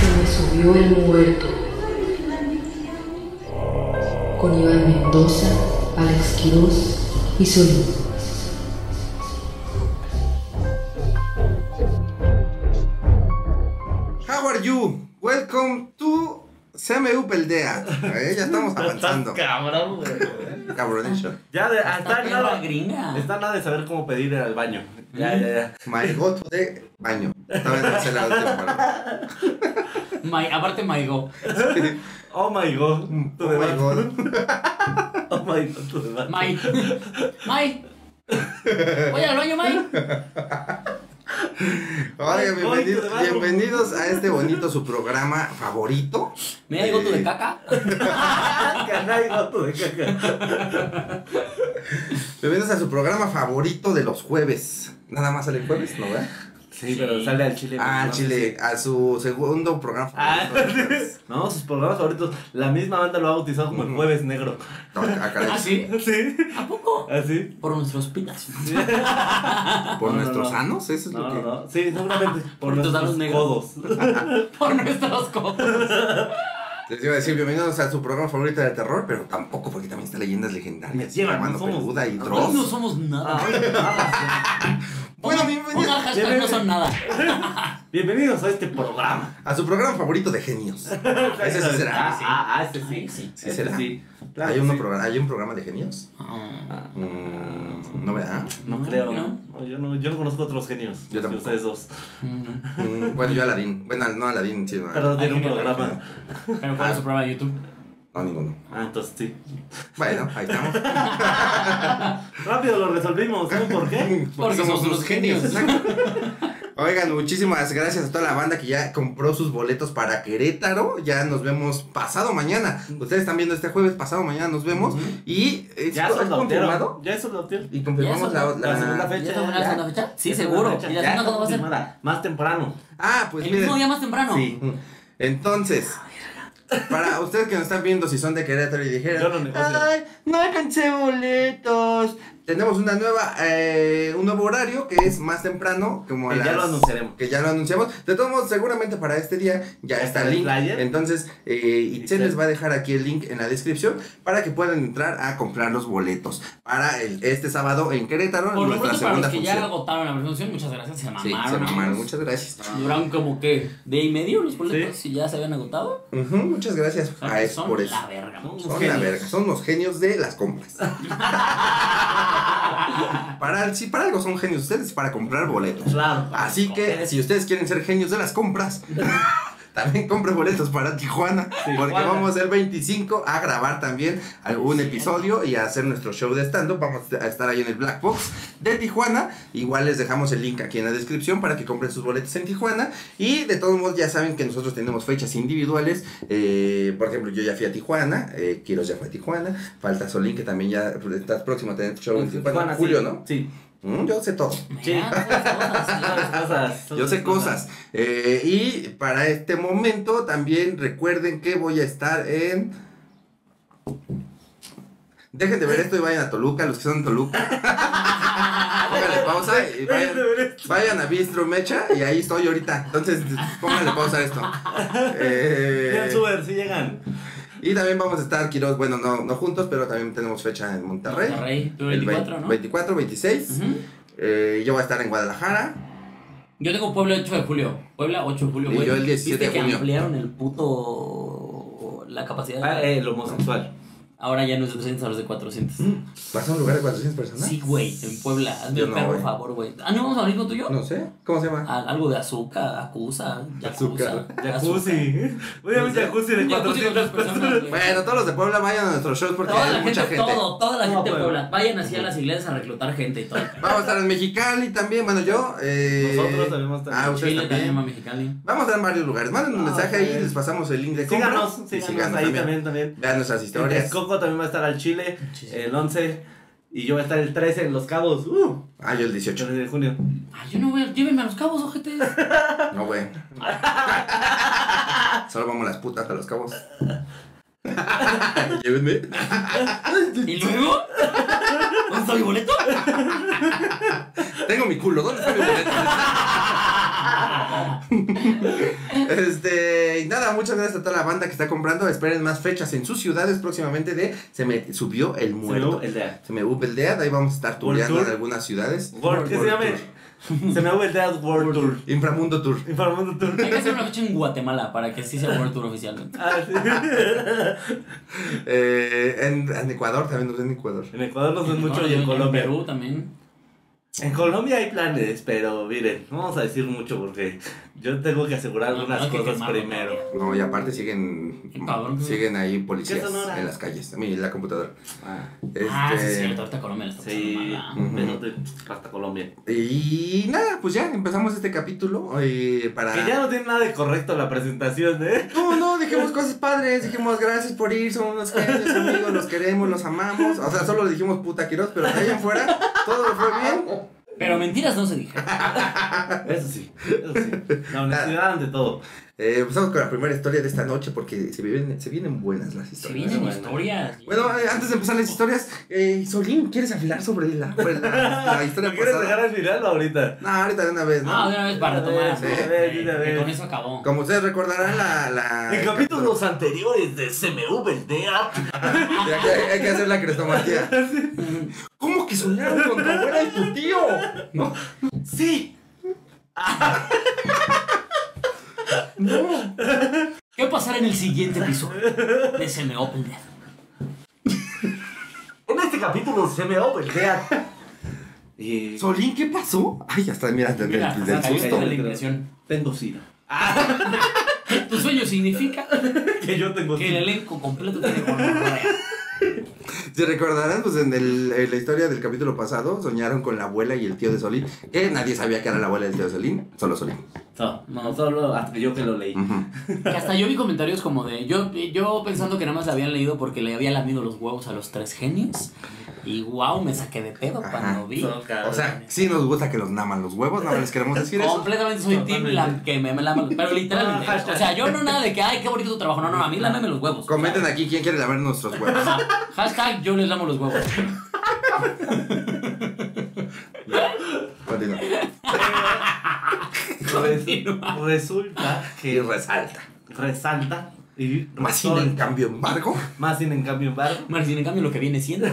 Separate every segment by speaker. Speaker 1: cayó el muerto. Con Iván Mendoza, Alex Quiroz y Solís.
Speaker 2: How are you? Welcome to CMU Peldea. Eh, ya estamos avanzando.
Speaker 3: cabrón, güey.
Speaker 2: Cabronation.
Speaker 3: Ya de, está,
Speaker 4: Está
Speaker 3: nada,
Speaker 4: nada gringa.
Speaker 3: está nada de saber cómo pedir al baño. Ya, ya, ya.
Speaker 2: My God de baño. Estaba en cancelado el temporada.
Speaker 4: My- aparte Maigo.
Speaker 3: Oh my god, tu
Speaker 2: Oh
Speaker 3: de
Speaker 2: my
Speaker 3: baño.
Speaker 2: God.
Speaker 3: Oh my god, tu de baño.
Speaker 4: Mai. Mai. Voy al baño, Mai.
Speaker 2: Oigan,
Speaker 3: Ay, voy,
Speaker 2: bienvenido-
Speaker 3: te baño.
Speaker 2: bienvenidos a este bonito su programa favorito. Eh,
Speaker 4: Me da goto de caca.
Speaker 3: Ah, caray, gato de caca.
Speaker 2: Bienvenidos a su programa favorito de los jueves. Nada más sale el jueves, ¿no? ¿verdad?
Speaker 3: Sí, pero sale al chile.
Speaker 2: Ah,
Speaker 3: no,
Speaker 2: Chile, a su segundo programa
Speaker 3: Ah.
Speaker 2: favorito. de los jueves.
Speaker 3: No, sus programas favoritos. La misma banda lo ha bautizado como el
Speaker 2: Ujú.
Speaker 3: Jueves Negro.
Speaker 2: No,
Speaker 3: ¿Ah,
Speaker 2: ah, caray.
Speaker 4: ¿Ah, sí?
Speaker 3: Sí.
Speaker 4: ¿A poco?
Speaker 3: Así.
Speaker 4: Por nuestros pitas.
Speaker 2: Por
Speaker 3: No, no,
Speaker 2: nuestros
Speaker 3: no.
Speaker 2: sanos, eso es
Speaker 3: No,
Speaker 2: lo que.
Speaker 3: no, no. Sí, seguramente. Por
Speaker 4: Por
Speaker 3: nuestros
Speaker 4: tus dados negros.
Speaker 3: codos.
Speaker 4: Por nuestros codos.
Speaker 2: Les iba a decir bienvenidos a su programa favorito de terror, pero tampoco porque también está leyendas legendarias.
Speaker 3: Me llevan,
Speaker 2: La Mano
Speaker 3: no somos-
Speaker 2: Peluda y
Speaker 3: no,
Speaker 2: Dross.
Speaker 4: No somos nada.
Speaker 3: Ah, ah,
Speaker 2: Bueno,
Speaker 4: Pongan-
Speaker 2: bienvenidos
Speaker 4: pongan hashtag no son nada.
Speaker 3: sí. Bienvenidos a este programa.
Speaker 2: a su programa favorito de genios. Ese sí será.
Speaker 3: Ah, ah, ah, ese sí.
Speaker 4: Ay, sí.
Speaker 2: Sí
Speaker 3: Ese
Speaker 2: será.
Speaker 3: sí. Claro
Speaker 2: ¿Hay,
Speaker 3: que
Speaker 2: uno
Speaker 3: sí.
Speaker 2: progra- ¿Hay un programa de genios?
Speaker 4: Ah,
Speaker 2: Mm, no, ¿verdad?
Speaker 3: No,
Speaker 4: No,
Speaker 3: creo,
Speaker 4: no.
Speaker 3: ¿no? No, Yo no, yo no conozco otros genios.
Speaker 2: Yo
Speaker 3: más que
Speaker 2: tampoco.
Speaker 3: Ustedes dos.
Speaker 4: mm.
Speaker 2: Mm, bueno, yo Aladín. Bueno, no Aladín, sí, no.
Speaker 3: Pero no
Speaker 4: Ay,
Speaker 3: tiene un
Speaker 4: genio,
Speaker 3: programa.
Speaker 4: Pero ¿cuál es su programa de YouTube?
Speaker 2: No, ninguno.
Speaker 3: Ah, entonces sí.
Speaker 2: Bueno, ahí estamos.
Speaker 3: Rápido lo resolvimos, ¿saben por qué?
Speaker 4: Porque somos unos genios.
Speaker 2: exacto. Oigan, muchísimas gracias a toda la banda que ya compró sus boletos para Querétaro. Ya nos vemos pasado mañana. Ustedes están viendo este jueves, pasado mañana nos vemos. Y eh,
Speaker 3: Ya
Speaker 2: ¿es
Speaker 3: son
Speaker 2: confirmado?
Speaker 3: loteros. Ya son loteros.
Speaker 2: Y confirmamos
Speaker 4: Ya
Speaker 2: la,
Speaker 4: son-
Speaker 2: la-
Speaker 3: la segunda
Speaker 4: ¿Ya
Speaker 3: Fecha,
Speaker 4: está buena
Speaker 3: ya.
Speaker 4: la segunda fecha? Sí,
Speaker 3: Ya
Speaker 4: seguro.
Speaker 3: está
Speaker 4: ¿Y la
Speaker 3: fecha,
Speaker 4: segunda cuándo va a ser?
Speaker 3: confirmada. Más temprano.
Speaker 2: Ah, pues
Speaker 4: El
Speaker 2: miren.
Speaker 4: mismo día más temprano.
Speaker 3: Sí.
Speaker 2: Entonces, para ustedes que nos están viendo, si son de Querétaro y
Speaker 3: Yo
Speaker 2: dijeron,
Speaker 3: no negocio.
Speaker 2: ¡ay, no alcancé boletos! Tenemos una nueva, eh, un nuevo horario que es más temprano, como a
Speaker 3: Que ya
Speaker 2: las-
Speaker 3: lo anunciaremos.
Speaker 2: Que ya lo anunciamos. De todos modos, seguramente para este día ya está
Speaker 3: Ya está el
Speaker 2: el link.
Speaker 3: flyer.
Speaker 2: Entonces, eh, Itzel
Speaker 3: Itzel.
Speaker 2: les va a dejar aquí el link en la descripción para que puedan entrar a comprar los boletos para el- este sábado en Querétaro, en
Speaker 4: Por lo
Speaker 2: nuestra
Speaker 4: pronto, para los
Speaker 2: segunda
Speaker 4: que ya
Speaker 2: función.
Speaker 4: agotaron la función, muchas gracias. Se
Speaker 2: Sí,
Speaker 4: mamaron.
Speaker 2: se mamaron.
Speaker 4: amigos.
Speaker 2: Muchas gracias.
Speaker 4: Duraron como que día y medio los boletos y ya se habían agotado.
Speaker 2: Ujú, muchas gracias
Speaker 4: O sea,
Speaker 2: a
Speaker 4: que
Speaker 2: eso,
Speaker 4: son
Speaker 2: Ah, por eso.
Speaker 4: la verga.
Speaker 3: Son unos
Speaker 2: Son la
Speaker 3: genios.
Speaker 2: verga, son los genios de las compras. para, si para algo son genios ustedes, para comprar boletos.
Speaker 3: Claro.
Speaker 2: Así que si ustedes quieren ser genios de las compras, también compren boletos para Tijuana, porque
Speaker 3: Tijuana.
Speaker 2: vamos el 25 a grabar también algún episodio y a hacer nuestro show de stand-up. Vamos a estar ahí en el Black Box de Tijuana. Igual les dejamos el link aquí en la descripción para que compren sus boletos en Tijuana. Y de todos modos ya saben que nosotros tenemos fechas individuales. eh, por ejemplo, yo ya fui a Tijuana, eh, Kiros ya fue a Tijuana, falta Solín que también ya estás próximo a tener show en Tijuana.
Speaker 3: Tijuana, sí.
Speaker 2: Julio, ¿no?
Speaker 3: Sí.
Speaker 2: Mm, yo sé todo.
Speaker 3: Sí.
Speaker 4: Mira, esas cosas, tío.
Speaker 3: Cosas,
Speaker 2: Yo sé cosas. Eh, y para este momento también recuerden que voy a estar en. Dejen de ver esto y vayan a Toluca, los que son de Toluca. pónganle pausa y vayan, vayan a Bistro Mecha y ahí estoy ahorita. Entonces, pónganle pausa a esto. Eh,
Speaker 3: Llegan Uber, sí llegan.
Speaker 4: Eh,
Speaker 2: y también vamos a estar, Quiroz, bueno, no, no juntos, pero también tenemos fecha en Monterrey.
Speaker 4: Monterrey, tú
Speaker 2: El
Speaker 4: 24, ¿no?
Speaker 2: 24, 26.
Speaker 4: Ujú.
Speaker 2: Eh, yo voy a estar en Guadalajara.
Speaker 4: Yo tengo Puebla el 8 de julio. Puebla 8 de julio,
Speaker 2: Y
Speaker 4: güey.
Speaker 2: yo el 17
Speaker 4: ¿Viste
Speaker 2: de junio.
Speaker 4: que ampliaron el puto. la capacidad.
Speaker 3: Ah, eh, Mm. el homosexual.
Speaker 4: Ahora ya no es de 300, ahora es de 400.
Speaker 2: ¿Vas a un lugar de 400 personas?
Speaker 4: Sí, güey, en Puebla. Hazme
Speaker 2: Yo
Speaker 4: un
Speaker 2: no,
Speaker 4: perro
Speaker 2: güey.
Speaker 4: favor, güey. Ah, no vamos a abrir con tuyo.
Speaker 2: No sé, ¿cómo se llama?
Speaker 4: A- algo de azúcar, acusa, yacuza.
Speaker 2: Azúcar.
Speaker 3: Jacuzzi. Voy a un jacuzzi de
Speaker 4: Un jacuzzi
Speaker 3: 400
Speaker 4: con otras
Speaker 3: personas.
Speaker 4: personas, güey.
Speaker 2: Bueno, todos los de Puebla vayan a nuestros shows porque
Speaker 4: Toda
Speaker 2: hay
Speaker 4: la gente,
Speaker 2: mucha gente.
Speaker 4: todo, toda la
Speaker 3: No,
Speaker 4: gente de
Speaker 3: pues.
Speaker 4: Puebla. Vayan así a las iglesias a reclutar gente y todo.
Speaker 2: Vamos a estar en Mexicali también, bueno, yo. eh,
Speaker 3: Nosotros también vamos a estar
Speaker 2: Ah,
Speaker 3: en
Speaker 2: ustedes
Speaker 4: Chile
Speaker 2: también.
Speaker 4: también, a Mexicali.
Speaker 2: Vamos a estar en varios lugares. Manden un
Speaker 3: Ah,
Speaker 2: mensaje ahí,
Speaker 3: ok.
Speaker 2: les pasamos el link de compra.
Speaker 3: Síganos,
Speaker 2: Y
Speaker 3: síganos, ahí también, también.
Speaker 2: Vean nuestras
Speaker 3: En
Speaker 2: historias.
Speaker 3: Texcoco también va a estar al Chile,
Speaker 4: Sí, sí.
Speaker 3: el 11, y yo voy a estar el 13 en Los Cabos, uh,
Speaker 2: Ah, yo el 18.
Speaker 3: 8 de junio.
Speaker 4: Ay, yo no voy, a- llévenme a los cabos, ojetes.
Speaker 2: No, güey. Solo vamos las putas a los cabos. Llévenme.
Speaker 4: ¿Y luego? ¿Dónde está mi boleto?
Speaker 2: Tengo mi culo, ¿dónde está mi boleto? este, y nada, muchas gracias a toda la banda que está comprando. Esperen más fechas en sus ciudades próximamente de Se me subió el muerto.
Speaker 3: el de.
Speaker 2: Se me hubo el dead. Ahí vamos a estar
Speaker 3: World
Speaker 2: tureando en
Speaker 3: Tour.
Speaker 2: algunas ciudades.
Speaker 3: World- ¿Qué se
Speaker 2: World
Speaker 3: llama? Se me hubo el Dead World Tour.
Speaker 2: Tour. Inframundo Tour.
Speaker 3: Informando Tour.
Speaker 4: Hay que hacer una fecha en Guatemala para que sí sea World Tour oficial.
Speaker 3: Ah, sí.
Speaker 2: Eh, en, en Ecuador también nos ven en Ecuador.
Speaker 3: En Ecuador nos ven mucho
Speaker 4: No,
Speaker 3: y en Colombia.
Speaker 4: Perú también.
Speaker 3: En Colombia hay planes, pero miren, no vamos a decir mucho porque yo tengo que asegurar
Speaker 4: No,
Speaker 3: algunas
Speaker 4: no hay que
Speaker 3: cosas
Speaker 4: quemarlo,
Speaker 3: primero.
Speaker 2: No, y aparte siguen
Speaker 4: Qué cabrón.
Speaker 2: siguen ahí policías
Speaker 3: ¿Qué Sonora?
Speaker 2: en las calles. A mí la computadora.
Speaker 4: Ah, sí,
Speaker 2: Este,
Speaker 4: es cierto. Ahorita Colombia le está pasando
Speaker 3: Sí,
Speaker 4: mal, ah.
Speaker 2: Ujú.
Speaker 3: pero te- hasta Colombia.
Speaker 2: Y nada, pues ya empezamos este capítulo eh, para...
Speaker 3: Que ya no tiene nada de correcto la presentación, ¿eh?
Speaker 2: No, no, dijimos cosas padres, dijimos gracias por ir, somos unos genios, amigos, los queremos, los amamos. O sea, solo dijimos puta quiroz, pero de ahí en fuera todo fue bien.
Speaker 4: Pero mentiras no se dijeron.
Speaker 3: Eso sí, eso sí. La honestidad ante todo.
Speaker 2: Eh, empezamos con la primera historia de esta noche porque se, viven, se vienen buenas las
Speaker 4: Se
Speaker 2: historias.
Speaker 4: vienen
Speaker 3: bueno.
Speaker 4: historias.
Speaker 2: Bueno, eh, antes de empezar las historias, eh, Solín, ¿quieres afilar sobre la, sobre la- la historia
Speaker 3: ¿Lo quieres dejar
Speaker 2: pasada?
Speaker 3: al final o ahorita?
Speaker 2: No, ahorita de una vez, ¿no?
Speaker 4: Ah, de una vez para
Speaker 3: Sí,
Speaker 4: tomar.
Speaker 2: sí,
Speaker 4: ¿no?
Speaker 2: sí,
Speaker 4: Que-
Speaker 3: de una
Speaker 4: que
Speaker 3: vez.
Speaker 4: Con eso acabó.
Speaker 2: Como ustedes recordarán, la... la
Speaker 3: En capítulos anteriores de CMV, el
Speaker 2: Ya que- hay, que hacer la crestomatía. ¿Cómo que soñaron con tu abuela y tu tío? No,
Speaker 3: Sí.
Speaker 2: no.
Speaker 4: ¿Qué pasará en el siguiente episodio de Se me Open Dead?
Speaker 3: En este capítulo CMV, el Y
Speaker 2: Solín, ¿qué pasó? Ay, hasta mira, del,
Speaker 4: Mira,
Speaker 2: del-
Speaker 4: hasta
Speaker 2: del
Speaker 4: cayó
Speaker 2: susto.
Speaker 4: de la indignación.
Speaker 3: tengo sida.
Speaker 4: Tu sueño significa
Speaker 3: Que yo tengo
Speaker 4: que el elenco completo tiene gonorrea.
Speaker 2: Si recordarán, pues en, el- en la historia del capítulo pasado, soñaron con la abuela y el tío de Solín. Que nadie sabía que era la abuela del tío de Solín, solo Solín.
Speaker 3: No, no, solo hasta que yo que lo leí.
Speaker 2: Ujú.
Speaker 4: Que hasta yo vi comentarios como de. Yo, yo pensando que nada más la habían leído porque le había lamido los huevos a los tres genios. Y wow, me saqué de pedo
Speaker 2: Ajá.
Speaker 4: cuando vi.
Speaker 3: Son
Speaker 2: O sea,
Speaker 3: cabrones.
Speaker 2: sí nos gusta que los naman los huevos, nada más les queremos decir eso.
Speaker 4: Completamente soy team
Speaker 3: Totalmente.
Speaker 4: la que me, me lama los- Pero literalmente.
Speaker 3: Ah, hashtag.
Speaker 4: o sea, yo no nada de que, ay, qué bonito tu trabajo. No, no, a mí lámeme los huevos.
Speaker 2: Comenten aquí quién quiere lavar nuestros huevos.
Speaker 4: Ajá. Hashtag yo les lamo los huevos.
Speaker 2: Continúa.
Speaker 4: Continúa.
Speaker 3: Resulta
Speaker 2: Y
Speaker 3: que
Speaker 2: resalta.
Speaker 3: resalta y
Speaker 2: Más sin en cambio embargo.
Speaker 3: más sin en cambio embargo,
Speaker 4: Martín, en cambio, lo que viene siendo.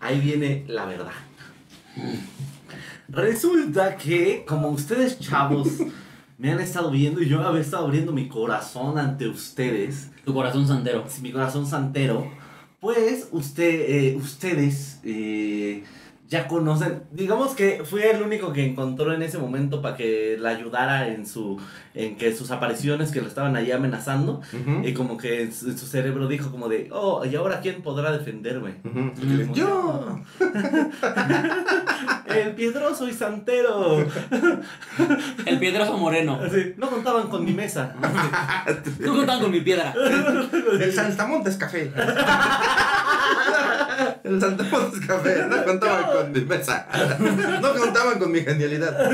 Speaker 3: ahí viene la verdad. Resulta que como ustedes chavos me han estado viendo y yo había estado abriendo mi corazón ante ustedes,
Speaker 4: Tu corazón santero.
Speaker 3: si mi corazón santero, pues usted, eh, ustedes eh, ya conocen. Digamos que fue el único que encontró en ese momento para que la ayudara en su, en que sus apariciones que lo estaban ahí amenazando
Speaker 2: Ujú.
Speaker 3: y como que en su, en su cerebro dijo como de, oh, y ahora quién podrá defenderme.
Speaker 2: Ujú.
Speaker 3: Y como,
Speaker 2: Yo.
Speaker 3: el piedroso y santero.
Speaker 4: El piedrazo moreno.
Speaker 3: Así, no contaban con mi mesa.
Speaker 4: Tú contando con mi piedra.
Speaker 2: El saltamontes café. El saltamontes café. No contaban con mi mesa. No contaban con mi genialidad.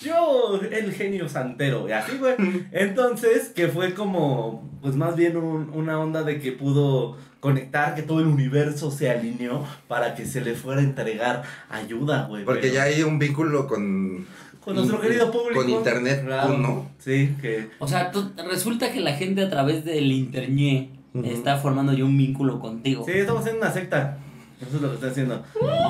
Speaker 3: Yo, el genio santero, y así fue. Entonces, que fue como, pues más bien un- una onda de que pudo conectar, que todo el universo se alineó para que se le fuera a entregar ayuda, güey.
Speaker 2: Porque
Speaker 3: pero-
Speaker 2: ya hay un vínculo con.
Speaker 3: Con nuestro querido público.
Speaker 2: Con internet, ¿no?
Speaker 3: Sí, que...
Speaker 4: O sea, tú- resulta que la gente a través del internet
Speaker 2: Ujú.
Speaker 4: está formando ya un vínculo contigo.
Speaker 3: Sí, estamos haciendo una secta. Eso es lo que está haciendo.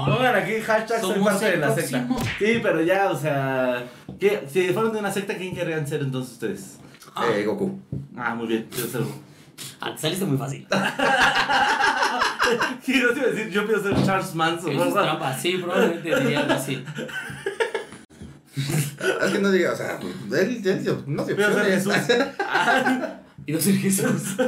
Speaker 3: Pongan aquí hashtag soy
Speaker 4: ¡Uh! Somos
Speaker 3: parte
Speaker 4: el
Speaker 3: de la secta.
Speaker 4: próximo.
Speaker 3: Sí, pero ya, o sea... ¿qué- Si fueron de una secta, ¿quién querrían ser entonces ustedes?
Speaker 4: Ah.
Speaker 2: Eh, Goku.
Speaker 3: Ah, muy bien. Yo ser...
Speaker 4: Ah, te saliste muy fácil.
Speaker 3: Y no te iba a decir, yo pienso ser Charles Manson.
Speaker 4: Eso es
Speaker 3: ¿verdad?
Speaker 4: trampa, sí, probablemente diría algo así.
Speaker 2: Es que no diga, o sea, él, él dio- no dio
Speaker 3: Voy a ser
Speaker 2: opciones.
Speaker 3: Jesús.
Speaker 4: Y no soy Jesús.
Speaker 3: Voy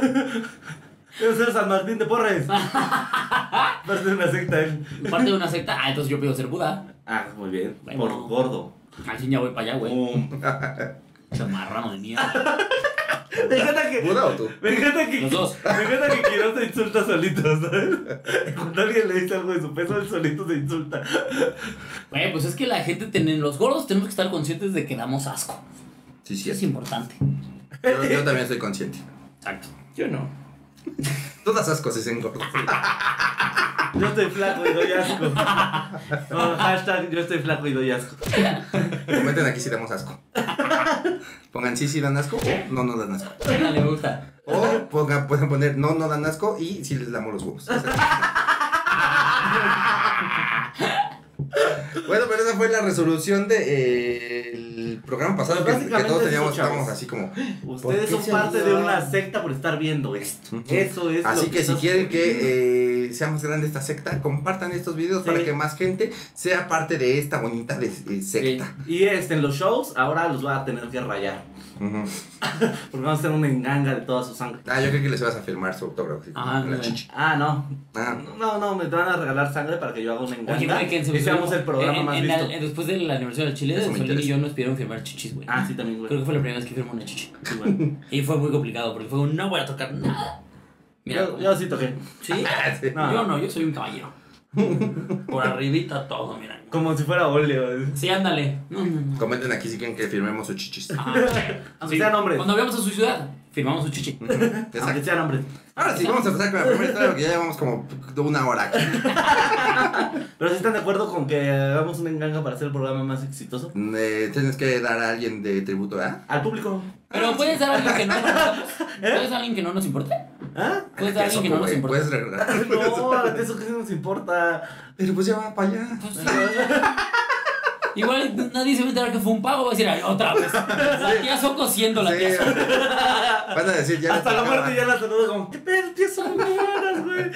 Speaker 3: a ser San Martín de Porres. Parte de una secta él.
Speaker 4: Parte de una secta, ah, entonces yo pido ser Buda.
Speaker 3: Ah, muy bien.
Speaker 4: Bueno.
Speaker 3: Por gordo.
Speaker 4: Al fin ya voy para allá, güey.
Speaker 3: Um.
Speaker 4: Chamarrano de mierda.
Speaker 3: Me encanta que.
Speaker 2: ¿Buda o tú?
Speaker 3: Me encanta que.
Speaker 4: Los dos.
Speaker 3: Me encanta que Quirón se insulta solito, ¿sabes? Cuando alguien le dice algo de su peso, él solito se insulta.
Speaker 4: Güey, pues es que la gente, tiene- los gordos tenemos que estar conscientes de que damos asco.
Speaker 2: Sí,
Speaker 4: Sí, es
Speaker 2: sí.
Speaker 4: importante.
Speaker 2: Yo, yo también estoy consciente.
Speaker 4: Exacto.
Speaker 3: Yo no.
Speaker 2: Todas esas cosas se engordan.
Speaker 3: Yo estoy flaco y doy asco. No, hashtag yo estoy flaco y doy asco.
Speaker 2: Comenten aquí si damos asco. Pongan sí, sí dan asco o no, no dan asco.
Speaker 4: Esa le gusta.
Speaker 2: O pongan, pueden poner no, no dan asco y sí les damos los huevos. bueno, pero esa fue la resolución del de, eh, el programa pasado
Speaker 3: Pues
Speaker 2: que, que
Speaker 3: básicamente
Speaker 2: todos
Speaker 3: es eso,
Speaker 2: teníamos,
Speaker 3: chavos.
Speaker 2: estábamos así como. ¿por qué
Speaker 3: Ustedes son
Speaker 2: se
Speaker 3: parte de
Speaker 2: ayudan?
Speaker 3: una secta por estar viendo esto.
Speaker 2: Ujú.
Speaker 3: Eso es.
Speaker 2: Así
Speaker 3: lo
Speaker 2: que si
Speaker 3: estás
Speaker 2: quieren
Speaker 3: viviendo.
Speaker 2: que eh, sea más grande esta secta, compartan estos videos
Speaker 3: Sí.
Speaker 2: para que más gente sea parte de esta bonita de- eh, secta.
Speaker 3: Y este, en los shows, ahora los va a tener que rayar.
Speaker 2: Ujú.
Speaker 3: Porque vamos a hacer una enganga de toda su sangre.
Speaker 2: Ah, yo creo que les vas a firmar su autógrafo. así,
Speaker 4: Ah,
Speaker 2: en la
Speaker 4: no.
Speaker 2: chichi.
Speaker 3: Ah, no.
Speaker 2: Ah,
Speaker 3: No, no, me van a regalar sangre para que yo haga una enganga.
Speaker 4: Oye, güey, que en su-
Speaker 3: y seamos el programa
Speaker 4: en-
Speaker 3: más
Speaker 4: en
Speaker 3: visto.
Speaker 4: la- eh, después del aniversario del Chile,
Speaker 2: Eso me
Speaker 4: Solín y
Speaker 2: interesa.
Speaker 4: yo nos pidieron firmar chichis, güey.
Speaker 3: Ah, sí, también, güey.
Speaker 4: Creo que fue la primera vez que firmó una chichi.
Speaker 3: Sí, güey.
Speaker 4: Y fue muy complicado porque fue un no voy a tocar nada. Mira,
Speaker 3: yo, yo sí Ah, toqué.
Speaker 4: ¿sí?
Speaker 2: Ah, sí.
Speaker 3: No.
Speaker 4: Yo no, yo soy un caballero. Por arribita todo, mira.
Speaker 3: Como si fuera óleo.
Speaker 4: Sí, ándale. No, no, no.
Speaker 2: Comenten aquí si quieren que firmemos sus chichis.
Speaker 3: Ah.
Speaker 4: Ajá.
Speaker 3: Aunque sean hombres.
Speaker 4: Cuando vayamos a su ciudad, firmamos su chichi.
Speaker 3: Aunque
Speaker 2: Exacto.
Speaker 3: sean hombres.
Speaker 2: Ahora sí, vamos a empezar con la primera historia porque ya llevamos como una hora aquí.
Speaker 3: Pero si están de acuerdo con que hagamos una enganga para hacer el programa más exitoso.
Speaker 2: Eh, tienes que dar a alguien de tributo, ¿ah?
Speaker 3: Al público.
Speaker 4: Pero puedes dar a alguien que no nos importe.
Speaker 3: ¿Eh?
Speaker 4: Puedes dar a alguien que no nos importe.
Speaker 3: ¿Ah?
Speaker 4: Puedes dar a alguien que no nos
Speaker 2: Puedes regalar.
Speaker 4: importe.
Speaker 3: No, de eso que nos importa.
Speaker 2: Pero pues ya va para allá.
Speaker 4: Pues, Igual nadie se va a enterar que fue un pago, va a decir, "Ay, otra vez. La tía Soco siendo la tía
Speaker 2: Sí.
Speaker 4: Soco.
Speaker 2: Van a decir ya.
Speaker 3: Hasta
Speaker 2: le
Speaker 3: la
Speaker 2: tocaba.
Speaker 3: muerte ya la saludo como, ¿qué pedo, tío? Son buenas, güey.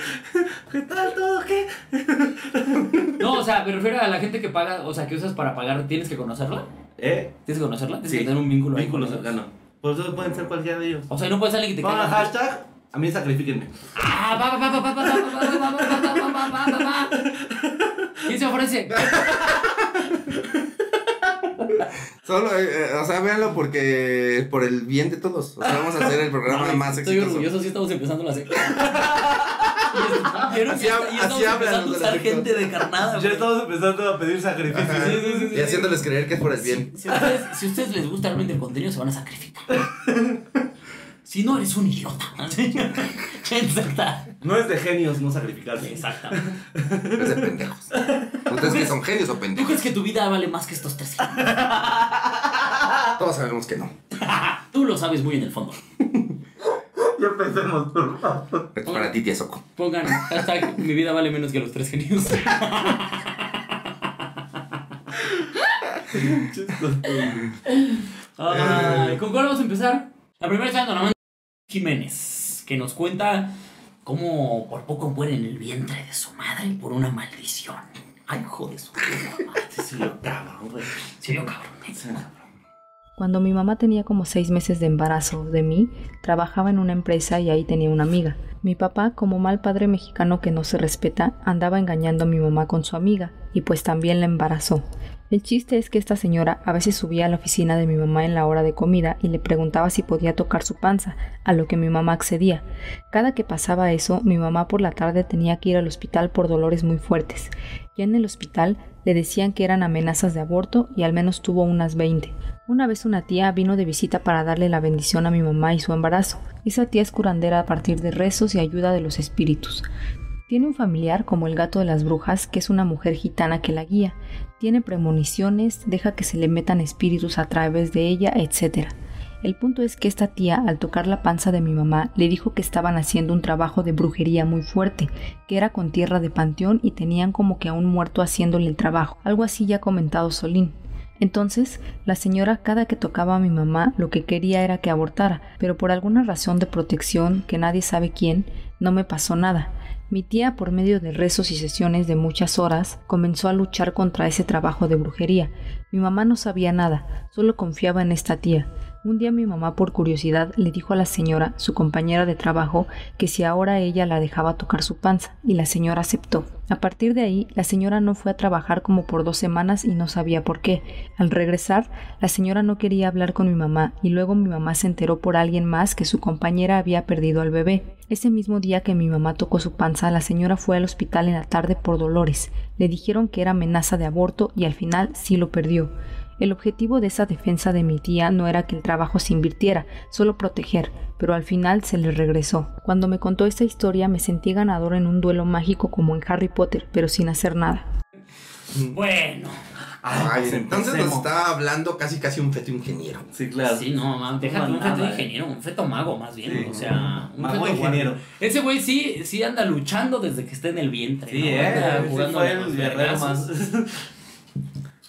Speaker 3: ¿Qué tal todo? ¿Qué? ¿Eh?
Speaker 4: No, o sea, me refiero a la gente que paga, o sea, que usas para pagar, tienes que conocerla.
Speaker 3: ¿Eh?
Speaker 4: Tienes que conocerla, tienes
Speaker 3: Sí.
Speaker 4: que tener un vínculo ahí
Speaker 3: Vínculo
Speaker 4: con ellos.
Speaker 3: cercano. Por eso pueden ser cualquiera de ellos.
Speaker 4: O sea, no puedes alguien que te
Speaker 3: Pongan
Speaker 4: caiga.
Speaker 3: hashtag, a mí sacrifíquenme.
Speaker 4: Ah, va, va, va, va, va, va, va, va, va, va, va, va, va, va, va, va. ¿Quién se ofrece?
Speaker 2: Solo, eh, eh, o sea, véanlo porque por el bien de todos. O sea, vamos a hacer el programa
Speaker 4: Ay,
Speaker 2: más
Speaker 4: Estoy
Speaker 2: exitoso.
Speaker 4: orgulloso, sí estamos empezando la secta. Y es-
Speaker 2: Así
Speaker 4: y
Speaker 2: hab-
Speaker 4: estamos
Speaker 2: así hablan
Speaker 4: empezando a
Speaker 2: los de la
Speaker 4: usar
Speaker 2: secta.
Speaker 4: gente de carnada.
Speaker 3: Ya
Speaker 4: güey.
Speaker 3: estamos empezando a pedir
Speaker 2: Ajá.
Speaker 3: sacrificios.
Speaker 4: Sí, sí, sí, sí.
Speaker 2: Y haciéndoles creer que es por el bien.
Speaker 4: Si, ustedes, si ustedes les gusta realmente el contenido, se van a sacrificar. Si no, eres un idiota. Exacta.
Speaker 3: No es de genios no sacrificarse.
Speaker 4: Exactamente.
Speaker 2: Es de pendejos. Ustedes que son genios o
Speaker 4: ¿Tú
Speaker 2: pendejos.
Speaker 4: crees que tu vida vale más que estos tres?
Speaker 2: Todos sabemos que no.
Speaker 4: Tú lo sabes muy en el fondo.
Speaker 3: Ya empecemos, por favor.
Speaker 2: Es para ti, tía Soco.
Speaker 4: Pongan hashtag mi vida vale menos que los tres genios. Ay, ¿Con cuál vamos a empezar? La primera está de Donovan Jiménez, que nos cuenta cómo por poco muere en el vientre de su madre por una maldición. Ay, hijo de su puta madre.
Speaker 3: Sí, lo cabrón, güey.
Speaker 4: Sí, yo, cabrón. eh.
Speaker 5: Cuando mi mamá tenía como seis meses de embarazo de mí, trabajaba en una empresa y ahí tenía una amiga. Mi papá, como mal padre mexicano que no se respeta, andaba engañando a mi mamá con su amiga y pues también la embarazó. El chiste es que esta señora a veces subía a la oficina de mi mamá en la hora de comida y le preguntaba si podía tocar su panza, a lo que mi mamá accedía. Cada que pasaba eso, mi mamá por la tarde tenía que ir al hospital por dolores muy fuertes. Ya en el hospital le decían que eran amenazas de aborto y al menos tuvo unas 20. Una vez una tía vino de visita para darle la bendición a mi mamá y su embarazo. Esa tía es curandera a partir de rezos y ayuda de los espíritus. Tiene un familiar como el gato de las brujas, que es una mujer gitana que la guía. Tiene premoniciones, deja que se le metan espíritus a través de ella, etc. El punto es que esta tía, al tocar la panza de mi mamá, le dijo que estaban haciendo un trabajo de brujería muy fuerte, que era con tierra de panteón y tenían como que a un muerto haciéndole el trabajo, algo así ya comentado Solín. Entonces, la señora cada que tocaba a mi mamá lo que quería era que abortara, pero por alguna razón de protección, que nadie sabe quién, no me pasó nada. Mi tía, por medio de rezos y sesiones de muchas horas, comenzó a luchar contra ese trabajo de brujería. Mi mamá no sabía nada, solo confiaba en esta tía. Un día mi mamá, por curiosidad, le dijo a la señora, su compañera de trabajo, que si ahora ella la dejaba tocar su panza, y la señora aceptó. A partir de ahí, la señora no fue a trabajar como por dos semanas y no sabía por qué. Al regresar, la señora no quería hablar con mi mamá y luego mi mamá se enteró por alguien más que su compañera había perdido al bebé. Ese mismo día que mi mamá tocó su panza, la señora fue al hospital en la tarde por dolores. Le dijeron que era amenaza de aborto y al final sí lo perdió. El objetivo de esa defensa de mi tía no era que el trabajo se invirtiera, solo proteger, pero al final se le regresó. Cuando me contó esta historia me sentí ganador en un duelo mágico como en Harry Potter, pero sin hacer nada.
Speaker 4: Bueno,
Speaker 3: Ay,
Speaker 2: Ay,
Speaker 3: pues
Speaker 2: entonces nos
Speaker 3: empecemos.
Speaker 2: estaba hablando casi casi un feto ingeniero.
Speaker 3: Sí, claro.
Speaker 4: Sí, no, mamá, déjate
Speaker 3: No,
Speaker 4: un feto
Speaker 3: nada, eh.
Speaker 4: ingeniero, un feto mago más bien,
Speaker 3: Sí.
Speaker 4: o sea, un
Speaker 3: Mago
Speaker 4: feto
Speaker 3: ingeniero.
Speaker 4: guardia. Ese güey sí, sí anda luchando desde que está en el vientre.
Speaker 3: Sí,
Speaker 4: ¿no? Anda
Speaker 3: eh. Sí
Speaker 4: jugando
Speaker 3: fue
Speaker 4: los
Speaker 3: el guerrero
Speaker 4: vergazos.
Speaker 3: más.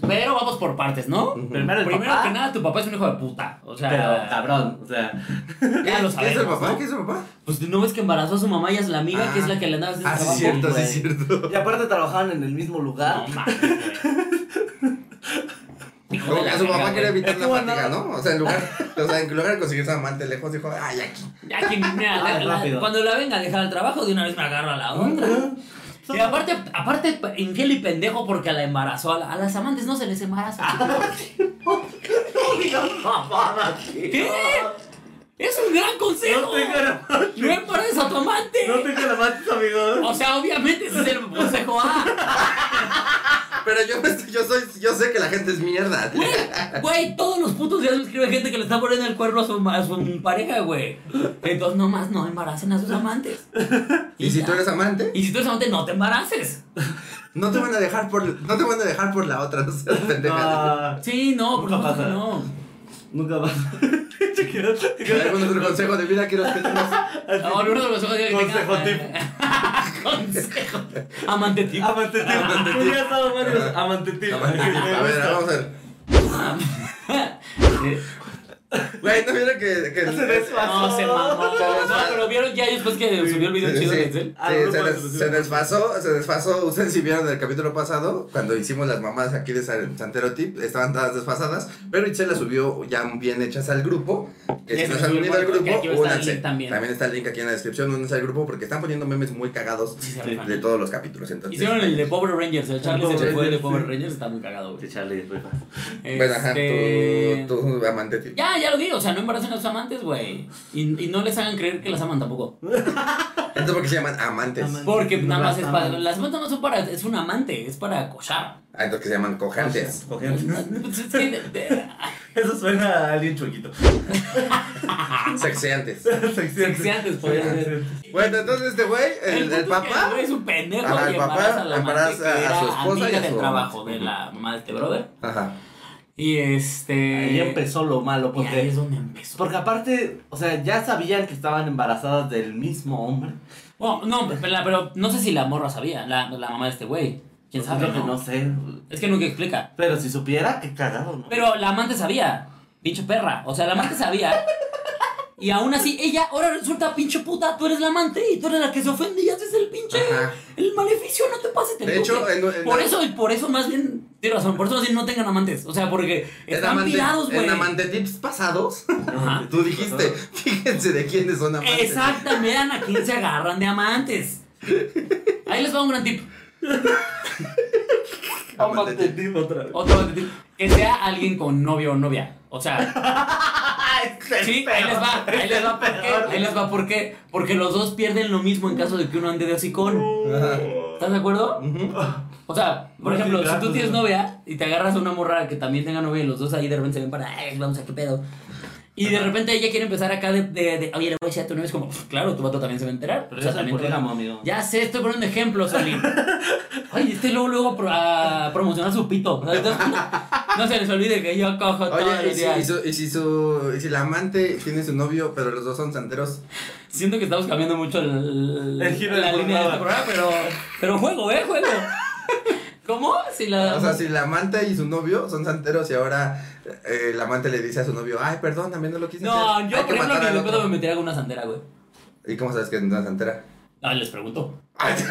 Speaker 4: Pero vamos por partes, ¿no?
Speaker 2: Ujú.
Speaker 3: Primero el
Speaker 4: Primero
Speaker 3: papá,
Speaker 4: que nada, tu papá es un hijo de puta, o sea,
Speaker 3: Pero cabrón, o sea.
Speaker 2: ¿Qué,
Speaker 4: Ya lo
Speaker 2: qué es el
Speaker 4: sabemos,
Speaker 2: papá?
Speaker 4: ¿no?
Speaker 2: ¿Qué es el papá?
Speaker 4: Pues no ves que embarazó a su mamá y a la amiga, que es la que le andaba haciendo
Speaker 2: Ah, sí,
Speaker 4: trabajo.
Speaker 2: es cierto, sí,
Speaker 3: güey.
Speaker 2: es cierto.
Speaker 3: Y aparte trabajaban en el mismo lugar.
Speaker 4: No mames, güey. Hijo de
Speaker 2: Como que
Speaker 4: la
Speaker 2: su
Speaker 4: verga,
Speaker 2: papá
Speaker 4: güey.
Speaker 2: quería evitar
Speaker 3: Es
Speaker 2: la
Speaker 3: como
Speaker 2: fatiga,
Speaker 3: andar-
Speaker 2: ¿no? O sea, en lugar, o sea, en lugar de conseguir su amante lejos, dijo, ay, aquí.
Speaker 4: Ya que mira, la-
Speaker 3: Ah,
Speaker 4: la-
Speaker 3: rápido.
Speaker 4: cuando la venga a dejar al trabajo, de una vez me agarro a la otra. Y aparte, aparte, infiel y pendejo porque la embarazó. A, la- a las amantes no se les embaraza.
Speaker 3: Ah,
Speaker 4: ¿Qué? Es un gran consejo.
Speaker 3: No te caramas.
Speaker 4: No embaraces a tu amante.
Speaker 3: No te calamates, amigo.
Speaker 4: O sea, obviamente ese es el consejo A.
Speaker 2: Pero yo, me estoy- yo, soy, yo sé que la gente es mierda.
Speaker 4: Güey, güey, todos los putos días me escribe gente que le está poniendo el cuerno a su, ma- a su pareja, güey. Entonces, nomás no embaracen a sus amantes.
Speaker 2: Y si
Speaker 4: ya.
Speaker 2: tú eres amante,
Speaker 4: Y si tú eres amante, no te embaraces.
Speaker 2: no te van a dejar por, no te van a dejar por la otra, no seas pendeja.
Speaker 3: Ah,
Speaker 4: Sí, no, por
Speaker 3: Nunca
Speaker 4: supuesto
Speaker 3: pasa.
Speaker 4: que no.
Speaker 3: nunca más. Te quiero- te quiero-
Speaker 2: ¿Algún otro consejo de vida quieres que tengas?
Speaker 4: No, no, no, no, no, no,
Speaker 3: Consejo
Speaker 4: no.
Speaker 3: tip.
Speaker 4: Consejo. Amante tip.
Speaker 3: Amante tip. Tú ya sabes varios amante tip.
Speaker 2: A ver, vamos a ver. Güey, ¿no vieron que, que
Speaker 3: Se desfasó.
Speaker 4: No, se mamó. No, pero vieron ya después que subió el video
Speaker 2: Sí,
Speaker 4: chido
Speaker 2: sí,
Speaker 4: de Excel.
Speaker 3: Ah,
Speaker 2: sí,
Speaker 3: no,
Speaker 2: se,
Speaker 3: no,
Speaker 2: des-
Speaker 3: no, no,
Speaker 2: se
Speaker 3: no.
Speaker 2: desfasó, se desfasó. Ustedes si vieron el capítulo pasado, cuando hicimos las mamás aquí de San- Santero Tip, estaban todas desfasadas, pero Itzel las subió ya bien hechas al grupo. Que
Speaker 4: Ya
Speaker 2: si
Speaker 4: se
Speaker 2: no
Speaker 4: me
Speaker 2: se han
Speaker 4: subió el
Speaker 2: unido al
Speaker 4: link,
Speaker 2: grupo,
Speaker 4: aquí está el
Speaker 2: únanse.
Speaker 4: link también.
Speaker 2: está el link aquí en la descripción, únanse al grupo porque están poniendo memes muy cagados
Speaker 4: Sí, se
Speaker 2: de,
Speaker 4: rifan.
Speaker 2: de todos los capítulos. Entonces,
Speaker 4: Hicieron el de Power Rangers, el Charlie se
Speaker 3: Power
Speaker 4: fue de
Speaker 3: Rangers,
Speaker 4: Power
Speaker 3: sí.
Speaker 4: Rangers, está muy cagado, güey.
Speaker 3: Échale, rifa.
Speaker 2: bueno, ajá,
Speaker 4: Este,
Speaker 2: tu, tu amante tip.
Speaker 4: Ya, ya lo digo, o sea, no embaracen a sus amantes, güey. Y, y no les hagan creer que las aman tampoco.
Speaker 2: Entonces, ¿por qué se llaman amantes?
Speaker 3: Amantes.
Speaker 4: Porque
Speaker 3: No
Speaker 4: nada
Speaker 3: las
Speaker 4: más es para.
Speaker 3: aman.
Speaker 4: Las amantes no son para. Es un amante, es para cochar.
Speaker 2: Ah, entonces que se llaman cojantes.
Speaker 4: Pues es que- de- de-
Speaker 3: Eso suena a alguien chuequito.
Speaker 2: Sexeantes.
Speaker 4: Sexiantes, podría ser.
Speaker 2: Bueno, entonces este güey, el, el
Speaker 4: punto es que
Speaker 2: papá.
Speaker 4: el güey es un pendejo
Speaker 2: Ajá,
Speaker 4: y
Speaker 2: el papá
Speaker 4: embaraza a la
Speaker 2: embaraza
Speaker 4: amante que
Speaker 2: a
Speaker 4: era
Speaker 2: su esposa y
Speaker 4: amiga
Speaker 2: a
Speaker 4: del
Speaker 2: su
Speaker 4: trabajo
Speaker 2: amante.
Speaker 4: de la mamá de este brother.
Speaker 2: Ajá.
Speaker 4: Y este.
Speaker 3: Ahí empezó lo malo,
Speaker 4: Y ahí es
Speaker 3: porque.
Speaker 4: donde empezó.
Speaker 3: Porque aparte, o sea, ya sabían que estaban embarazadas del mismo hombre.
Speaker 4: Bueno, Oh, no, pero, la- pero no sé si la morra sabía, la, la mamá de este güey. Quién
Speaker 3: Pues
Speaker 4: sabe.
Speaker 3: creo que
Speaker 4: ¿no?
Speaker 3: no sé.
Speaker 4: Es que nunca explica.
Speaker 3: Pero si supiera, qué cagado, ¿no?
Speaker 4: Pero la amante sabía. Pinche perra. O sea, la amante sabía. Y aún así, ella ahora resulta pinche puta. Tú eres la amante y tú eres la que se ofende y haces el pinche.
Speaker 2: Ajá.
Speaker 4: El maleficio, no te pases. te
Speaker 2: De hecho,
Speaker 4: tuve.
Speaker 2: en- en-
Speaker 4: por eso, por eso más bien. Tienes razón, por eso más bien no tengan amantes. O sea, porque
Speaker 2: En
Speaker 4: están pirados, güey.
Speaker 2: En amante tips pasados,
Speaker 3: Ah.
Speaker 4: Ajá.
Speaker 2: tú dijiste, fíjense de quiénes son amantes.
Speaker 4: Exactamente, vean a quién se agarran de amantes. Ahí les va un gran tip.
Speaker 3: Amante tip otra vez.
Speaker 4: Otro gran tip. Que sea alguien con novio o novia. O sea, sí, ahí les va. Ahí les va por qué. Ahí les va por qué. Porque los dos pierden lo mismo en caso de que uno ande de hocicón.
Speaker 2: Ajá.
Speaker 4: ¿Estás de acuerdo?
Speaker 2: Ujú.
Speaker 4: O sea, por
Speaker 3: No, sí,
Speaker 4: ejemplo, si
Speaker 3: claro,
Speaker 4: tú
Speaker 3: sí,
Speaker 4: tienes
Speaker 3: claro.
Speaker 4: novia y te agarras a una morra que también tenga novia y los dos ahí de repente se ven para, ay, vamos a qué pedo. Y de repente ella quiere empezar acá de, de, de, oye, le voy a decir a tu novia, es como, "Pues claro, tu vato también se va a enterar.
Speaker 3: Pero
Speaker 4: O sea,
Speaker 3: yo soy
Speaker 4: también tú-
Speaker 3: polígamo, amigo.
Speaker 4: Ya sé, estoy poniendo ejemplos, Solín. Ay, este luego, luego pro- a promocionar su pito. O sea, entonces, no se les olvide que yo cojo todos
Speaker 2: Oye, y
Speaker 4: los
Speaker 2: si, y
Speaker 4: días.
Speaker 2: su- y si su- y si la amante tiene su novio, pero los dos son santeros.
Speaker 4: Siento que estamos cambiando mucho el,
Speaker 3: El giro
Speaker 4: la
Speaker 3: del
Speaker 4: línea de este programa,
Speaker 3: programa.
Speaker 4: pero, pero juego, ¿eh? Juego. ¿Cómo? Si la...
Speaker 2: O sea, si la amante y su novio son santeros y ahora eh, la amante le dice a su novio, ay, perdóname, no lo quise
Speaker 4: no,
Speaker 2: hacer,
Speaker 4: yo
Speaker 2: hay
Speaker 4: por
Speaker 2: que
Speaker 4: ejemplo
Speaker 2: matar
Speaker 4: ni
Speaker 2: al
Speaker 4: de
Speaker 2: otro".
Speaker 4: pedo me metería con una sandera, güey.
Speaker 2: ¿Y cómo sabes que no es santera?
Speaker 4: Ah, les pregunto.
Speaker 2: Ay,
Speaker 4: Es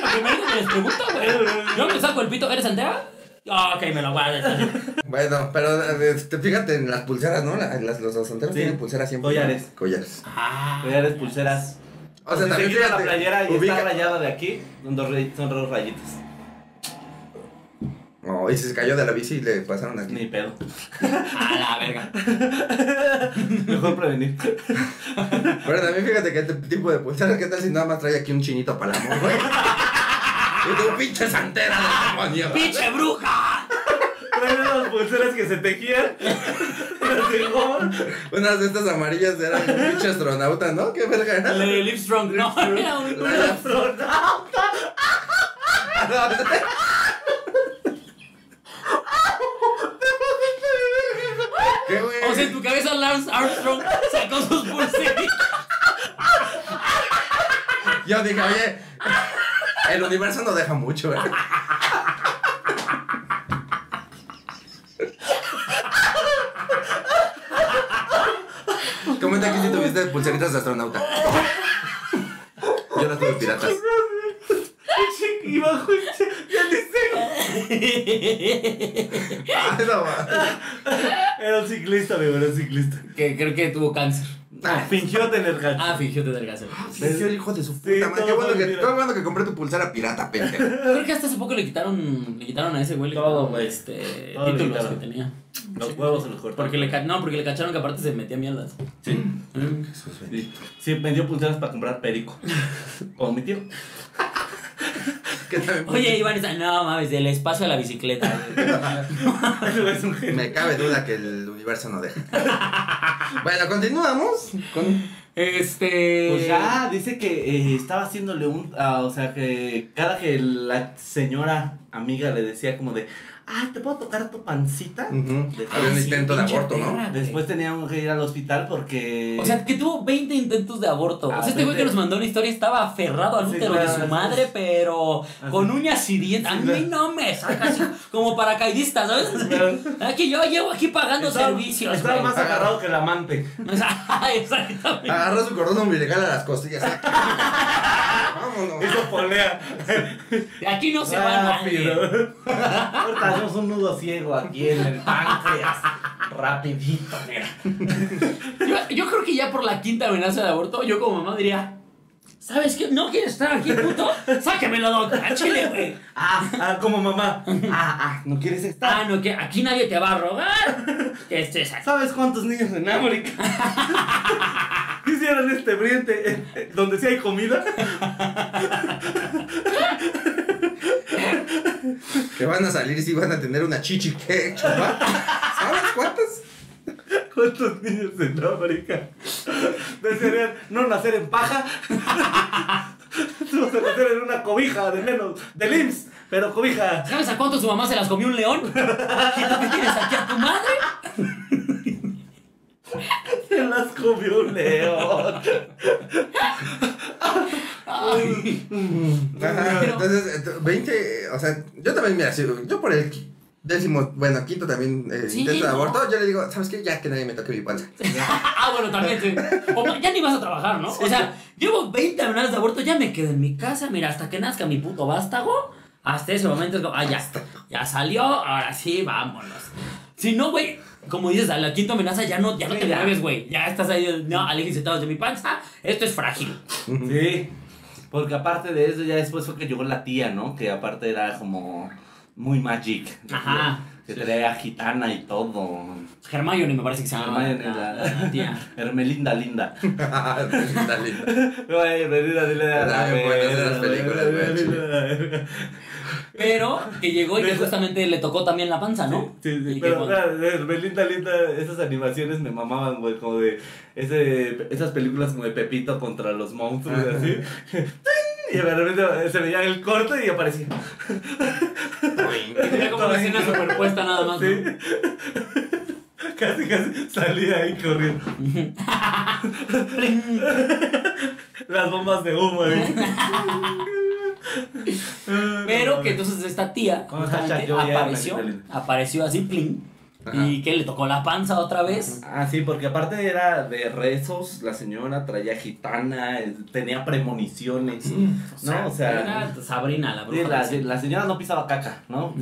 Speaker 4: lo primero que les pregunto, güey. Yo me saco el pito, ¿eres santera? Ah, ok, me lo voy a decir.
Speaker 2: bueno, pero eh, te fíjate en las pulseras, ¿no? La- las- los santeros
Speaker 3: Sí.
Speaker 2: tienen pulseras siempre.
Speaker 3: Collares.
Speaker 2: Collares.
Speaker 4: Ah, pues
Speaker 3: Collares, pulseras.
Speaker 2: O sea,
Speaker 3: si
Speaker 2: también
Speaker 3: te quitas la
Speaker 2: fíjate,
Speaker 3: playera y
Speaker 2: ubica-
Speaker 3: está rayada de aquí, son dos, ray- son dos rayitas.
Speaker 2: No, y si se cayó de la bici y le pasaron aquí.
Speaker 3: Ni pedo.
Speaker 4: a la verga.
Speaker 3: Mejor prevenir.
Speaker 2: Pero también fíjate que este tipo de pulseras, ¿qué tal si nada más trae aquí un chinito para el amor, güey? Y tu pinche santera del demonio.
Speaker 4: ¡Pinche bruja!
Speaker 3: Traen las pulseras que se tejían. Las de goma.
Speaker 2: Unas de estas amarillas eran un pinche astronauta, ¿no? ¿Qué verga era?
Speaker 4: La de Livestrong, no, era un-
Speaker 2: La- la-
Speaker 3: Astronauta.
Speaker 4: Armstrong sacó sus pulseritas.
Speaker 2: Yo dije, oye, el universo no deja mucho. eh. Comenta aquí si tuviste pulseritas de astronauta. Yo las tuve piratas.
Speaker 3: Y bajo el che- ya ni sé.
Speaker 2: Ay, no, ma.
Speaker 3: Era un ciclista, amigo, era un ciclista.
Speaker 4: Que creo que tuvo cáncer.
Speaker 2: Ah,
Speaker 3: Fingió tener cáncer.
Speaker 4: Ah, fingió tener cáncer.
Speaker 2: es el hijo de su puta madre. Qué bueno que, qué bueno que compré tu pulsera pirata, pendejo.
Speaker 4: Creo que hasta hace poco le quitaron, le quitaron a ese güey le
Speaker 3: Todo,
Speaker 4: quitaron,
Speaker 3: güey.
Speaker 4: este,
Speaker 3: Todo le
Speaker 4: títulos que
Speaker 3: quitaron.
Speaker 4: tenía.
Speaker 3: Los huevos se los cortó.
Speaker 4: Porque le, ca- no, porque le cacharon que aparte se metía mierdas.
Speaker 3: Sí.
Speaker 4: Mm.
Speaker 2: Jesús bendito.
Speaker 3: Sí, sí, vendió pulseras para comprar perico. Como mi tío.
Speaker 2: Que también-
Speaker 4: Oye, Iván, está- no mames, del espacio a la bicicleta.
Speaker 3: Ese güey es un genio.
Speaker 2: Me cabe duda que el universo no deja. bueno, continuamos con.
Speaker 4: Este.
Speaker 3: Pues ya, dice que eh, estaba haciéndole un... ah, o sea, que cada que la señora amiga le decía como de... Ah, ¿te puedo tocar tu pancita?
Speaker 2: Ujú.
Speaker 3: Después-
Speaker 2: Había un
Speaker 4: sí,
Speaker 2: intento de
Speaker 4: pinche
Speaker 2: aborto,
Speaker 4: perra,
Speaker 2: ¿no?
Speaker 4: güey.
Speaker 3: Después teníamos que ir al hospital porque...
Speaker 4: O sea, que tuvo 20 intentos de aborto. O
Speaker 3: Ah,
Speaker 4: sea, este güey que
Speaker 3: 20.
Speaker 4: nos mandó una historia estaba aferrado al
Speaker 3: Sí,
Speaker 4: útero de
Speaker 3: claro,
Speaker 4: su
Speaker 3: así
Speaker 4: madre,
Speaker 3: es.
Speaker 4: pero
Speaker 3: Así
Speaker 4: con
Speaker 3: es.
Speaker 4: uñas y dientes. A
Speaker 3: Sí,
Speaker 4: mí
Speaker 3: claro.
Speaker 4: no me sacas como paracaidista, ¿sabes?
Speaker 3: Claro.
Speaker 4: Aquí yo llevo aquí pagando
Speaker 3: estaba,
Speaker 4: servicios.
Speaker 3: estaba
Speaker 4: güey.
Speaker 3: más agarrado que el amante.
Speaker 4: O sea, Exactamente.
Speaker 2: Agarró su cordón umbilical a las costillas. ¿eh? Vámonos.
Speaker 3: Eso polea.
Speaker 4: De Aquí no se va nadie.
Speaker 3: Ah, Ahorita hacemos un nudo ciego aquí en el páncreas. Rapidito, mira.
Speaker 4: Yo, yo creo que ya por la quinta amenaza de aborto, yo como mamá diría. ¿Sabes qué? ¿No quieres estar aquí, puto? Sáquemelo, doc. A Chile, güey.
Speaker 3: Ah, ah, como mamá. Ah, ah, no quieres estar.
Speaker 4: Ah, no, que aquí nadie te va a rogar. Este, Que estés aquí.
Speaker 3: ¿Sabes cuántos niños en África hicieron este briente eh, eh, donde sí hay comida?
Speaker 2: Que van a salir y si van a tener una chichi que chupar. ¿Sabes cuántas?
Speaker 3: ¿Cuántos niños en África desearían no nacer en paja? Solo se nacer en una cobija de menos, de IMSS, pero cobija.
Speaker 4: ¿Sabes a cuánto su mamá se las comió un león? ¿Y tú qué tienes aquí a tu madre?
Speaker 3: Se las comió un león.
Speaker 4: Ay.
Speaker 2: Ajá, Entonces, ent- 20. O sea, yo también, mira, si- yo por el qui- décimo, bueno, quinto también eh,
Speaker 4: Sí,
Speaker 2: intento de
Speaker 4: ¿no?
Speaker 2: aborto, yo le digo, ¿sabes qué? Ya que nadie me toque mi panza.
Speaker 4: Ah, bueno, también. sí. O ma- ya ni vas a trabajar, ¿no? O sea, llevo 20 amenazas de aborto, ya me quedo en mi casa. Mira, hasta que nazca mi puto vástago, hasta ese momento es como, ah, ya, ya salió, ahora sí, vámonos. Si no, güey, como dices, a la quinta amenaza ya no, ya no te
Speaker 3: Ya.
Speaker 4: mueves, güey. Ya estás ahí, no, aléjense todos de mi panza, esto es frágil.
Speaker 3: Sí, porque aparte de eso, ya después fue que llegó la tía, ¿no? Que aparte era como muy magic.
Speaker 4: Ajá.
Speaker 3: Que traía gitana y todo.
Speaker 4: Hermione me parece que se llama.
Speaker 3: Hermione,
Speaker 4: la-
Speaker 3: la-
Speaker 4: la tía.
Speaker 3: Hermelinda linda.
Speaker 2: Está lindo.
Speaker 3: Ay, Hermelinda linda.
Speaker 2: Era bien buena de pues, las películas, güey.
Speaker 3: güey.
Speaker 4: Pero que llegó y que
Speaker 3: Pero-
Speaker 4: justamente le tocó también la panza, ¿no?
Speaker 3: Sí,
Speaker 4: Y
Speaker 3: sí,
Speaker 4: que
Speaker 3: pero
Speaker 4: cuando-
Speaker 3: claro, Hermelinda linda, esas animaciones me mamaban, güey, como de ese, esas películas como de Pepito contra los monstruos y así. Y de repente se veía el corte y aparecía.
Speaker 4: que tenía como una escena superpuesta nada más. Ah, ¿no?
Speaker 3: Sí. Casi, casi salía ahí corriendo.
Speaker 4: Pling.
Speaker 3: Las bombas de humo ¿eh? ahí.
Speaker 4: Pero que entonces esta tía
Speaker 3: Cuando está
Speaker 4: justamente
Speaker 3: chayo, ya,
Speaker 4: apareció,
Speaker 3: imagínate.
Speaker 4: apareció así, plin,
Speaker 2: Ajá.
Speaker 4: y que le tocó la panza otra vez.
Speaker 3: Ah, sí, porque aparte era de rezos, la señora traía gitana, eh, tenía premoniciones. No, o sea.
Speaker 4: era Sabrina, la
Speaker 3: sí,
Speaker 4: bruja.
Speaker 3: la,
Speaker 4: adolescente.
Speaker 3: la señora no pisaba caca, ¿no?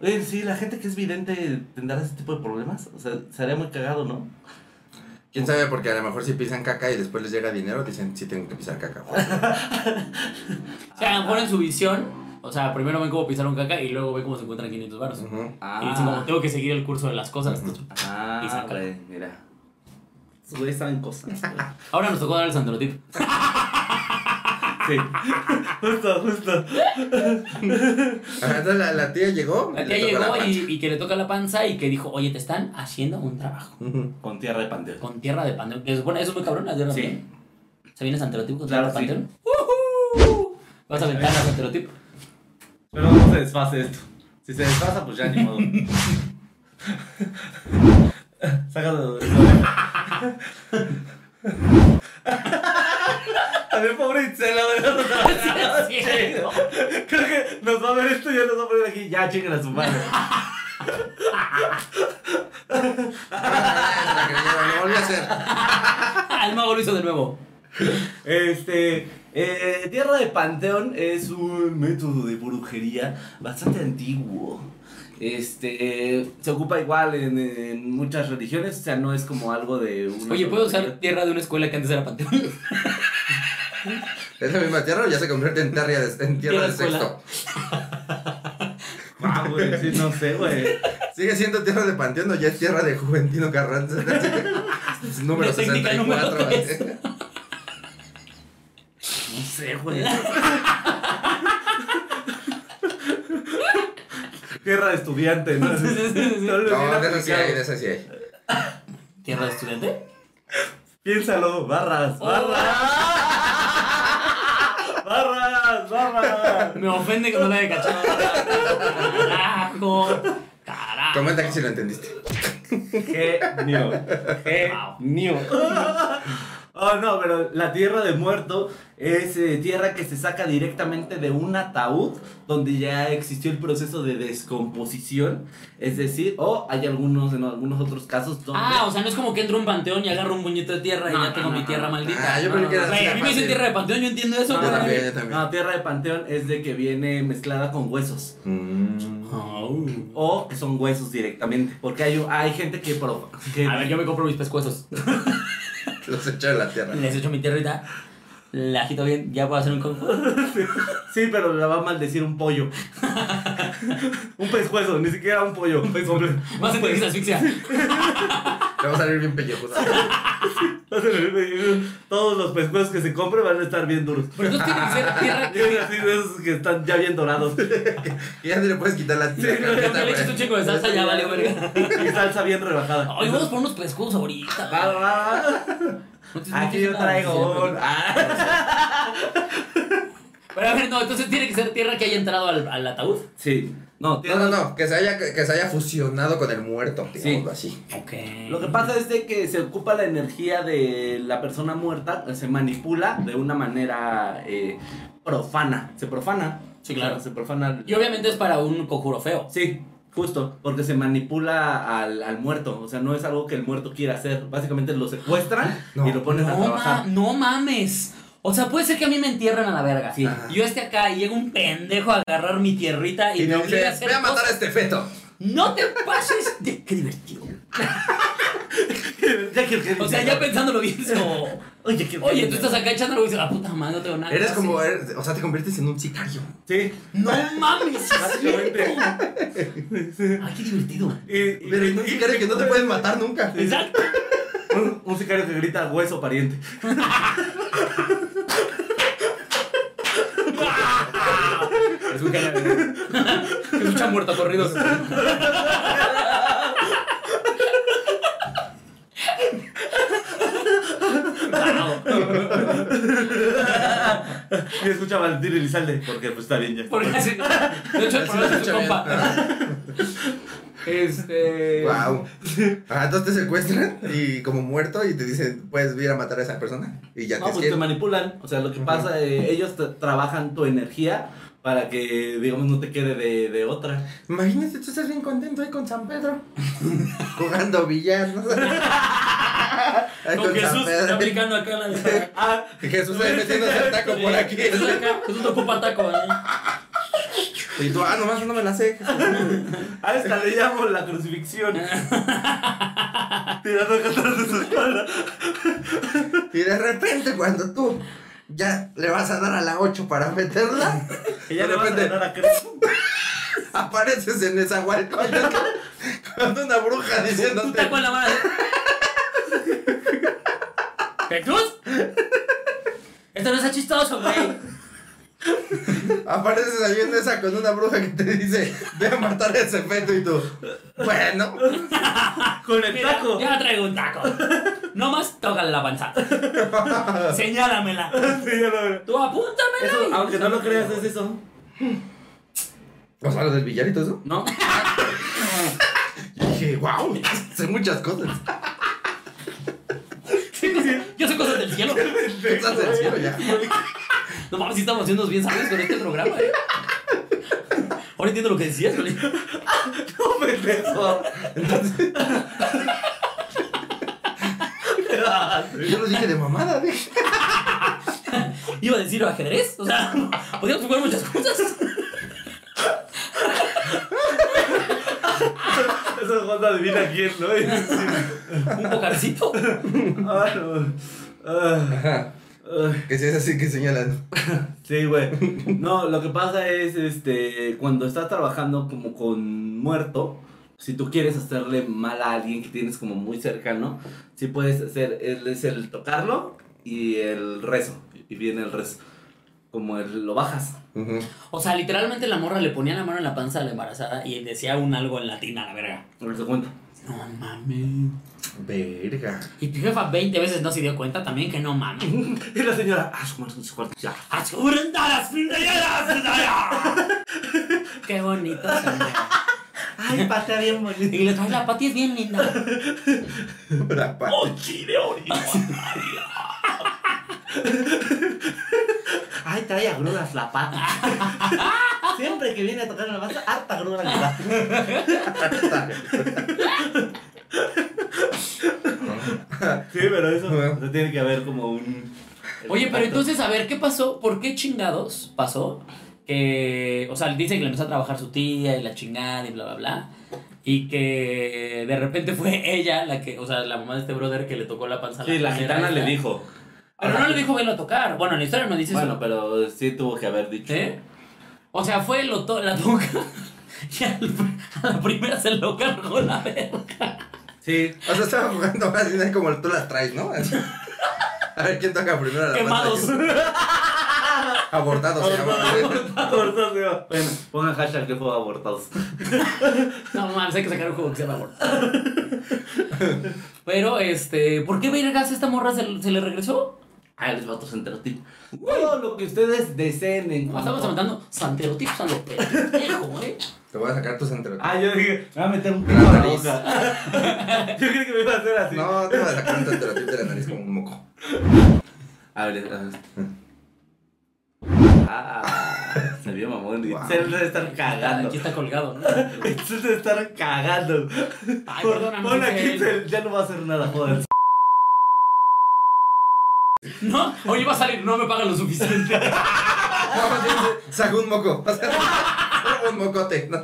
Speaker 3: Oye, sí, la gente que es vidente tendrá ese tipo de problemas. O sea, sería muy cagado, ¿no?
Speaker 2: ¿Quién sabe? Porque a lo mejor si pisan caca y después les llega dinero, dicen, sí tengo que pisar caca.
Speaker 4: O sea, a lo mejor en su visión, o sea, primero ven cómo pisaron caca y luego ven cómo se encuentran 500 baros.
Speaker 2: Ujú.
Speaker 4: Y dicen como, tengo que seguir el curso de las cosas. Y
Speaker 3: Ah,
Speaker 4: saca.
Speaker 3: güey, mira. Estos güeyes saben cosas, güey.
Speaker 4: Ahora nos tocó dar el santrotip.
Speaker 3: Sí. Justo, justo.
Speaker 2: Ajá, entonces la, la tía llegó. y
Speaker 4: La
Speaker 2: le
Speaker 4: tía
Speaker 2: tocó la
Speaker 4: llegó
Speaker 2: panza.
Speaker 4: y, y que le toca la panza y que dijo, oye, te están haciendo un trabajo.
Speaker 2: Ujú.
Speaker 3: Con tierra de panteón.
Speaker 4: Con tierra de panteón. Que se supone, eso es muy cabrón, la tierra de
Speaker 3: Sí.
Speaker 4: panteón. ¿Se viene Santerotip con
Speaker 3: Claro,
Speaker 4: tierra
Speaker 3: sí.
Speaker 4: de panteón? ¡Ujú! Vas a aventar a Santerotip.
Speaker 3: Pero no se desfase esto. Si se desfasa, pues ya ni modo. Sácalo de la También pobre Itzela,
Speaker 4: Sí, es cierto.
Speaker 3: Creo que nos va a ver esto y ya nos va a poner aquí. Ya, chequen a su madre.
Speaker 2: Ah, la creyeron, Lo volví a hacer.
Speaker 4: Ah, El mago lo hizo de nuevo.
Speaker 3: Este, eh, eh, Tierra de Panteón es un método de brujería bastante antiguo. Este, eh, se ocupa igual en, en muchas religiones, o sea, no es como algo de... una
Speaker 4: Oye,
Speaker 3: sola
Speaker 4: ¿puedo usar
Speaker 3: religión.
Speaker 4: tierra de una escuela que antes era panteón?
Speaker 2: Es la misma tierra o ya se convierte en tierra de, en tierra
Speaker 4: Tierra
Speaker 2: de
Speaker 4: escuela.
Speaker 2: sexto.
Speaker 3: Ah, güey, sí, no sé, güey.
Speaker 2: ¿Sigue siendo tierra de panteón o ya es tierra de Juventino Carranza? Es número
Speaker 4: La técnica
Speaker 2: 64.
Speaker 4: número
Speaker 2: ¿vale?
Speaker 3: No sé, güey. Tierra de estudiante, ¿no?
Speaker 4: Sí, sí, sí, sí.
Speaker 3: No lo
Speaker 2: No,
Speaker 3: hubiera
Speaker 2: de esa sí
Speaker 3: aplicado.
Speaker 2: hay, de esa sí hay.
Speaker 4: ¿Tierra de estudiante?
Speaker 3: Piénsalo, barras,
Speaker 4: Oh.
Speaker 3: barras. Barras, barras.
Speaker 4: Me ofende que no la haya cachado. Carajo. Carajo.
Speaker 2: Comenta que si lo entendiste.
Speaker 3: Genio. Genio. Oh, no, pero la tierra de muerto es eh, tierra que se saca directamente de un ataúd donde ya existió el proceso de descomposición. Es decir, o hay algunos, en algunos otros casos donde.
Speaker 4: Ah, o sea, no es como que entro a un panteón y agarro un puñito de tierra y
Speaker 3: No,
Speaker 4: ya
Speaker 3: no,
Speaker 4: tengo
Speaker 3: no,
Speaker 4: mi
Speaker 3: no,
Speaker 4: tierra
Speaker 3: no.
Speaker 4: maldita.
Speaker 2: Ah, yo
Speaker 4: No,
Speaker 2: pensé
Speaker 4: no,
Speaker 2: que era
Speaker 4: no. Güey,
Speaker 2: tierra
Speaker 4: A mí me dicen
Speaker 2: panteón.
Speaker 4: tierra de panteón, yo entiendo eso.
Speaker 3: No,
Speaker 4: güey.
Speaker 2: Yo también, yo también.
Speaker 3: Ah, No, tierra de panteón es de que viene mezclada con huesos.
Speaker 4: Mm. Au.
Speaker 3: O que son huesos directamente. Porque hay, hay gente que, pro- que-
Speaker 4: A ver, yo me compro mis pescuezos.
Speaker 2: Los echó de la tierra.
Speaker 4: Les echo mi tierrita. La agito bien, ya puedo hacer un conjunto.
Speaker 3: Sí, pero la va a maldecir un pollo. un pescuezo, ni siquiera un pollo. Un pescuezo.
Speaker 4: Vas a sentir que se asfixia.
Speaker 2: Te va a salir bien pellejudo.
Speaker 3: Todos los pescuezos que se compren van a estar bien duros.
Speaker 4: Pero entonces tiene que ser tierra.
Speaker 3: Tienen así de esos que están ya bien dorados.
Speaker 2: Y ya no le puedes quitar la tierra.
Speaker 4: Pero que le eches un chico de salsa, ya valió verga.
Speaker 3: Y salsa bien rebajada.
Speaker 4: Ay, vamos por unos pescuezos ahorita.
Speaker 3: Va,
Speaker 4: güey.
Speaker 3: va, va.
Speaker 4: No te- no
Speaker 3: Aquí
Speaker 4: te-
Speaker 3: yo
Speaker 4: no,
Speaker 3: traigo
Speaker 4: sí,
Speaker 3: un.
Speaker 4: pero-
Speaker 3: Ah.
Speaker 4: Pero a ver, no, entonces tiene que ser tierra que haya entrado al, al ataúd.
Speaker 3: Sí. No,
Speaker 2: No, no, no, que se haya, que se haya fusionado con el muerto,
Speaker 3: Sí.
Speaker 2: digámoslo así.
Speaker 4: Ok.
Speaker 3: Lo que pasa es de que se ocupa la energía de la persona muerta, se manipula de una manera eh, profana. Se profana.
Speaker 4: Sí, claro.
Speaker 3: Se profana.
Speaker 4: Y obviamente es para un conjuro feo.
Speaker 3: Sí, justo, porque se manipula al, al muerto. O sea, no es algo que el muerto quiera hacer. Básicamente lo secuestran
Speaker 2: No.
Speaker 3: y lo ponen a
Speaker 4: No, ma-
Speaker 3: trabajar.
Speaker 4: no mames. O sea, puede ser que a mí me entierren a la verga.
Speaker 3: Sí.
Speaker 4: Ajá. Y Yo esté acá y llega un pendejo a agarrar mi tierrita y,
Speaker 2: Y
Speaker 4: me
Speaker 2: me
Speaker 4: obliga a
Speaker 2: dice,
Speaker 4: hacer
Speaker 2: voy a matar a
Speaker 4: cosas.
Speaker 2: este feto.
Speaker 4: No te pases de... Qué divertido.
Speaker 3: Ya que- que-
Speaker 4: O sea, ya pensándolo bien es como...
Speaker 3: Oye, que-
Speaker 4: Oye, tú estás acá echándolo y dices, la puta madre, no tengo nada. que
Speaker 2: Eres
Speaker 4: hacer".
Speaker 2: como, eres- o sea, te conviertes en un sicario.
Speaker 3: Sí,
Speaker 4: Ah, No mames, sí es
Speaker 3: Básicamente.
Speaker 4: cierto. Ay, qué divertido.
Speaker 3: y- y-
Speaker 2: Pero es un sicario que no te pueden matar nunca.
Speaker 4: Exacto.
Speaker 3: un, un sicario que grita hueso pariente.
Speaker 4: Es un genio. Escucha muerto corridos.
Speaker 3: Y escucha a Valentín Elizalde, porque pues está bien ya.
Speaker 4: Porque así. De hecho, el
Speaker 2: Así lo
Speaker 4: problema es
Speaker 2: escucha
Speaker 4: tu
Speaker 2: bien.
Speaker 4: compa. Este.
Speaker 2: Wow. Ah, entonces te secuestran y como muerto y te dicen, puedes ir a matar a esa persona. Y ya
Speaker 3: No,
Speaker 2: te
Speaker 3: pues te
Speaker 2: quieren.
Speaker 3: manipulan. O sea, lo que pasa, eh, ellos tra- trabajan tu energía para que, digamos, no te quede de, de otra.
Speaker 2: Imagínate, tú estás bien contento ahí con San Pedro. Jugando billar, ¿no? Ahí
Speaker 4: Con Jesús está aplicando acá la.
Speaker 3: Ah,
Speaker 2: Y Jesús ahí metiéndose el taco por aquí.
Speaker 4: Jesús acá, Jesús te ocupa taco. ¿eh?
Speaker 2: Y tú, ah, nomás no me la sé.
Speaker 3: a esta le llamo la crucifixión. Tirando atrás de su espalda.
Speaker 2: Y de repente cuando tú ya le vas a dar a la 8 para meterla,
Speaker 3: Ella
Speaker 2: de
Speaker 3: le va a
Speaker 2: repente
Speaker 3: ganar a Cres.
Speaker 2: apareces en esa hualcoyotl con una bruja
Speaker 4: Un
Speaker 2: diciéndote,
Speaker 4: taco en la mano. ¿Jesús? Esto no está chistoso, güey.
Speaker 2: apareces ahí en esa con una bruja que te dice, ve a matar a ese feto y tú, bueno,
Speaker 3: Con el
Speaker 4: Mira,
Speaker 3: taco.
Speaker 4: Ya traigo un taco. Nomás tócale la panza. Señálamela.
Speaker 3: Sí, ya lo veo.
Speaker 4: Tú apúntamela.
Speaker 3: Eso,
Speaker 4: y-
Speaker 3: aunque no lo creas, es eso.
Speaker 2: o sea, lo del billar y todo eso.
Speaker 3: ¿No?
Speaker 2: Y dije, dije, wow, sé muchas cosas.
Speaker 4: Yo sé cosas del cielo.
Speaker 2: Estás en el cielo ya.
Speaker 4: No mames, sí estamos haciendo bien sabios con este programa, eh. Ahora entiendo lo que decías, güey.
Speaker 3: No me beso.
Speaker 2: Yo lo dije de mamada, dije.
Speaker 4: Iba a decir ajedrez. O sea, podíamos jugar muchas cosas.
Speaker 3: Eso es cuando adivina quién, ¿no?
Speaker 4: Un pocarcito.
Speaker 3: Ah, no. Ah, ah.
Speaker 2: Que si es así que señalan.
Speaker 3: Sí, güey. No, lo que pasa es, este, cuando estás trabajando como con muerto, si tú quieres hacerle mal a alguien que tienes como muy cercano, sí puedes hacer, el- es el tocarlo y el rezo, y viene el rezo. Como el, lo bajas.
Speaker 2: Ujú.
Speaker 4: O sea, literalmente la morra le ponía la mano en la panza de la embarazada y decía un algo en latín a la verga.
Speaker 3: A ver, se cuenta.
Speaker 4: No mames.
Speaker 2: Verga.
Speaker 4: Y tu jefa 20 veces no se dio cuenta también que no mames.
Speaker 3: Y la señora, ah, su madre, su cuarto, ya.
Speaker 4: ¡Ascurenta las pintalladas! ¡Qué bonito! señora.
Speaker 3: Ay, pasa bien bonito.
Speaker 4: Y le traes la pati es bien linda.
Speaker 2: La pa-
Speaker 3: chile Ay, trae agruras la pata. Siempre que viene a tocar la pata, harta agrura la pata. Sí, pero eso
Speaker 2: Bueno.
Speaker 3: o sea, tiene que haber como un.
Speaker 4: Oye, pero entonces, a ver, ¿qué pasó? ¿Por qué chingados pasó? Que, o sea, dicen que le empezó a trabajar su tía y la chingada y bla, bla, bla. Y que eh, de repente fue ella la que, o sea, la mamá de este brother que le tocó la panza. a
Speaker 3: Sí, la
Speaker 4: señora
Speaker 3: gitana le
Speaker 4: esta.
Speaker 3: dijo.
Speaker 4: Pero no le dijo venlo a tocar. Bueno, en la historia no dice
Speaker 3: Bueno,
Speaker 4: eso.
Speaker 3: pero sí tuvo que haber dicho.
Speaker 4: ¿Eh? O sea, fue lo to- la toca. Y al- a la primera se lo cargó la verga.
Speaker 3: Sí.
Speaker 2: O sea, estaba jugando así ¿no? como tú las traes, ¿no? Así. A ver quién toca primero a la
Speaker 4: Quemados.
Speaker 2: pantalla. Abortado se llama.
Speaker 3: Abortados, digo. Bueno, pongan hashtag que fue abortados.
Speaker 4: No mames, hay que sacar un juego que se llama Abortado. Pero, este, ¿por qué vergas esta morra se, se le regresó?
Speaker 3: Ah, les vatos enterotipo. Todo lo que ustedes deseen en
Speaker 4: Ah, Estamos aventando santerotipos a lo pendejo, ¿eh?
Speaker 2: Te voy a sacar tus entre.
Speaker 3: Ah, yo dije, me voy a meter un
Speaker 2: La
Speaker 3: pelo a la
Speaker 2: nariz.
Speaker 3: boca. yo creí que me iba a hacer así.
Speaker 2: No, te voy a sacar un tenterotip de la nariz como un moco.
Speaker 3: A ver, a ver. Ah, se vio mamón.
Speaker 2: Wow.
Speaker 3: Se debe estar cagando.
Speaker 4: Aquí está colgado, ¿no?
Speaker 3: Se debe estar cagando.
Speaker 4: Ay,
Speaker 3: Pon-
Speaker 4: perdóname,
Speaker 3: Pon aquí,
Speaker 4: Michelle.
Speaker 3: se- ya no va a hacer nada, joder.
Speaker 4: No, hoy va a salir, no me pagan lo suficiente.
Speaker 2: No, más bien, Saca un moco. O sea, saca un mocote. ¿no?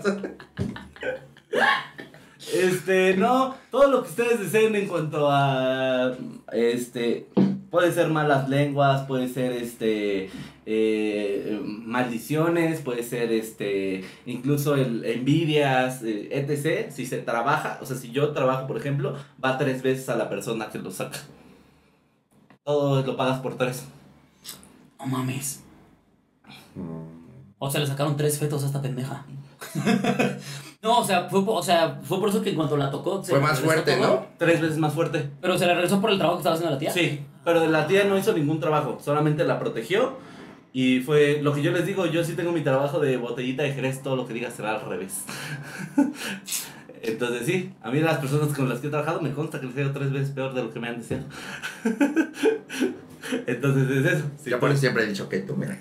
Speaker 3: Este, no, todo lo que ustedes deseen en cuanto a este puede ser malas lenguas, puede ser este eh, maldiciones, puede ser este incluso el, envidias, eh, etc. Si se trabaja, o sea, si yo trabajo, por ejemplo, va tres veces a la persona que lo saca. Todo lo pagas por tres.
Speaker 4: No mames. O sea, le sacaron tres fetos a esta pendeja. no, o sea, fue, po- o sea, fue por eso que en cuanto la tocó. se
Speaker 2: Fue
Speaker 4: le
Speaker 2: más
Speaker 4: regresó
Speaker 2: fuerte,
Speaker 4: todo.
Speaker 2: ¿no?
Speaker 3: Tres veces más fuerte.
Speaker 4: Pero se le regresó por el trabajo que estaba haciendo la tía.
Speaker 3: Sí, pero la tía no hizo ningún trabajo, solamente la protegió y fue lo que yo les digo, yo sí tengo mi trabajo de botellita de Jerez, todo lo que diga será al revés. Entonces sí, a mí las personas con las que he trabajado me consta que les ha ido tres veces peor de lo que me han deseado. Entonces es eso. Sí,
Speaker 2: Yo por eso siempre he dicho que tú, mira.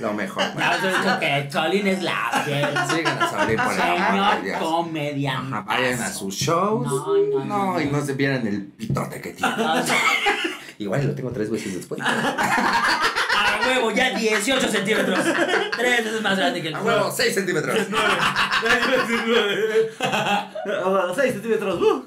Speaker 2: Lo mejor.
Speaker 4: pues. Ya os he dicho que Cholín es la fiel.
Speaker 2: Sigan a salir por ahí.
Speaker 4: Señor comediante.
Speaker 2: Ajá, Vayan a sus shows.
Speaker 4: No, no, no, no.
Speaker 2: y no se vieran el pitote que tiene. Igual lo tengo tres veces después.
Speaker 4: Ah,
Speaker 2: A
Speaker 4: A huevo, ya 18 centímetros. Tres veces más grande que el
Speaker 2: huevo, seis centímetros.
Speaker 3: Ah, seis centímetros. ¡uh!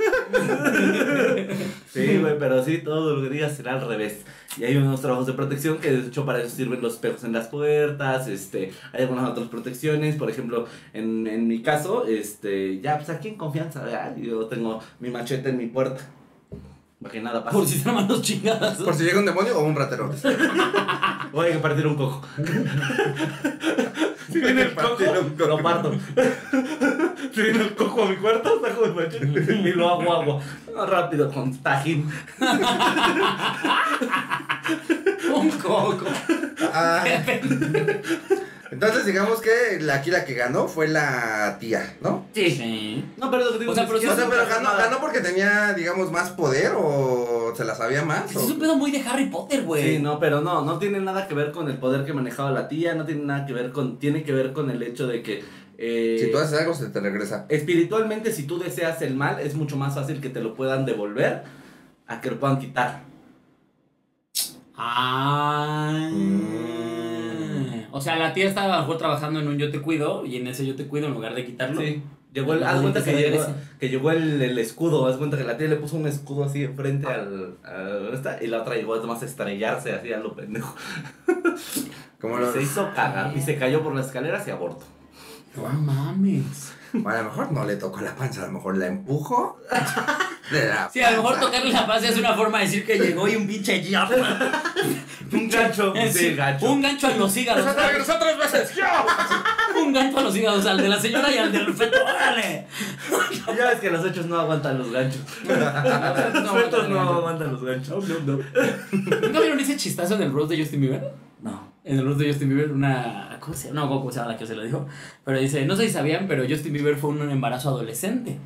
Speaker 3: sí, güey, pero sí, todo lo que digas será al revés. Y hay unos trabajos de protección que de hecho para eso sirven los espejos en las puertas, este, hay algunas otras protecciones, por ejemplo, en, en mi caso, este, ya, pues aquí en confianza, ¿verdad? yo tengo mi machete en mi puerta, para que nada pase.
Speaker 4: Por si se arman dos chingadas.
Speaker 2: Por si llega un demonio o un ratero.
Speaker 3: Voy a partir un coco. Si viene el coco,
Speaker 2: Partir un coco.
Speaker 3: lo parto. Si viene el coco a mi cuarto, saco el machete y lo hago agua. Rápido, con tajín.
Speaker 4: Un coco.
Speaker 2: Ah, Entonces, digamos que la- aquí la que ganó fue la tía, ¿no?
Speaker 3: Sí. No, pero lo que te digo
Speaker 4: O sea,
Speaker 3: es
Speaker 4: pero
Speaker 2: O
Speaker 3: que
Speaker 4: sí
Speaker 3: yo
Speaker 2: sea,
Speaker 3: no
Speaker 2: pero
Speaker 3: creo
Speaker 2: ganó,
Speaker 3: nada.
Speaker 2: ganó porque tenía, digamos, más poder o se la sabía más.
Speaker 4: Ese
Speaker 2: o-
Speaker 4: Es un pedo muy de Harry Potter, güey.
Speaker 3: Sí, no, pero no, no tiene nada que ver con el poder que manejaba la tía, no tiene nada que ver con, tiene que ver con el hecho de que... eh,
Speaker 2: Si tú haces algo, se te regresa.
Speaker 3: Espiritualmente, si tú deseas el mal, es mucho más fácil que te lo puedan devolver a que lo puedan quitar.
Speaker 4: Ah.
Speaker 2: Mm.
Speaker 4: O sea, la tía estaba a lo mejor trabajando en un yo te cuido y en ese yo te cuido en lugar de quitarlo.
Speaker 3: Sí. Llegó el, haz
Speaker 4: Como
Speaker 3: cuenta
Speaker 4: que
Speaker 3: que,
Speaker 4: se
Speaker 3: llegó,
Speaker 4: regrese.
Speaker 3: que llegó el, el escudo, haz cuenta que la tía le puso un escudo así enfrente al, a esta y la otra llegó además a estrellarse así a lo pendejo.
Speaker 2: Como lo-
Speaker 3: Se hizo cagar y se cayó por las escaleras y aborto.
Speaker 4: No mames.
Speaker 2: A lo mejor no le tocó la panza, a lo mejor la empujo. de la
Speaker 4: Sí, a lo mejor
Speaker 2: panza.
Speaker 4: tocarle la paz es una forma de decir que llegó y un pinche japa.
Speaker 3: Un gancho,
Speaker 4: Sí,
Speaker 3: sí, gancho.
Speaker 4: Un gancho a los hígados.
Speaker 2: ¡Se te regresó tres veces!
Speaker 4: Un gancho a los hígados, al de la señora y al del feto. ¡Órale!
Speaker 3: Ya ves que los hechos no aguantan los ganchos. Los sueltos no aguantan los ganchos.
Speaker 4: ¿Nunca vieron ese chistazo en el roast de Justin Bieber?
Speaker 3: No.
Speaker 4: En el roast de Justin Bieber, una. ¿Cómo se llama? No, ¿cómo se llama la que se lo dijo? Pero dice: No sé si sabían, pero Justin Bieber fue un embarazo adolescente.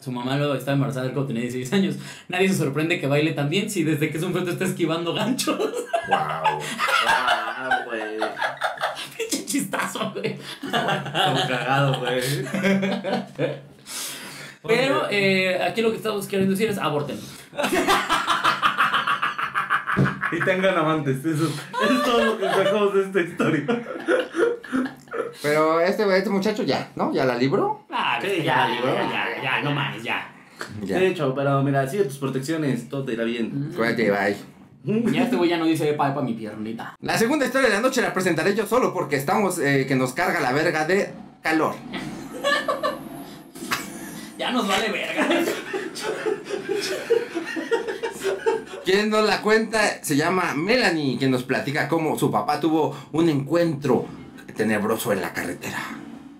Speaker 4: Su mamá lo estaba embarazada él cuando tenía 16 años. Nadie se sorprende que baile tan bien si desde que es un feto está esquivando ganchos.
Speaker 2: ¡Wow!
Speaker 3: Ah, güey.
Speaker 4: Pinche chistazo, güey.
Speaker 3: Como cagado, güey.
Speaker 4: Pero eh, aquí lo que estamos queriendo decir es aborten.
Speaker 3: Y tengan amantes, eso es, es todo lo que sacamos de esta historia.
Speaker 2: Pero este, este muchacho ya, ¿no? ¿Ya la libró?
Speaker 4: Ah,
Speaker 3: Sí,
Speaker 4: viste,
Speaker 3: ya,
Speaker 4: libro,
Speaker 3: ya,
Speaker 4: ya, ya, no mames, ya.
Speaker 2: Ya.
Speaker 3: De hecho, pero mira, sigue tus protecciones, todo te irá bien.
Speaker 2: Cuídate, bye.
Speaker 4: Ya este güey ya no dice epa, epa, mi piernita.
Speaker 2: La segunda historia de la noche la presentaré yo solo porque estamos eh, que nos carga la verga de calor.
Speaker 4: Ya nos vale verga.
Speaker 2: Quien nos la cuenta se llama Melanie, quien nos platica cómo su papá tuvo un encuentro tenebroso en la carretera.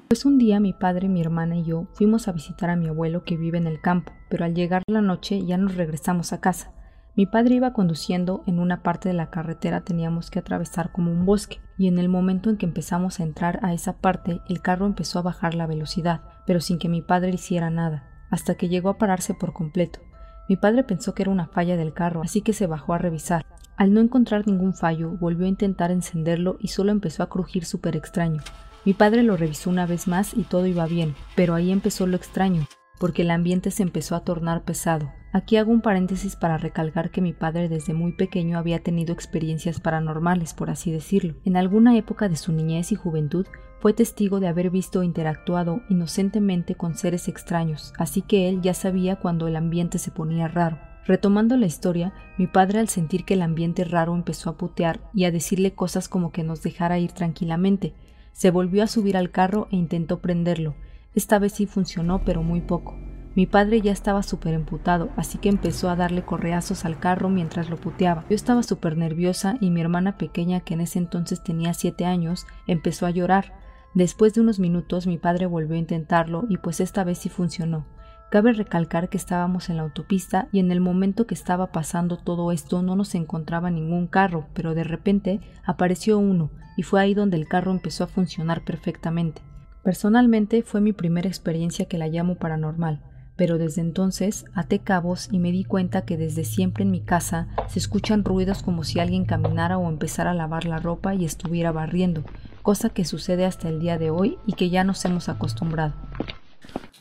Speaker 5: Pues un día mi padre, mi hermana y yo fuimos a visitar a mi abuelo que vive en el campo, pero al llegar la noche ya nos regresamos a casa. Mi padre iba conduciendo en una parte de la carretera teníamos que atravesar como un bosque, y en el momento en que empezamos a entrar a esa parte, el carro empezó a bajar la velocidad, pero sin que mi padre hiciera nada, hasta que llegó a pararse por completo. Mi padre pensó que era una falla del carro, así que se bajó a revisar. Al no encontrar ningún fallo, volvió a intentar encenderlo y solo empezó a crujir súper extraño. Mi padre lo revisó una vez más y todo iba bien, pero ahí empezó lo extraño, porque el ambiente se empezó a tornar pesado. Aquí hago un paréntesis para recalcar que mi padre desde muy pequeño había tenido experiencias paranormales, por así decirlo. En alguna época de su niñez y juventud fue testigo de haber visto o interactuado inocentemente con seres extraños, así que él ya sabía cuando el ambiente se ponía raro. Retomando la historia, mi padre al sentir que el ambiente raro empezó a putear y a decirle cosas como que nos dejara ir tranquilamente, se volvió a subir al carro e intentó prenderlo. Esta vez sí funcionó, pero muy poco. Mi padre ya estaba súper emputado, así que empezó a darle correazos al carro mientras lo puteaba. Yo estaba súper nerviosa y mi hermana pequeña, que en ese entonces tenía 7 años, empezó a llorar. Después de unos minutos mi padre volvió a intentarlo y pues esta vez sí funcionó. Cabe recalcar que estábamos en la autopista y en el momento que estaba pasando todo esto no nos encontraba ningún carro, pero de repente apareció uno y fue ahí donde el carro empezó a funcionar perfectamente. Personalmente fue mi primera experiencia que la llamo paranormal, pero desde entonces até cabos y me di cuenta que desde siempre en mi casa se escuchan ruidos como si alguien caminara o empezara a lavar la ropa y estuviera barriendo, cosa que sucede hasta el día de hoy y que ya nos hemos acostumbrado.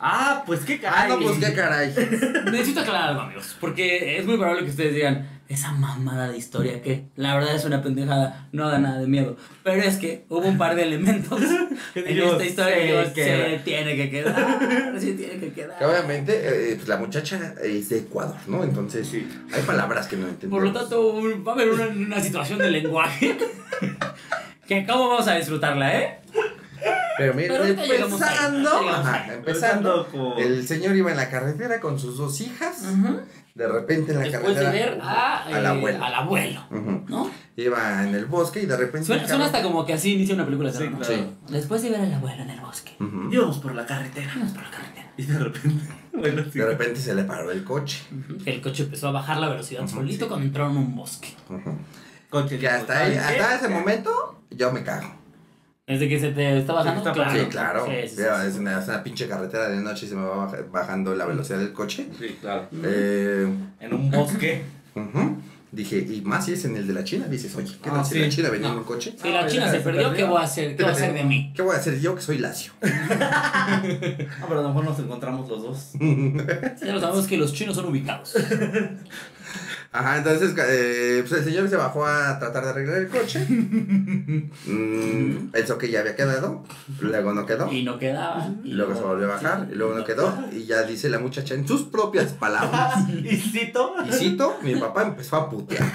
Speaker 3: Ah, pues qué
Speaker 2: Ah,
Speaker 3: caray.
Speaker 2: no, pues qué caray.
Speaker 4: Necesito aclarar algo, amigos, porque es muy probable que ustedes digan, esa mamada de historia que la verdad es una pendejada, no da nada de miedo. Pero es que hubo un par de elementos
Speaker 3: Que
Speaker 4: en
Speaker 3: dijimos,
Speaker 4: esta historia que
Speaker 3: "Se
Speaker 4: digo, se
Speaker 3: queda".
Speaker 4: tiene que quedar, se tiene que
Speaker 2: Que
Speaker 4: quedar.
Speaker 2: obviamente eh, pues, la muchacha es de Ecuador, ¿no? Entonces hay palabras que no entendemos.
Speaker 4: Por lo tanto, un- va a haber una, una situación de lenguaje que cómo vamos a disfrutarla, ¿eh?
Speaker 2: Pero mira,
Speaker 4: Pero ahorita llegamos ahí,
Speaker 2: empezando,
Speaker 4: ahorita llegamos
Speaker 2: ajá,
Speaker 4: ahí.
Speaker 2: empezando,
Speaker 3: Empezando con-
Speaker 2: el señor iba en la carretera con sus dos hijas, de repente en la
Speaker 4: Después de
Speaker 2: carretera
Speaker 4: ver a,
Speaker 2: al
Speaker 4: eh,
Speaker 2: abuelo.
Speaker 4: al abuelo,
Speaker 2: Ujú.
Speaker 4: ¿no?
Speaker 2: Iba en el bosque y de repente...
Speaker 4: Suena, suena hasta como que así inicia una película.
Speaker 3: Sí,
Speaker 4: ¿no?
Speaker 3: claro.
Speaker 2: Sí.
Speaker 4: Después de ver al abuelo en el bosque,
Speaker 2: Ujú.
Speaker 3: Íbamos por la carretera.
Speaker 4: vamos por la carretera.
Speaker 3: Y de repente. Bueno, sí.
Speaker 2: De repente se le paró el coche.
Speaker 4: Ujú, que el coche empezó a bajar la velocidad solito cuando entraron en un bosque.
Speaker 2: Ujú.
Speaker 3: Coche,
Speaker 2: Que hasta, ahí- hasta ese momento yo me cago.
Speaker 4: ¿Es de que se te está bajando?
Speaker 3: está
Speaker 4: claro.
Speaker 2: Sí, claro.
Speaker 4: Ah, Sí, sí, sí,
Speaker 2: Pero
Speaker 4: sí.
Speaker 2: Es, una, es una pinche carretera de noche y se me va baja- bajando la velocidad del coche.
Speaker 3: Sí, claro.
Speaker 2: Eh,
Speaker 3: En un bosque.
Speaker 2: ujú. Dije, y más si es en el de la China. Dices, oye, ¿qué
Speaker 3: Ah,
Speaker 2: tal si
Speaker 3: sí.
Speaker 2: la China venía en
Speaker 4: No.
Speaker 2: un coche?
Speaker 4: Si la
Speaker 3: Ah,
Speaker 4: China
Speaker 3: ya,
Speaker 4: se
Speaker 3: se
Speaker 4: perdió,
Speaker 3: perdió.
Speaker 4: ¿qué voy a hacer? ¿Qué voy a hacer de mí?
Speaker 2: ¿Qué voy a hacer yo que soy lacio?
Speaker 3: Ah, pero a lo mejor nos encontramos los dos.
Speaker 4: Ya lo sabemos que los chinos son ubicados.
Speaker 2: Ajá, entonces eh, pues el señor se bajó a tratar de arreglar el coche. Mm, pensó que ya había quedado, luego no quedó.
Speaker 4: Y no quedaba.
Speaker 2: Y luego se volvió a bajar, y luego no quedó. Y ya dice la muchacha en sus propias palabras.
Speaker 3: Y cito,
Speaker 2: Y cito, mi papá empezó a putear.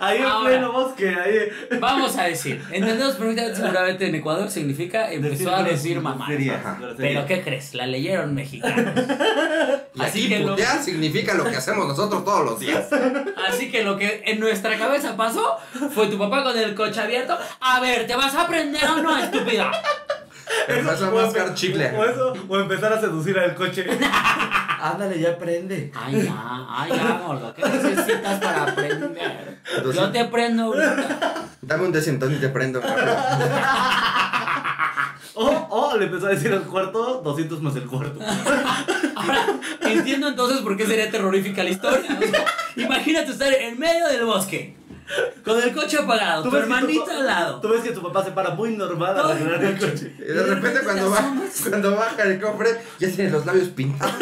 Speaker 3: ahí en
Speaker 4: Ahora.
Speaker 3: pleno bosque, ahí.
Speaker 4: Vamos a decir, entendemos perfectamente seguramente en Ecuador significa empezó a decir mamá.
Speaker 3: groserías,
Speaker 2: Ajá.
Speaker 4: Pero
Speaker 3: groserías.
Speaker 4: ¿qué crees? La leyeron mexicanos.
Speaker 2: Y
Speaker 4: Así
Speaker 2: aquí
Speaker 4: que lo-
Speaker 2: putear significa lo que hacemos nosotros todos los días.
Speaker 4: Así que lo que en nuestra cabeza pasó fue tu papá con el coche abierto. A ver, ¿te vas a aprender o no, estúpida?
Speaker 2: Empezó a
Speaker 3: o
Speaker 2: mascar
Speaker 3: empe-
Speaker 2: chicle.
Speaker 3: O eso, o empezar a seducir al coche. Ándale, ya prende.
Speaker 4: Ay, ya, ay, ya, amor, ¿qué necesitas para aprender?
Speaker 2: Entonces-
Speaker 4: Yo te prendo ahorita.
Speaker 2: Dame un desentón y te prendo. rápido.
Speaker 3: O, o le empezó a decir al cuarto, 200 más el cuarto.
Speaker 4: Ah, Ahora, entiendo entonces por qué sería terrorífica la historia. o sea, imagínate estar en medio del bosque, con el coche apagado, tu
Speaker 3: ves que
Speaker 4: hermanita
Speaker 3: pa-
Speaker 4: al lado.
Speaker 3: Tú ves que tu papá se para muy normal
Speaker 4: Todo
Speaker 3: a
Speaker 4: el
Speaker 3: arreglar el coche.
Speaker 2: Y de repente cuando, va, cuando baja el cofre, ya tiene los labios pintados.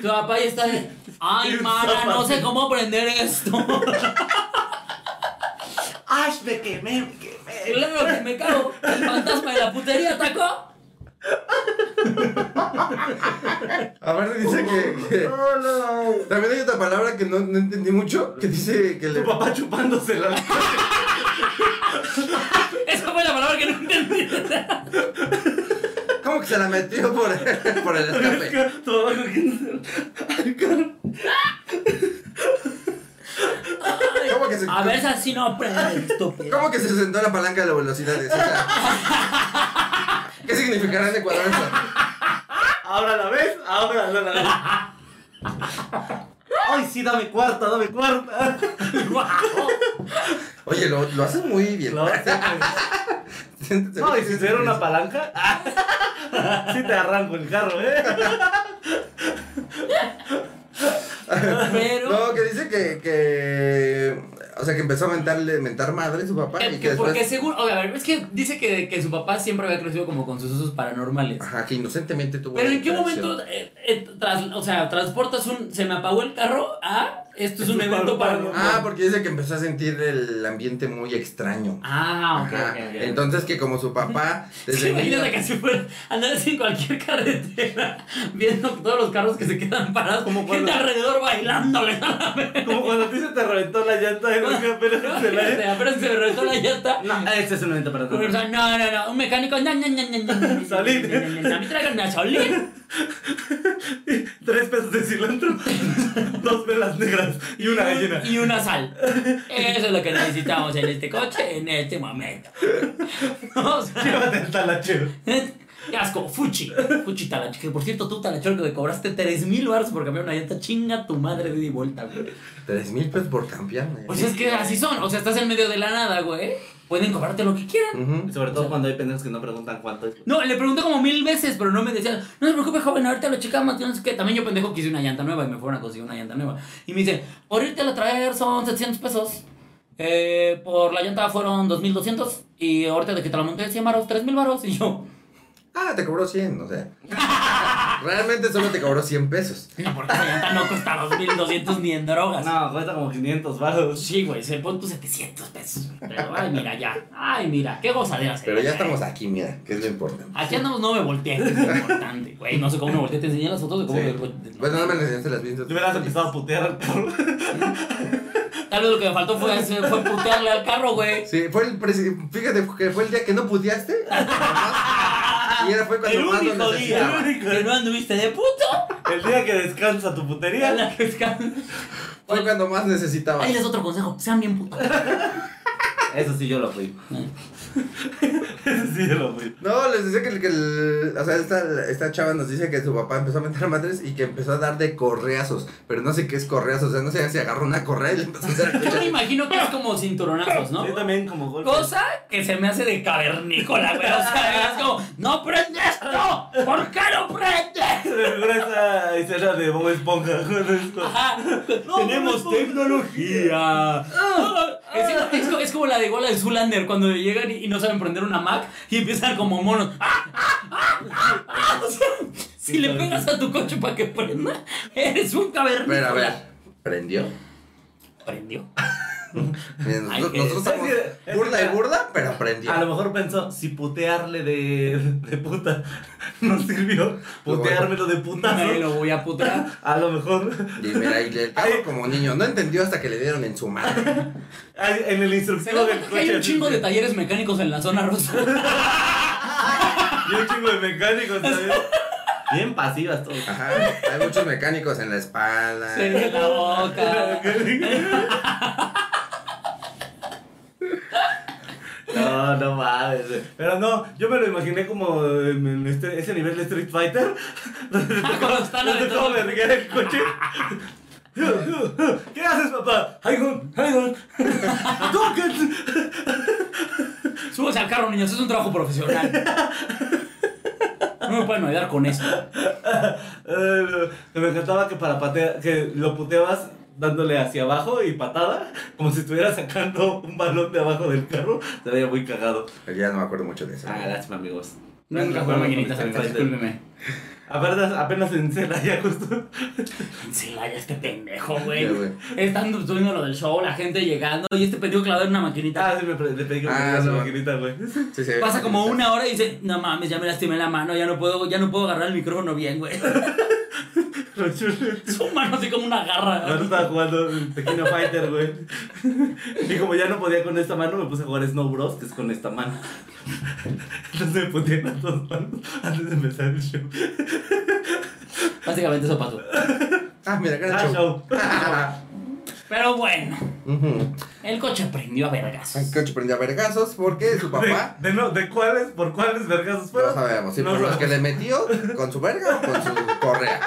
Speaker 4: Tu papá ya está de, ay, mana, no sé cómo aprender esto.
Speaker 3: ¡Ay, me quemé, me quemé!
Speaker 4: Claro que me cago. El fantasma de la putería atacó.
Speaker 2: Aparte dice que- que
Speaker 3: No, no, no.
Speaker 2: También hay otra palabra que no, no entendí mucho, que dice que le...
Speaker 3: Tu papá chupándose la
Speaker 4: Esa fue la palabra que no entendí.
Speaker 2: ¿Cómo que se la metió por, por el escape?
Speaker 3: Tu papá con quien se-
Speaker 2: ¿Cómo que se,
Speaker 4: A ver si así no aprende, estúpido.
Speaker 2: ¿cómo que se sentó en la palanca de la velocidad? O sea, ¿Qué significará en Ecuador eso?
Speaker 3: Ahora la ves, ahora no la ves. Ay, sí, dame cuarta, dame cuarta.
Speaker 4: Guau.
Speaker 2: Oye, lo, lo haces muy bien.
Speaker 3: Lo hace, pues. No, y si tuviera una palanca, sí te arranco el carro, ¿eh?
Speaker 4: Pero
Speaker 2: No, que dice que, que... O sea, que empezó a mentarle, mentar madre a su papá.
Speaker 4: que,
Speaker 2: y
Speaker 4: que
Speaker 2: que
Speaker 4: porque
Speaker 2: después...
Speaker 4: seguro, oiga, a ver, es que dice que, que su papá siempre había crecido como con sucesos paranormales.
Speaker 2: Ajá, que inocentemente tuvo...
Speaker 4: Pero
Speaker 2: una
Speaker 4: en qué
Speaker 2: interacción.
Speaker 4: momento, eh, eh, tras- o sea, transportas un, se me apagó el carro a, esto es un evento paranormal.
Speaker 2: Ah, porque dice que empezó a sentir el ambiente muy extraño.
Speaker 4: Ah, ok,
Speaker 2: Ajá.
Speaker 4: ok, ok.
Speaker 2: Entonces que como su papá...
Speaker 4: Sí,
Speaker 2: desde niño-
Speaker 4: imagínate que si fuera andar así en cualquier carretera, viendo todos los carros que se quedan parados,
Speaker 3: Como
Speaker 4: como gente
Speaker 3: cuando-
Speaker 4: alrededor bailándole.
Speaker 3: Como cuando a ti se te reventó la llanta y que apenas se la...
Speaker 4: Apenas se me reventó la llanta.
Speaker 3: No, este es un evento para
Speaker 4: Una persona, No, no, no, un mecánico. No, no, no, no, no, no.
Speaker 3: Solín.
Speaker 4: no, no, no, A mí tráiganme a Solín.
Speaker 3: Tres pesos de cilantro, dos velas negras y una gallina.
Speaker 4: Y una sal. Eso es lo que necesitamos en este coche en este momento. O sea,
Speaker 3: Llévate el talachero.
Speaker 4: qué asco, Fuchi. Fuchi Talach. Que por cierto, tú, Talachón, que cobraste 3 mil baros por cambiar una llanta, chinga tu madre de ida y vuelta, güey.
Speaker 2: Tres mil pesos por campearme.
Speaker 4: O sea, es que así son. O sea, estás en medio de la nada, güey. Pueden cobrarte lo que quieran.
Speaker 2: Ujú.
Speaker 3: Sobre todo cuando hay pendejos que no preguntan cuánto es.
Speaker 4: No, le pregunté como mil veces, pero no me decían, no se preocupe, joven, ahorita lo checamos, que no sé qué. También yo pendejo quise una llanta nueva y me fueron a conseguir una llanta nueva. Y me dicen, por irte a la traer son 700 pesos. eh, por la llanta fueron 2200 y ahorita de que te la monté 100 varos, 3000 varos y yo,
Speaker 2: Ah, te cobró 100, o sea. Realmente solo te cobró 100 pesos.
Speaker 4: no, porque esa llanta no cuesta 2200 ni en drogas. Pues
Speaker 3: No, cuesta como 500 baros.
Speaker 4: Sí, güey, se pon tus 700 pesos. Pero, ay, mira, ya. Ay, mira, qué gozadera.
Speaker 2: Pero ya
Speaker 4: señora, eh.
Speaker 2: estamos aquí, mira, que es lo importante.
Speaker 4: Aquí andamos, no me volteé, que es lo importante, güey. No sé cómo me volteé, te enseñé las fotos de cómo
Speaker 2: Sí.
Speaker 4: me volteé.
Speaker 2: Bueno, no me enseñaste las vistas.
Speaker 3: Yo hubieras empezado a putear.
Speaker 4: Tal vez lo que me faltó fue, hacer- fue putearle al carro, güey.
Speaker 2: Sí, fue el presi- fíjate que fue el día que no puteaste. y era fue cuando
Speaker 4: El
Speaker 2: más lo
Speaker 4: único día
Speaker 2: necesitaba.
Speaker 4: que no anduviste de puto.
Speaker 3: El día que descansa tu
Speaker 4: a
Speaker 3: putería.
Speaker 4: la que esca-
Speaker 2: Fue cuando más necesitaba.
Speaker 4: Ahí les otro consejo, sean bien putos.
Speaker 3: Eso sí yo lo fui. Eso sí yo lo fui.
Speaker 2: No, les decía que, el- que el- o sea, esta, esta chava nos dice que su papá empezó a mentar madres y que empezó a dar de correazos, pero no sé qué es correazos, o sea, no sé si agarró una correa y le empezó a hacer
Speaker 4: Yo me imagino que es como cinturonazos, ¿no?
Speaker 3: Yo también como golpe.
Speaker 4: Cosa que se me hace de cavernícola, güey. O sea, es como, ¡no prende esto! ¿Por qué no prende?
Speaker 3: Se me figura esa escena de Bob Esponja. con esto.
Speaker 4: Ajá. No,
Speaker 3: Tenemos
Speaker 4: no, no.
Speaker 3: tecnología.
Speaker 4: Es, es co- es como la de Gola de Zulander cuando llegan y, y no saben prender una Mac y empiezan como monos. ¡Ah, ah, ah, ah, ah! O sea, si le pegas a tu coche para que prenda, eres un
Speaker 2: Pero
Speaker 4: cavernícola.
Speaker 2: a ver, prendió.
Speaker 4: Prendió.
Speaker 2: Miren,
Speaker 4: Ay,
Speaker 2: Nosotros,
Speaker 4: que-
Speaker 2: nosotros
Speaker 3: es que-
Speaker 2: somos
Speaker 3: es
Speaker 2: burla
Speaker 3: que-
Speaker 2: y burla, pero prendió.
Speaker 3: A lo mejor pensó, si putearle de, de puta no sirvió, puteármelo de
Speaker 4: Nadie
Speaker 3: putazo.
Speaker 4: lo voy a putear.
Speaker 3: A lo mejor
Speaker 2: Y mira, ahí el
Speaker 3: Ay.
Speaker 2: cabrón como niño no entendió hasta que le dieron en su madre.
Speaker 3: ay, en el
Speaker 4: Se
Speaker 3: instructivo
Speaker 4: da
Speaker 3: del
Speaker 4: cuenta que
Speaker 3: coche.
Speaker 4: hay un
Speaker 3: así,
Speaker 4: chingo de talleres mecánicos en la zona rosa.
Speaker 3: Y un chingo de mecánicos también. Bien pasivas todos.
Speaker 2: Ajá, hay muchos mecánicos en la espalda.
Speaker 4: Se ve la boca.
Speaker 3: No, no mames. güey. Pero no, yo me lo imaginé como en este- ese nivel de Street Fighter. Donde te
Speaker 4: Cuando están
Speaker 3: donde te
Speaker 4: aventando-
Speaker 3: acaban de regar el coche. ¿Qué haces, papá? Haigon, Haigon.
Speaker 4: Súbase al carro, niños, es un trabajo profesional. No me pueden ayudar con eso.
Speaker 3: Eh, Me encantaba que para patear, que lo puteabas dándole hacia abajo y patada, como si estuviera sacando un balón de abajo del carro. Se veía muy cagado.
Speaker 2: Ya no me acuerdo mucho de eso.
Speaker 3: Ah, lástima, amigos.
Speaker 4: Nunca jugué maquinitas, amigos, discúlpeme.
Speaker 3: Apenas, apenas en Celaya, justo.
Speaker 4: Sí, vaya este pendejo, güey.
Speaker 2: Ya, güey.
Speaker 4: Están subiendo lo del show, la gente llegando y este pendejo clavado en una maquinita.
Speaker 3: Ah, sí, me pre- le pedí que me
Speaker 2: Ah,
Speaker 3: trajera su
Speaker 2: no.
Speaker 3: maquinita, güey.
Speaker 2: Sí, se ve.
Speaker 4: Pasa como una hora y dice, no mames, ya me lastimé la mano, ya no puedo, ya no puedo agarrar el micrófono bien, güey.
Speaker 3: Lo chulo.
Speaker 4: Su mano así como una
Speaker 3: Ahora
Speaker 4: garra.
Speaker 3: estaba jugando Tequino Fighter, güey. Y como ya no podía con esta mano, me puse a jugar Snow Bros, que es con esta mano. Entonces me puse en las dos manos antes de empezar el show.
Speaker 4: Básicamente eso pasó.
Speaker 2: Ah, mira,
Speaker 3: Ah,
Speaker 2: gran show.
Speaker 3: show.
Speaker 4: Pero bueno,
Speaker 2: Ujú.
Speaker 4: el coche prendió a vergas.
Speaker 2: El coche prendió a vergazos porque su papá...
Speaker 3: ¿De, de, no, ¿De cuáles? ¿Por cuáles vergazos
Speaker 2: No
Speaker 3: fueron?
Speaker 2: sabemos, sí,
Speaker 3: No
Speaker 2: por los que
Speaker 3: sabemos.
Speaker 2: le metió con su verga o con su correa.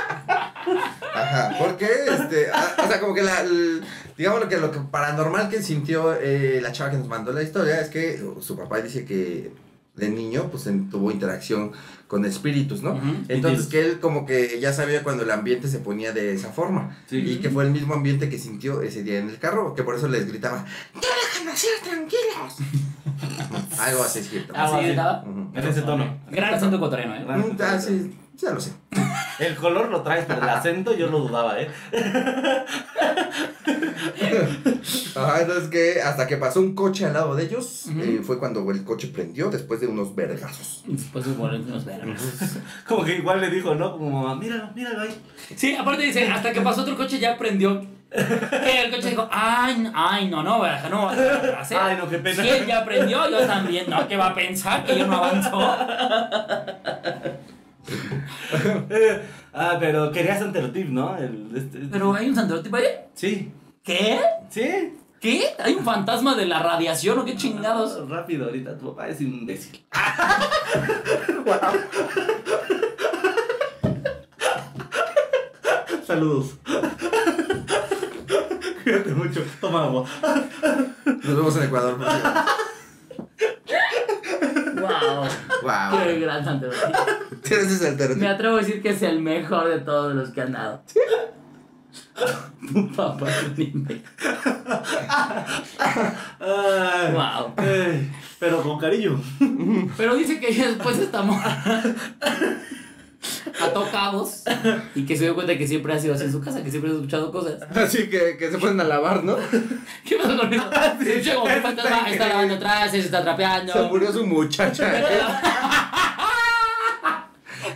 Speaker 2: Ajá, porque, este, a- o sea, como que la, el- digamos lo que lo que paranormal que sintió eh, la chava que nos mandó la historia es que su papá dice que de niño, pues en- tuvo interacción con espíritus, ¿no?
Speaker 4: Ujú.
Speaker 2: Entonces
Speaker 3: Yes.
Speaker 2: que él como que ya sabía cuando el ambiente se ponía de esa forma
Speaker 3: Sí.
Speaker 2: y que fue el mismo ambiente que sintió ese día en el carro, que por eso les gritaba, ¡Ya déjanos ir tranquilos! Algo así es cierto.
Speaker 4: Ah,
Speaker 3: sí.
Speaker 4: sí, estaba.
Speaker 2: Ujú.
Speaker 3: En ese tono.
Speaker 4: Gran acento ecuatoriano, ¿eh?
Speaker 2: Mm, Ah, sí, ya lo sé.
Speaker 3: El color lo traes, pero el acento yo lo dudaba, ¿eh?
Speaker 2: Ajá, entonces que hasta que pasó un coche al lado de ellos,
Speaker 4: Ujú.
Speaker 2: eh, fue cuando el coche prendió después de unos vergazos.
Speaker 4: Después de poner unos vergas.
Speaker 3: Como que igual le dijo, ¿no? Como, míralo, míralo ahí.
Speaker 4: Sí, aparte dice, hasta que pasó otro coche ya prendió. Que el coche dijo, ay, n- ay, no, no, baraja, no, hacer.
Speaker 3: Ay, no, qué pena.
Speaker 4: Si él ya prendió, yo también, no, que va a pensar que yo no avanzo.
Speaker 3: Eh, ah, pero querías Santerotip, ¿no? El, este-
Speaker 4: Pero hay un santorótipo ahí.
Speaker 3: Sí.
Speaker 4: ¿Qué?
Speaker 3: ¿Sí?
Speaker 4: ¿Qué? ¿Hay un fantasma de la radiación o qué chingados?
Speaker 3: Ah, Rápido, ahorita tu papá es imbécil. Saludos. Cuídate mucho. Toma agua.
Speaker 2: Nos vemos en Ecuador.
Speaker 4: Wow, qué
Speaker 2: wow.
Speaker 4: gran santorótipo.
Speaker 2: Ese es el
Speaker 4: Me
Speaker 2: tercer.
Speaker 4: atrevo a decir que es el mejor de todos los que han dado. Tu papá es un imbécil.
Speaker 3: Ay,
Speaker 4: Wow.
Speaker 3: eh, pero con cariño.
Speaker 4: Pero dice que ella después estamos a tocados y que se dio cuenta que siempre ha sido así en su casa, que siempre ha escuchado cosas.
Speaker 2: Así que, que se pueden a lavar, ¿no?
Speaker 4: ¿Qué pasó con Ah, eso? Se escucha como que el fantasma está lavando atrás, se está
Speaker 2: Se
Speaker 4: trapeando.
Speaker 2: murió su muchacha.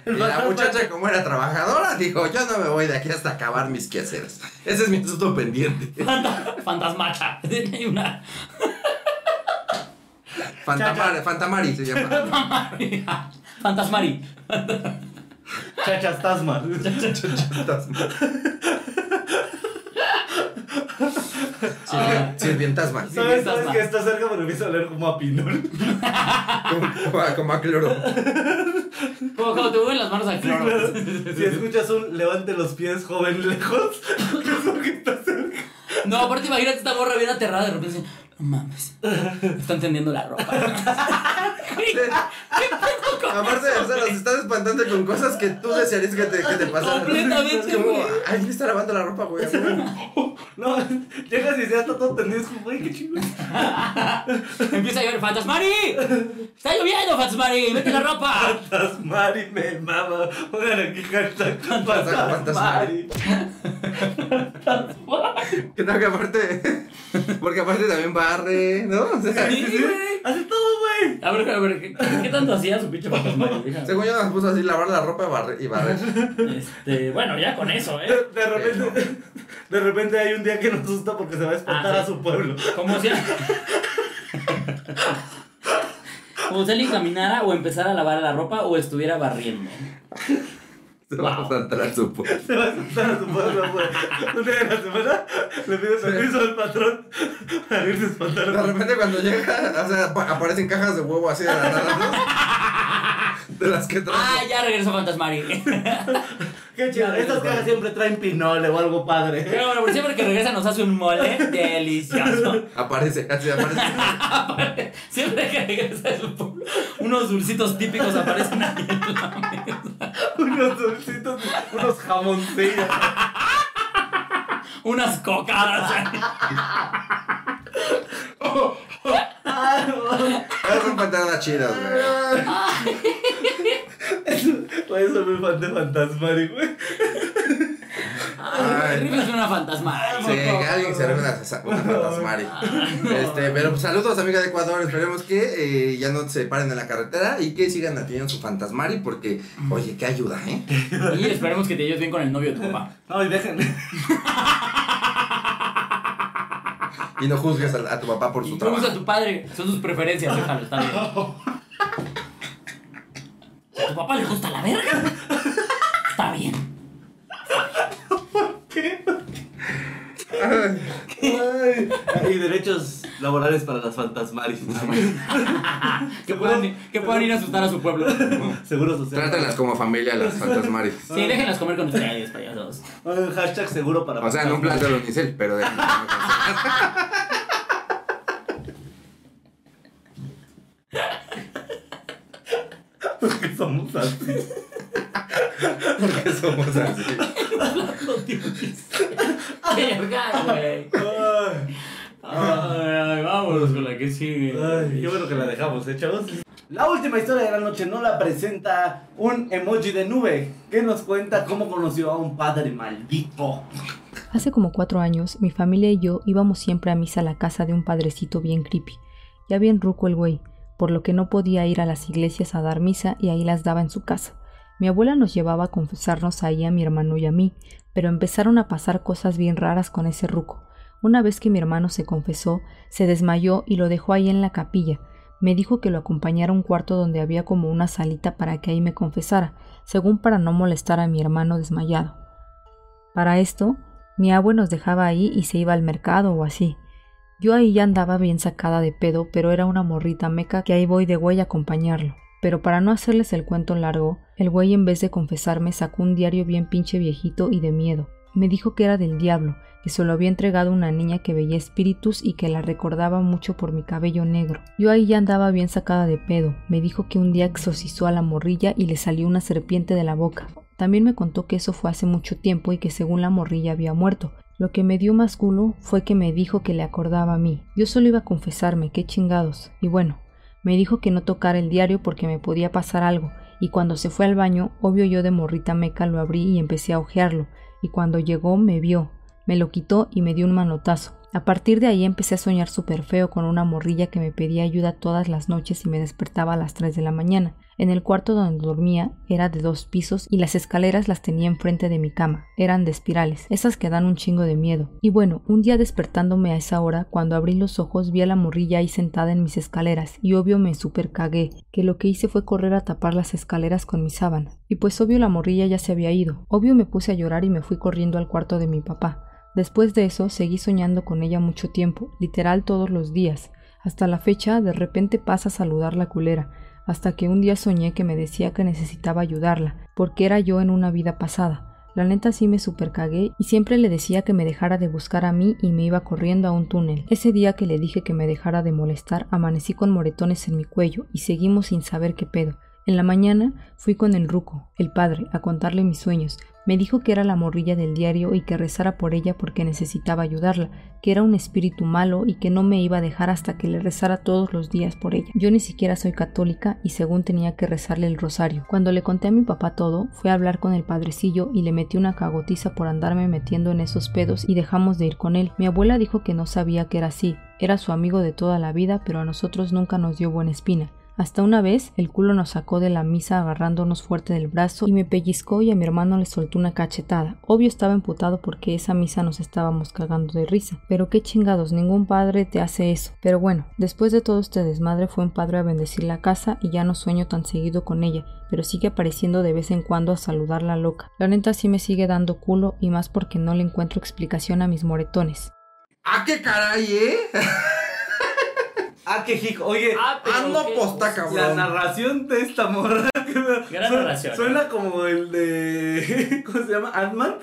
Speaker 2: Y la muchacha, como era trabajadora, dijo: Yo no me voy de aquí hasta acabar mis quehaceres. Ese es mi asunto pendiente.
Speaker 4: Fanta- Fantasmacha. Hay una.
Speaker 2: Fantamari, Fantamari se llama.
Speaker 4: Fantasmari.
Speaker 3: Chachastasma.
Speaker 2: Fantasma.
Speaker 4: Ah,
Speaker 2: Sirvientasma.
Speaker 4: Sí,
Speaker 3: ¿Sabes,
Speaker 4: estás
Speaker 3: sabes
Speaker 4: mal.
Speaker 3: que está cerca porque empieza a oler como a pinol?
Speaker 2: Como, a- como a cloro.
Speaker 4: Como cuando te mueven las manos al cloro.
Speaker 3: si escuchas un levante los pies joven lejos, es porque está cerca.
Speaker 4: No, aparte imagínate esta morra bien aterrada de repente dice, no mames, están tendiendo la ropa. Güey, ¿qué pedo con
Speaker 2: Aparte,
Speaker 4: eso,
Speaker 2: o sea,
Speaker 4: güey?
Speaker 2: los estás espantando con cosas que tú desearías que te, que te pasaran.
Speaker 4: Completamente,
Speaker 2: Es como,
Speaker 4: güey.
Speaker 2: ay, me está lavando la ropa, güey.
Speaker 3: No, llegas y se está todo tendido. Es como, güey, qué chingo.
Speaker 4: Empieza a llover, Fantasmari, está lloviendo, Fantasmari, mete la ropa.
Speaker 3: Fantasmari me mama. Pongan aquí hashtag Fantasmari.
Speaker 2: Que no, que aparte. Porque aparte también barre, ¿no? O sea,
Speaker 4: Sí, güey.
Speaker 3: Hace todo, güey.
Speaker 4: A ver, a ver, ¿qué, qué tanto hacía su pinche Fantasmari? Déjame.
Speaker 2: según yo nos puso así lavar la ropa y barrer. Y barrer.
Speaker 4: Este, bueno, ya con eso,
Speaker 3: De,
Speaker 4: ¿eh?
Speaker 3: de repente, de repente hay un día que nos asusta porque se va a espantar
Speaker 4: Ah,
Speaker 3: a
Speaker 4: sí.
Speaker 3: su pueblo.
Speaker 4: Como si... Como si alguien caminara o empezara a lavar la ropa o estuviera barriendo.
Speaker 2: Se vamos a entrar supo.
Speaker 3: Se va a espantar a su pueblo, güey. Un día de la semana le pide permiso al patrón para irse a espantar
Speaker 2: De
Speaker 3: a su
Speaker 2: repente cuando llega, o sea, apa- aparecen cajas de huevo así de la nada. ¿no? De las que trajo.
Speaker 4: Ah, ya regresó Fantasmari.
Speaker 3: Qué chido. Estas cajas siempre traen pinole o algo padre.
Speaker 4: Pero bueno, por siempre que regresa nos hace un mole delicioso.
Speaker 2: Aparece, así aparece.
Speaker 4: Siempre que regresa de su pueblo, unos dulcitos típicos aparecen ahí en la mesa.
Speaker 3: Unos dulcitos, unos jamoncillos.
Speaker 4: Unas cocadas. ahí.
Speaker 2: Esas son pantalones chidas, güey.
Speaker 3: Güey, soy muy fan de Fantasmari, güey.
Speaker 2: Ay.
Speaker 4: Rifles una fantasma.
Speaker 2: Sí, que alguien se arme una, sa- una fantasmari. Este, pero pues, saludos, amiga de Ecuador. Esperemos que eh, ya no se paren en la carretera y que sigan atendiendo su fantasmari porque,
Speaker 4: Mm.
Speaker 2: oye, qué ayuda, ¿eh?
Speaker 4: Y esperemos que te lleves bien con el novio de tu papá.
Speaker 3: No, y déjenme.
Speaker 2: Y no juzgues a, a tu papá por su
Speaker 4: Y cómo
Speaker 2: trabajo.
Speaker 4: usa tu padre, son sus preferencias, déjalo, está bien. ¿A tu papá le gusta la verga? Está bien.
Speaker 3: ¿Qué? Ay. Y derechos laborales para las fantasmaris.
Speaker 4: Que puedan, que puedan ir a asustar a su pueblo.
Speaker 3: Seguro social.
Speaker 2: Trátenlas como familia las fantasmaris.
Speaker 4: Sí, déjenlas comer con ustedes, payasos.
Speaker 3: Un hashtag seguro para
Speaker 2: O sea, en un plato de unicel, pero de. ¡Ah,
Speaker 3: que somos así.
Speaker 2: Porque somos así.
Speaker 4: Verga, güey.
Speaker 3: Ay,
Speaker 4: Ay, vámonos con la que sigue.
Speaker 3: ay, qué bueno que la dejamos, ¿eh, chavos? La última historia de la noche no la presenta un emoji de nube que nos cuenta cómo conoció a un padre maldito.
Speaker 5: Hace como cuatro años, mi familia y yo íbamos siempre a misa a la casa de un padrecito bien creepy, ya bien ruco el güey, por lo que no podía ir a las iglesias a dar misa y ahí las daba en su casa. Mi abuela nos llevaba a confesarnos ahí a mi hermano y a mí, pero empezaron a pasar cosas bien raras con ese ruco. Una vez que mi hermano se confesó, se desmayó y lo dejó ahí en la capilla. Me dijo que lo acompañara a un cuarto donde había como una salita para que ahí me confesara, según para no molestar a mi hermano desmayado. Para esto, mi abue nos dejaba ahí y se iba al mercado o así. Yo ahí ya andaba bien sacada de pedo, pero era una morrita meca que ahí voy de güey a acompañarlo. Pero para no hacerles el cuento largo, el güey en vez de confesarme sacó un diario bien pinche viejito y de miedo. Me dijo que era del diablo, que se lo había entregado una niña que veía espíritus y que la recordaba mucho por mi cabello negro. Yo ahí ya andaba bien sacada de pedo. Me dijo que un día exorcizó a la morrilla y le salió una serpiente de la boca. También me contó que eso fue hace mucho tiempo y que según la morrilla había muerto. Lo que me dio más culo fue que me dijo que le acordaba a mí. Yo solo iba a confesarme, qué chingados. Y bueno, me dijo que no tocara el diario porque me podía pasar algo. Y cuando se fue al baño, obvio yo de morrita meca lo abrí y empecé a ojearlo. Y cuando llegó me vio, me lo quitó y me dio un manotazo. A partir de ahí empecé a soñar súper feo con una morrilla que me pedía ayuda todas las noches y me despertaba a las 3 de la mañana. En el cuarto donde dormía era de dos pisos y las escaleras las tenía enfrente de mi cama. Eran de espirales, esas que dan un chingo de miedo. Y bueno, un día despertándome a esa hora, cuando abrí los ojos vi a la morrilla ahí sentada en mis escaleras y obvio me super cagué, que lo que hice fue correr a tapar las escaleras con mi sábana. Y pues obvio la morrilla ya se había ido. Obvio me puse a llorar y me fui corriendo al cuarto de mi papá. Después de eso seguí soñando con ella mucho tiempo, literal todos los días. Hasta la fecha de repente pasa a saludar la culera, hasta que un día soñé que me decía que necesitaba ayudarla, porque era yo en una vida pasada. La neta sí me supercagué y siempre le decía que me dejara de buscar a mí y me iba corriendo a un túnel. Ese día que le dije que me dejara de molestar, amanecí con moretones en mi cuello y seguimos sin saber qué pedo. En la mañana fui con el ruco, el padre, a contarle mis sueños. Me dijo que era la morrilla del diario y que rezara por ella porque necesitaba ayudarla, que era un espíritu malo y que no me iba a dejar hasta que le rezara todos los días por ella. Yo ni siquiera soy católica y según tenía que rezarle el rosario. Cuando le conté a mi papá todo, fui a hablar con el padrecillo y le metí una cagotiza por andarme metiendo en esos pedos y dejamos de ir con él. Mi abuela dijo que no sabía que era así, era su amigo de toda la vida, pero a nosotros nunca nos dio buena espina. Hasta una vez el culo nos sacó de la misa agarrándonos fuerte del brazo y me pellizcó y a mi hermano le soltó una cachetada. Obvio estaba emputado porque esa misa nos estábamos cagando de risa. Pero qué chingados, ningún padre te hace eso. Pero bueno, después de todo este desmadre fue un padre a bendecir la casa y ya no sueño tan seguido con ella, pero sigue apareciendo de vez en cuando a saludar la loca. La neta sí me sigue dando culo y más porque no le encuentro explicación a mis moretones.
Speaker 2: ¡Ah, qué caray, eh!
Speaker 3: Ah, qué hic. Oye,
Speaker 4: Ah, pero
Speaker 2: ¡Ando
Speaker 4: qué-
Speaker 2: posta,
Speaker 3: la
Speaker 2: pues, cabrón!
Speaker 3: narración de esta morra.
Speaker 4: Gran
Speaker 3: Suena-
Speaker 4: narración. ¿eh?
Speaker 3: Suena como el de. ¿Cómo se llama? Ant-Man.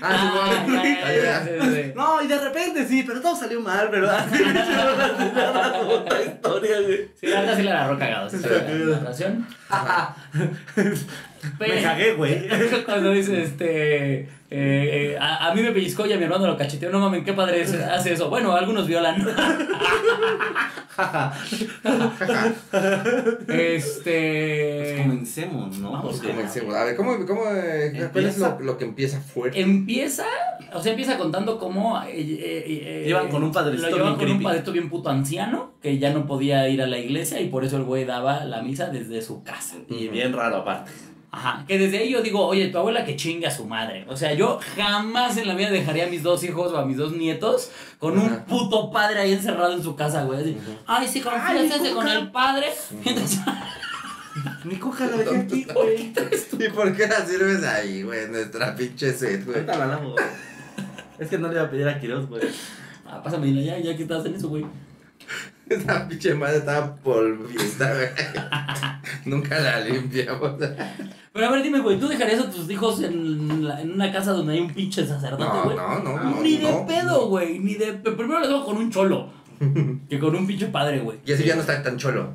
Speaker 4: Ah, ya, ya, ya,
Speaker 2: Ahí
Speaker 4: ya, ya, ya.
Speaker 3: No, y de repente sí, pero todo salió mal, pero así se narra otra historia, güey.
Speaker 4: Sí, la neta sí la agarró cagado. sí, la narración.
Speaker 3: Me cagué, güey.
Speaker 4: Cuando dice, este. eh, eh, a, a mí me pellizcó y a mi hermano lo cacheteó. No mames, qué padre es- hace eso. Bueno, algunos violan.
Speaker 3: Pues
Speaker 4: este.
Speaker 3: comencemos, ¿no?
Speaker 4: vamos,
Speaker 3: Porque-
Speaker 2: Comencemos. A ver, ¿cómo, cómo, eh, ¿cuál es lo, lo que empieza fuerte?
Speaker 4: Empieza, o sea, empieza contando cómo. eh, eh, eh,
Speaker 3: Llevan con un padrecito
Speaker 4: Lo llevan
Speaker 3: bien
Speaker 4: con un
Speaker 3: creepy.
Speaker 4: padrecito bien puto anciano que ya no podía ir a la iglesia y por eso el güey daba la misa desde su casa.
Speaker 3: Y bien raro aparte.
Speaker 4: Ajá, que desde ahí yo digo, oye, tu abuela que chinga a su madre. O sea, yo jamás en la vida dejaría a mis dos hijos o a mis dos nietos con un
Speaker 2: Ajá.
Speaker 4: puto padre ahí encerrado en su casa, güey. Así, ay, sí, confíense con el padre. Entonces,
Speaker 3: Ni coja la dejé aquí, güey.
Speaker 2: ¿Y por qué la sirves ahí, güey? en Nuestra pinche set, güey.
Speaker 3: Ahorita la lavo. Es que no le iba a pedir a Quiroz, güey.
Speaker 4: ah, pásame, dinero, ya, ya que estás en eso, güey.
Speaker 2: Esa pinche madre estaba polvienta, güey. Nunca la limpiamos.
Speaker 4: Pero a ver, dime, güey, ¿tú dejarías a tus hijos en, la- en una casa donde hay un pinche sacerdote,
Speaker 2: No,
Speaker 4: güey?
Speaker 2: no, no, no,
Speaker 4: Ni de
Speaker 2: no.
Speaker 4: pedo, güey. Ni de. Primero lo dejo con un cholo que con un pinche padre, güey.
Speaker 2: Y eso ya no está tan cholo.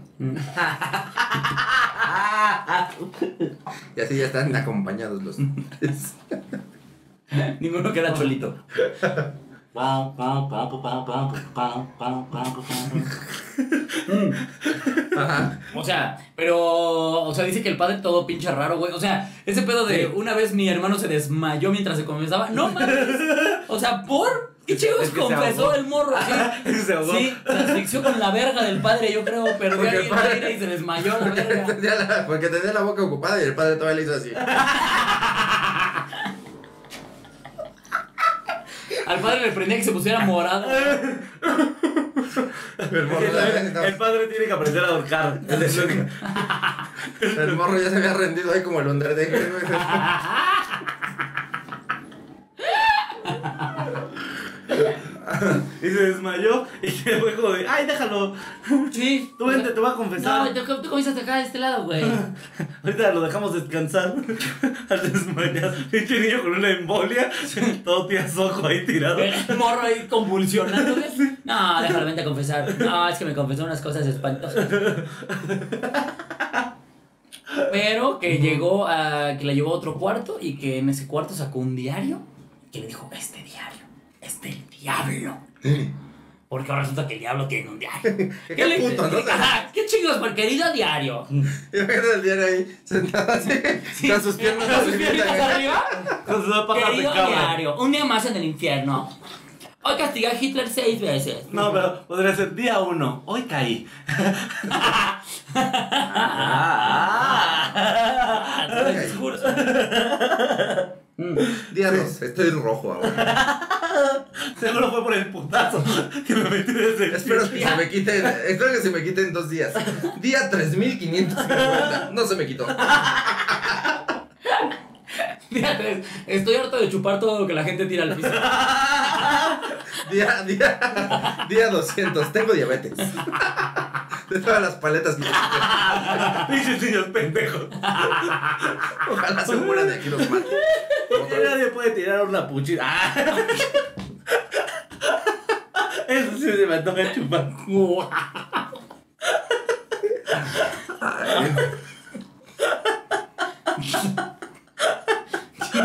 Speaker 2: Y así ya están acompañados los.
Speaker 4: Ninguno queda cholito.
Speaker 3: Pam, pam, pam, pam, pam, pam, pam, pam, pam, pam.
Speaker 2: Ajá.
Speaker 4: O sea, pero, o sea, dice que el padre todo pinche raro, güey. O sea, ese pedo de una vez mi hermano se desmayó mientras se comenzaba. No mames. O sea, por qué chicos
Speaker 3: Es que se
Speaker 4: confesó
Speaker 3: ahogó.
Speaker 4: el morro, sí.
Speaker 3: Es que se ahogó.
Speaker 4: Sí, se asfixió con la verga del padre, yo creo, perdió
Speaker 2: Porque
Speaker 4: ahí
Speaker 2: el
Speaker 4: el
Speaker 2: padre-
Speaker 4: aire y se desmayó la verga.
Speaker 2: Tenía la- porque tenía la boca ocupada y el padre todavía le hizo así.
Speaker 4: Al padre le prendía que se pusiera morado.
Speaker 2: El morro, ya,
Speaker 3: El, el padre tiene que aprender a ahorcar. Es de lo que-
Speaker 2: el morro ya se había rendido ahí como el Undertaker, güey.
Speaker 3: Y se desmayó y se fue como de, ay, déjalo.
Speaker 4: Sí.
Speaker 3: Tú vente, te voy a confesar.
Speaker 4: No, tú, tú comienzas acá de este lado, güey.
Speaker 3: Ahorita lo dejamos descansar. Al desmayar. Pinche niño con una embolia. Todo ojo ahí tirado.
Speaker 4: El morro ahí convulsionando. güey. No, déjalo, vente a confesar. No, es que me confesó unas cosas espantosas. Pero que llegó a. que la llevó a otro cuarto y que en ese cuarto sacó un diario que le dijo: Este diario es del diablo. Porque ahora resulta que el diablo tiene un diario.
Speaker 2: ¿Eh? Qué puto, ¿no?
Speaker 4: Ajá, ¿Qué chingos, por querido diario?
Speaker 2: Imagínate el diario ahí, sentado así, con sus piernas
Speaker 4: ¿Con sus
Speaker 2: arribita,
Speaker 4: piernitas
Speaker 2: güey.
Speaker 4: arriba?
Speaker 3: Con sus patas de
Speaker 4: Querido
Speaker 3: cabra.
Speaker 4: diario, un día más en el infierno. Hoy castiga a Hitler seis veces.
Speaker 3: No, pero podría ser día uno. Hoy caí.
Speaker 4: Ah, todo el discurso.
Speaker 2: Día dos, estoy rojo ahora.
Speaker 3: Seguro fue por el putazo que me metí desde el
Speaker 2: Espero que se me quiten, espero que se me quiten dos días. Día 3550. No se me quitó.
Speaker 4: Fíjate, es, estoy harto de chupar todo lo que la gente tira al piso.
Speaker 2: Día, día, día 200, tengo diabetes. De todas las paletas que
Speaker 3: Dices niños pendejos.
Speaker 2: Ojalá se mueran de aquí los mate. Otra vez.
Speaker 3: Nadie puede tirar una puchita. Ah. Eso sí se me antoja chupar.
Speaker 2: Ay,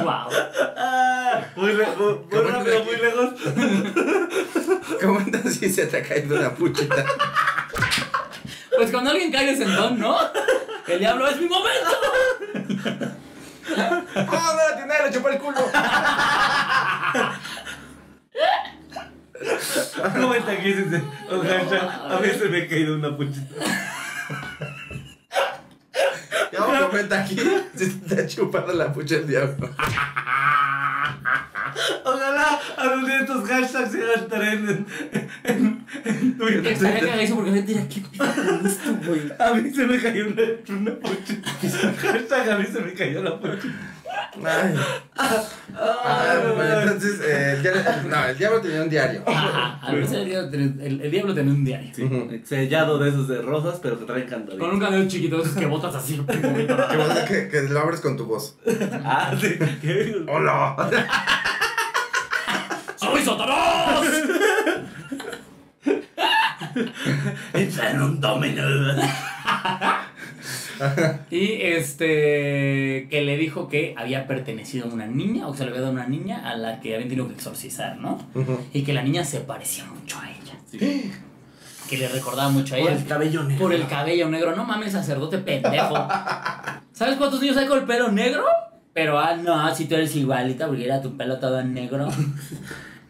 Speaker 4: wow.
Speaker 3: Ah, muy lejos, muy
Speaker 2: bueno que-
Speaker 3: rápido, muy lejos.
Speaker 2: ¿Cómo andas si se te ha caído una puchita?
Speaker 4: Pues cuando alguien cae ese don, ¿no? El diablo es mi momento.
Speaker 2: ¡Ah, no la tiene! ¡Le chupó el culo!
Speaker 3: 90 aquí dice, ojalá, a mí se me ha caído una puchita.
Speaker 2: Ya vamos a comentar aquí si te ha chupado la pucha el diablo.
Speaker 3: Ojalá algún día estos hashtags se hagan tren en, en, en
Speaker 4: Que estaría
Speaker 3: Twitter.
Speaker 4: cagadísimo porque la gente dirá, ¿qué pedo con esto, güey?
Speaker 3: A mí se me cayó una, una puchita. Hashtag a mí se me cayó la puchita.
Speaker 2: Ay. Ah,
Speaker 3: Ah,
Speaker 2: bueno, entonces, eh, el diablo, no, el diablo tenía un diario.
Speaker 4: Ajá, al parecer el diablo tenía- el, el diablo tenía un diario.
Speaker 3: Sí, sellado de esos de rosas, pero que traen
Speaker 4: Con
Speaker 3: candaditos.
Speaker 4: un canal chiquito de esos que botas así.
Speaker 2: Qué bueno que, que lo abres con tu voz.
Speaker 3: Ah, sí. ¿Qué?
Speaker 2: ¡Hola!
Speaker 4: ¡Soy Satanás!
Speaker 3: Entra en un domino.
Speaker 4: Y este. que le dijo que había pertenecido a una niña, o que se le había dado a una niña a la que habían tenido que exorcizar, ¿no? Y que la niña se parecía mucho a ella. Que le recordaba mucho a
Speaker 3: Por
Speaker 4: ella.
Speaker 3: el cabello negro.
Speaker 4: Por el cabello negro. No mames, sacerdote pendejo. ¿Sabes cuántos niños hay con el pelo negro? Pero ah, no, si tú eres igualita porque era tu pelo todo negro.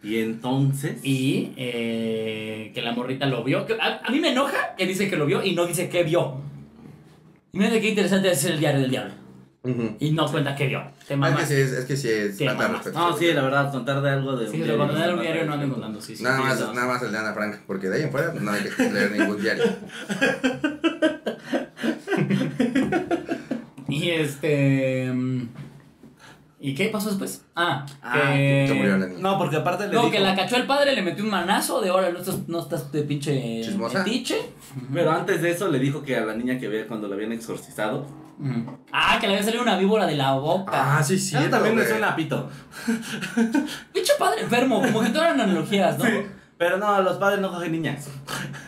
Speaker 3: Y entonces.
Speaker 4: Y eh, que la morrita lo vio. Que a, a mí me enoja que dice que lo vio y no dice qué vio. Y Imagínate qué interesante es el diario del diablo.
Speaker 2: Ujú.
Speaker 4: Y no cuenta qué vio. Te
Speaker 2: Es Ah, que
Speaker 4: mamas.
Speaker 2: sí, es, es que sí, es
Speaker 4: Sí,
Speaker 2: falta de
Speaker 4: mamá.
Speaker 2: respeto.
Speaker 3: No, sí, la verdad, contar de algo de
Speaker 4: Sí, lo cuando era un diario no ando contando. Sí, sí,
Speaker 2: Nada
Speaker 4: sí,
Speaker 2: más,
Speaker 4: no.
Speaker 2: nada más el de Ana Frank, porque de ahí en fuera no hay que leer ningún diario.
Speaker 4: Y este. mm, ¿Y qué pasó después? Ah,
Speaker 3: Ah,
Speaker 4: que.
Speaker 2: Se murió la niña.
Speaker 3: No, porque aparte le
Speaker 4: No,
Speaker 3: dijo,
Speaker 4: que la cachó el padre, le metió un manazo de ahora no estás, no estás de pinche
Speaker 2: Chismosa.
Speaker 4: metiche".
Speaker 3: Pero antes de eso le dijo que a la niña que ve cuando la habían exorcizado.
Speaker 4: Ujú. Ah, que le había salido una víbora de la boca.
Speaker 2: Ah, sí,
Speaker 3: Eso también me suena a pito.
Speaker 4: Pinche padre enfermo, como que todo eran analogías, ¿no?
Speaker 3: Pero no, los padres no cogen niñas.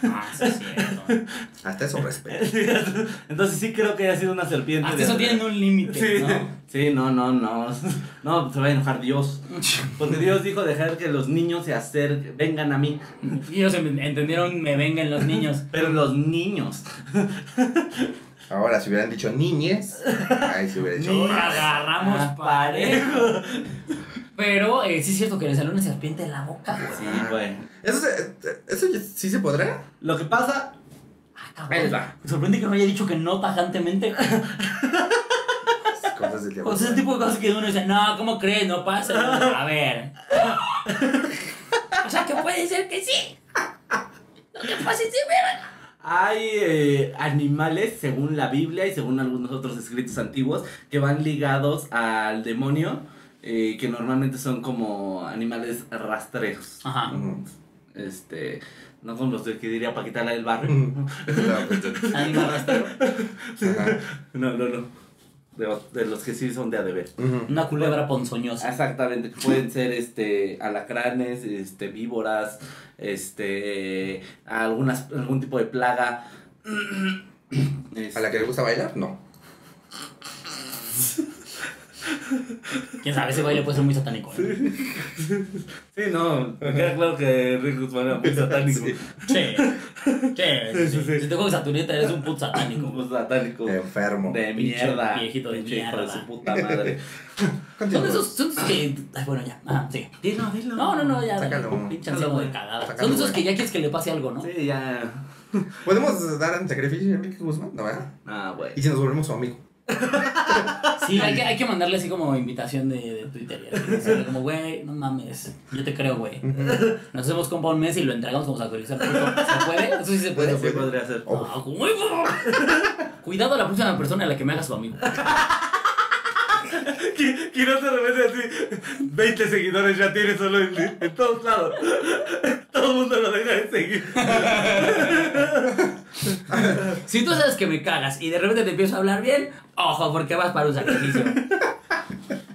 Speaker 4: Ah, sí, es cierto.
Speaker 2: Hasta eso respeto.
Speaker 3: Entonces sí creo que haya sido una serpiente.
Speaker 4: Hasta
Speaker 3: de-
Speaker 4: eso tienen un límite,
Speaker 3: Sí,
Speaker 4: ¿no?
Speaker 3: sí, no, no, no. No, se va a enojar Dios. Porque Dios dijo dejar que los niños se acerquen, vengan a mí.
Speaker 4: Ellos em- entendieron, me vengan los niños.
Speaker 3: Pero los niños.
Speaker 2: Ahora, si hubieran dicho niñes, ahí se hubiera dicho.
Speaker 4: Ni
Speaker 2: "Ah,
Speaker 4: agarramos
Speaker 3: Ah,
Speaker 4: parejo. Pero eh, sí es cierto que le salió una serpiente de la boca, güey.
Speaker 3: Sí, güey.
Speaker 2: ¿Eso, se- ¿Eso ya- sí se podrá?
Speaker 3: Lo que pasa
Speaker 4: Ah,
Speaker 2: Ahí
Speaker 4: cabrón.
Speaker 2: va.
Speaker 4: Me sorprende que no haya dicho que no tajantemente.
Speaker 2: Cosas del diablo.
Speaker 4: O sea, ese tipo de cosas que uno dice, no, ¿cómo crees? No pasa. No, A ver. O sea, que puede ser que sí. Lo que pasa es que
Speaker 3: Hay eh, animales, según la Biblia y según algunos otros escritos antiguos, que van ligados al demonio, eh, que normalmente son como animales rastreros.
Speaker 4: Ajá.
Speaker 2: Ujú.
Speaker 3: Este, no como los de que diría Paquita la del barrio.
Speaker 2: Ujú. No, pues,
Speaker 4: Animal rastrero.
Speaker 2: ajá.
Speaker 3: No, no, no. De, de los que sí son de a deber.
Speaker 2: Ujú.
Speaker 4: Una culebra
Speaker 3: Ah.
Speaker 4: ponzoñosa.
Speaker 3: Exactamente, que pueden ser este alacranes, este víboras, este algunas algún tipo de plaga. Este,
Speaker 2: ¿A la que le gusta bailar? No.
Speaker 4: Quién sabe, ese güey le puede ser muy satánico. ¿eh? ¿no?
Speaker 3: Sí, no, me queda claro que Rick Guzmán era muy satánico.
Speaker 2: Sí.
Speaker 4: Che, che,
Speaker 3: Sí, sí, sí.
Speaker 4: Si te coges a tu nieta, eres un puto satánico. güey.
Speaker 3: Un satánico.
Speaker 2: Eh, Enfermo.
Speaker 3: De
Speaker 4: Pinche
Speaker 3: mierda.
Speaker 4: viejito de
Speaker 3: Pinche hijo
Speaker 4: mierda.
Speaker 3: su puta madre.
Speaker 4: Son
Speaker 2: Continúa.
Speaker 4: esos, son esos que. Ay, bueno, ya. Ajá, sí.
Speaker 3: Dilo, dilo.
Speaker 4: No, no, no, ya.
Speaker 2: Sácalo.
Speaker 4: dale, Pinche
Speaker 3: Sácalo,
Speaker 4: anciano de
Speaker 3: güey.
Speaker 4: cagada.
Speaker 2: Sácalo,
Speaker 4: Son esos
Speaker 2: güey.
Speaker 4: que ya quieres que le pase algo, ¿no?
Speaker 3: Sí, ya.
Speaker 2: ¿Podemos dar en sacrificio a Enrique Guzmán? No, ¿verdad?
Speaker 3: Ah, güey.
Speaker 2: Y si nos volvemos su amigo.
Speaker 4: Sí, hay que, hay que mandarle así como invitación de, de Twitter. y así, decirle como, güey, no mames. Yo te creo, güey. Nos hacemos compa un mes y lo entregamos como sacrificio. ¿Se puede? Eso sí se puede.
Speaker 2: Bueno,
Speaker 3: Sí podría ser.
Speaker 2: Oh.
Speaker 4: Ah, huevo. Cuidado a la próxima persona a la que me hagas su amigo.
Speaker 3: Que, que no se repente así. 20 seguidores ya tiene solo en, en todos lados. Todo el mundo lo deja de seguir.
Speaker 4: Si tú sabes que me cagas y de repente te empiezo a hablar bien, ojo, porque vas para un sacrificio.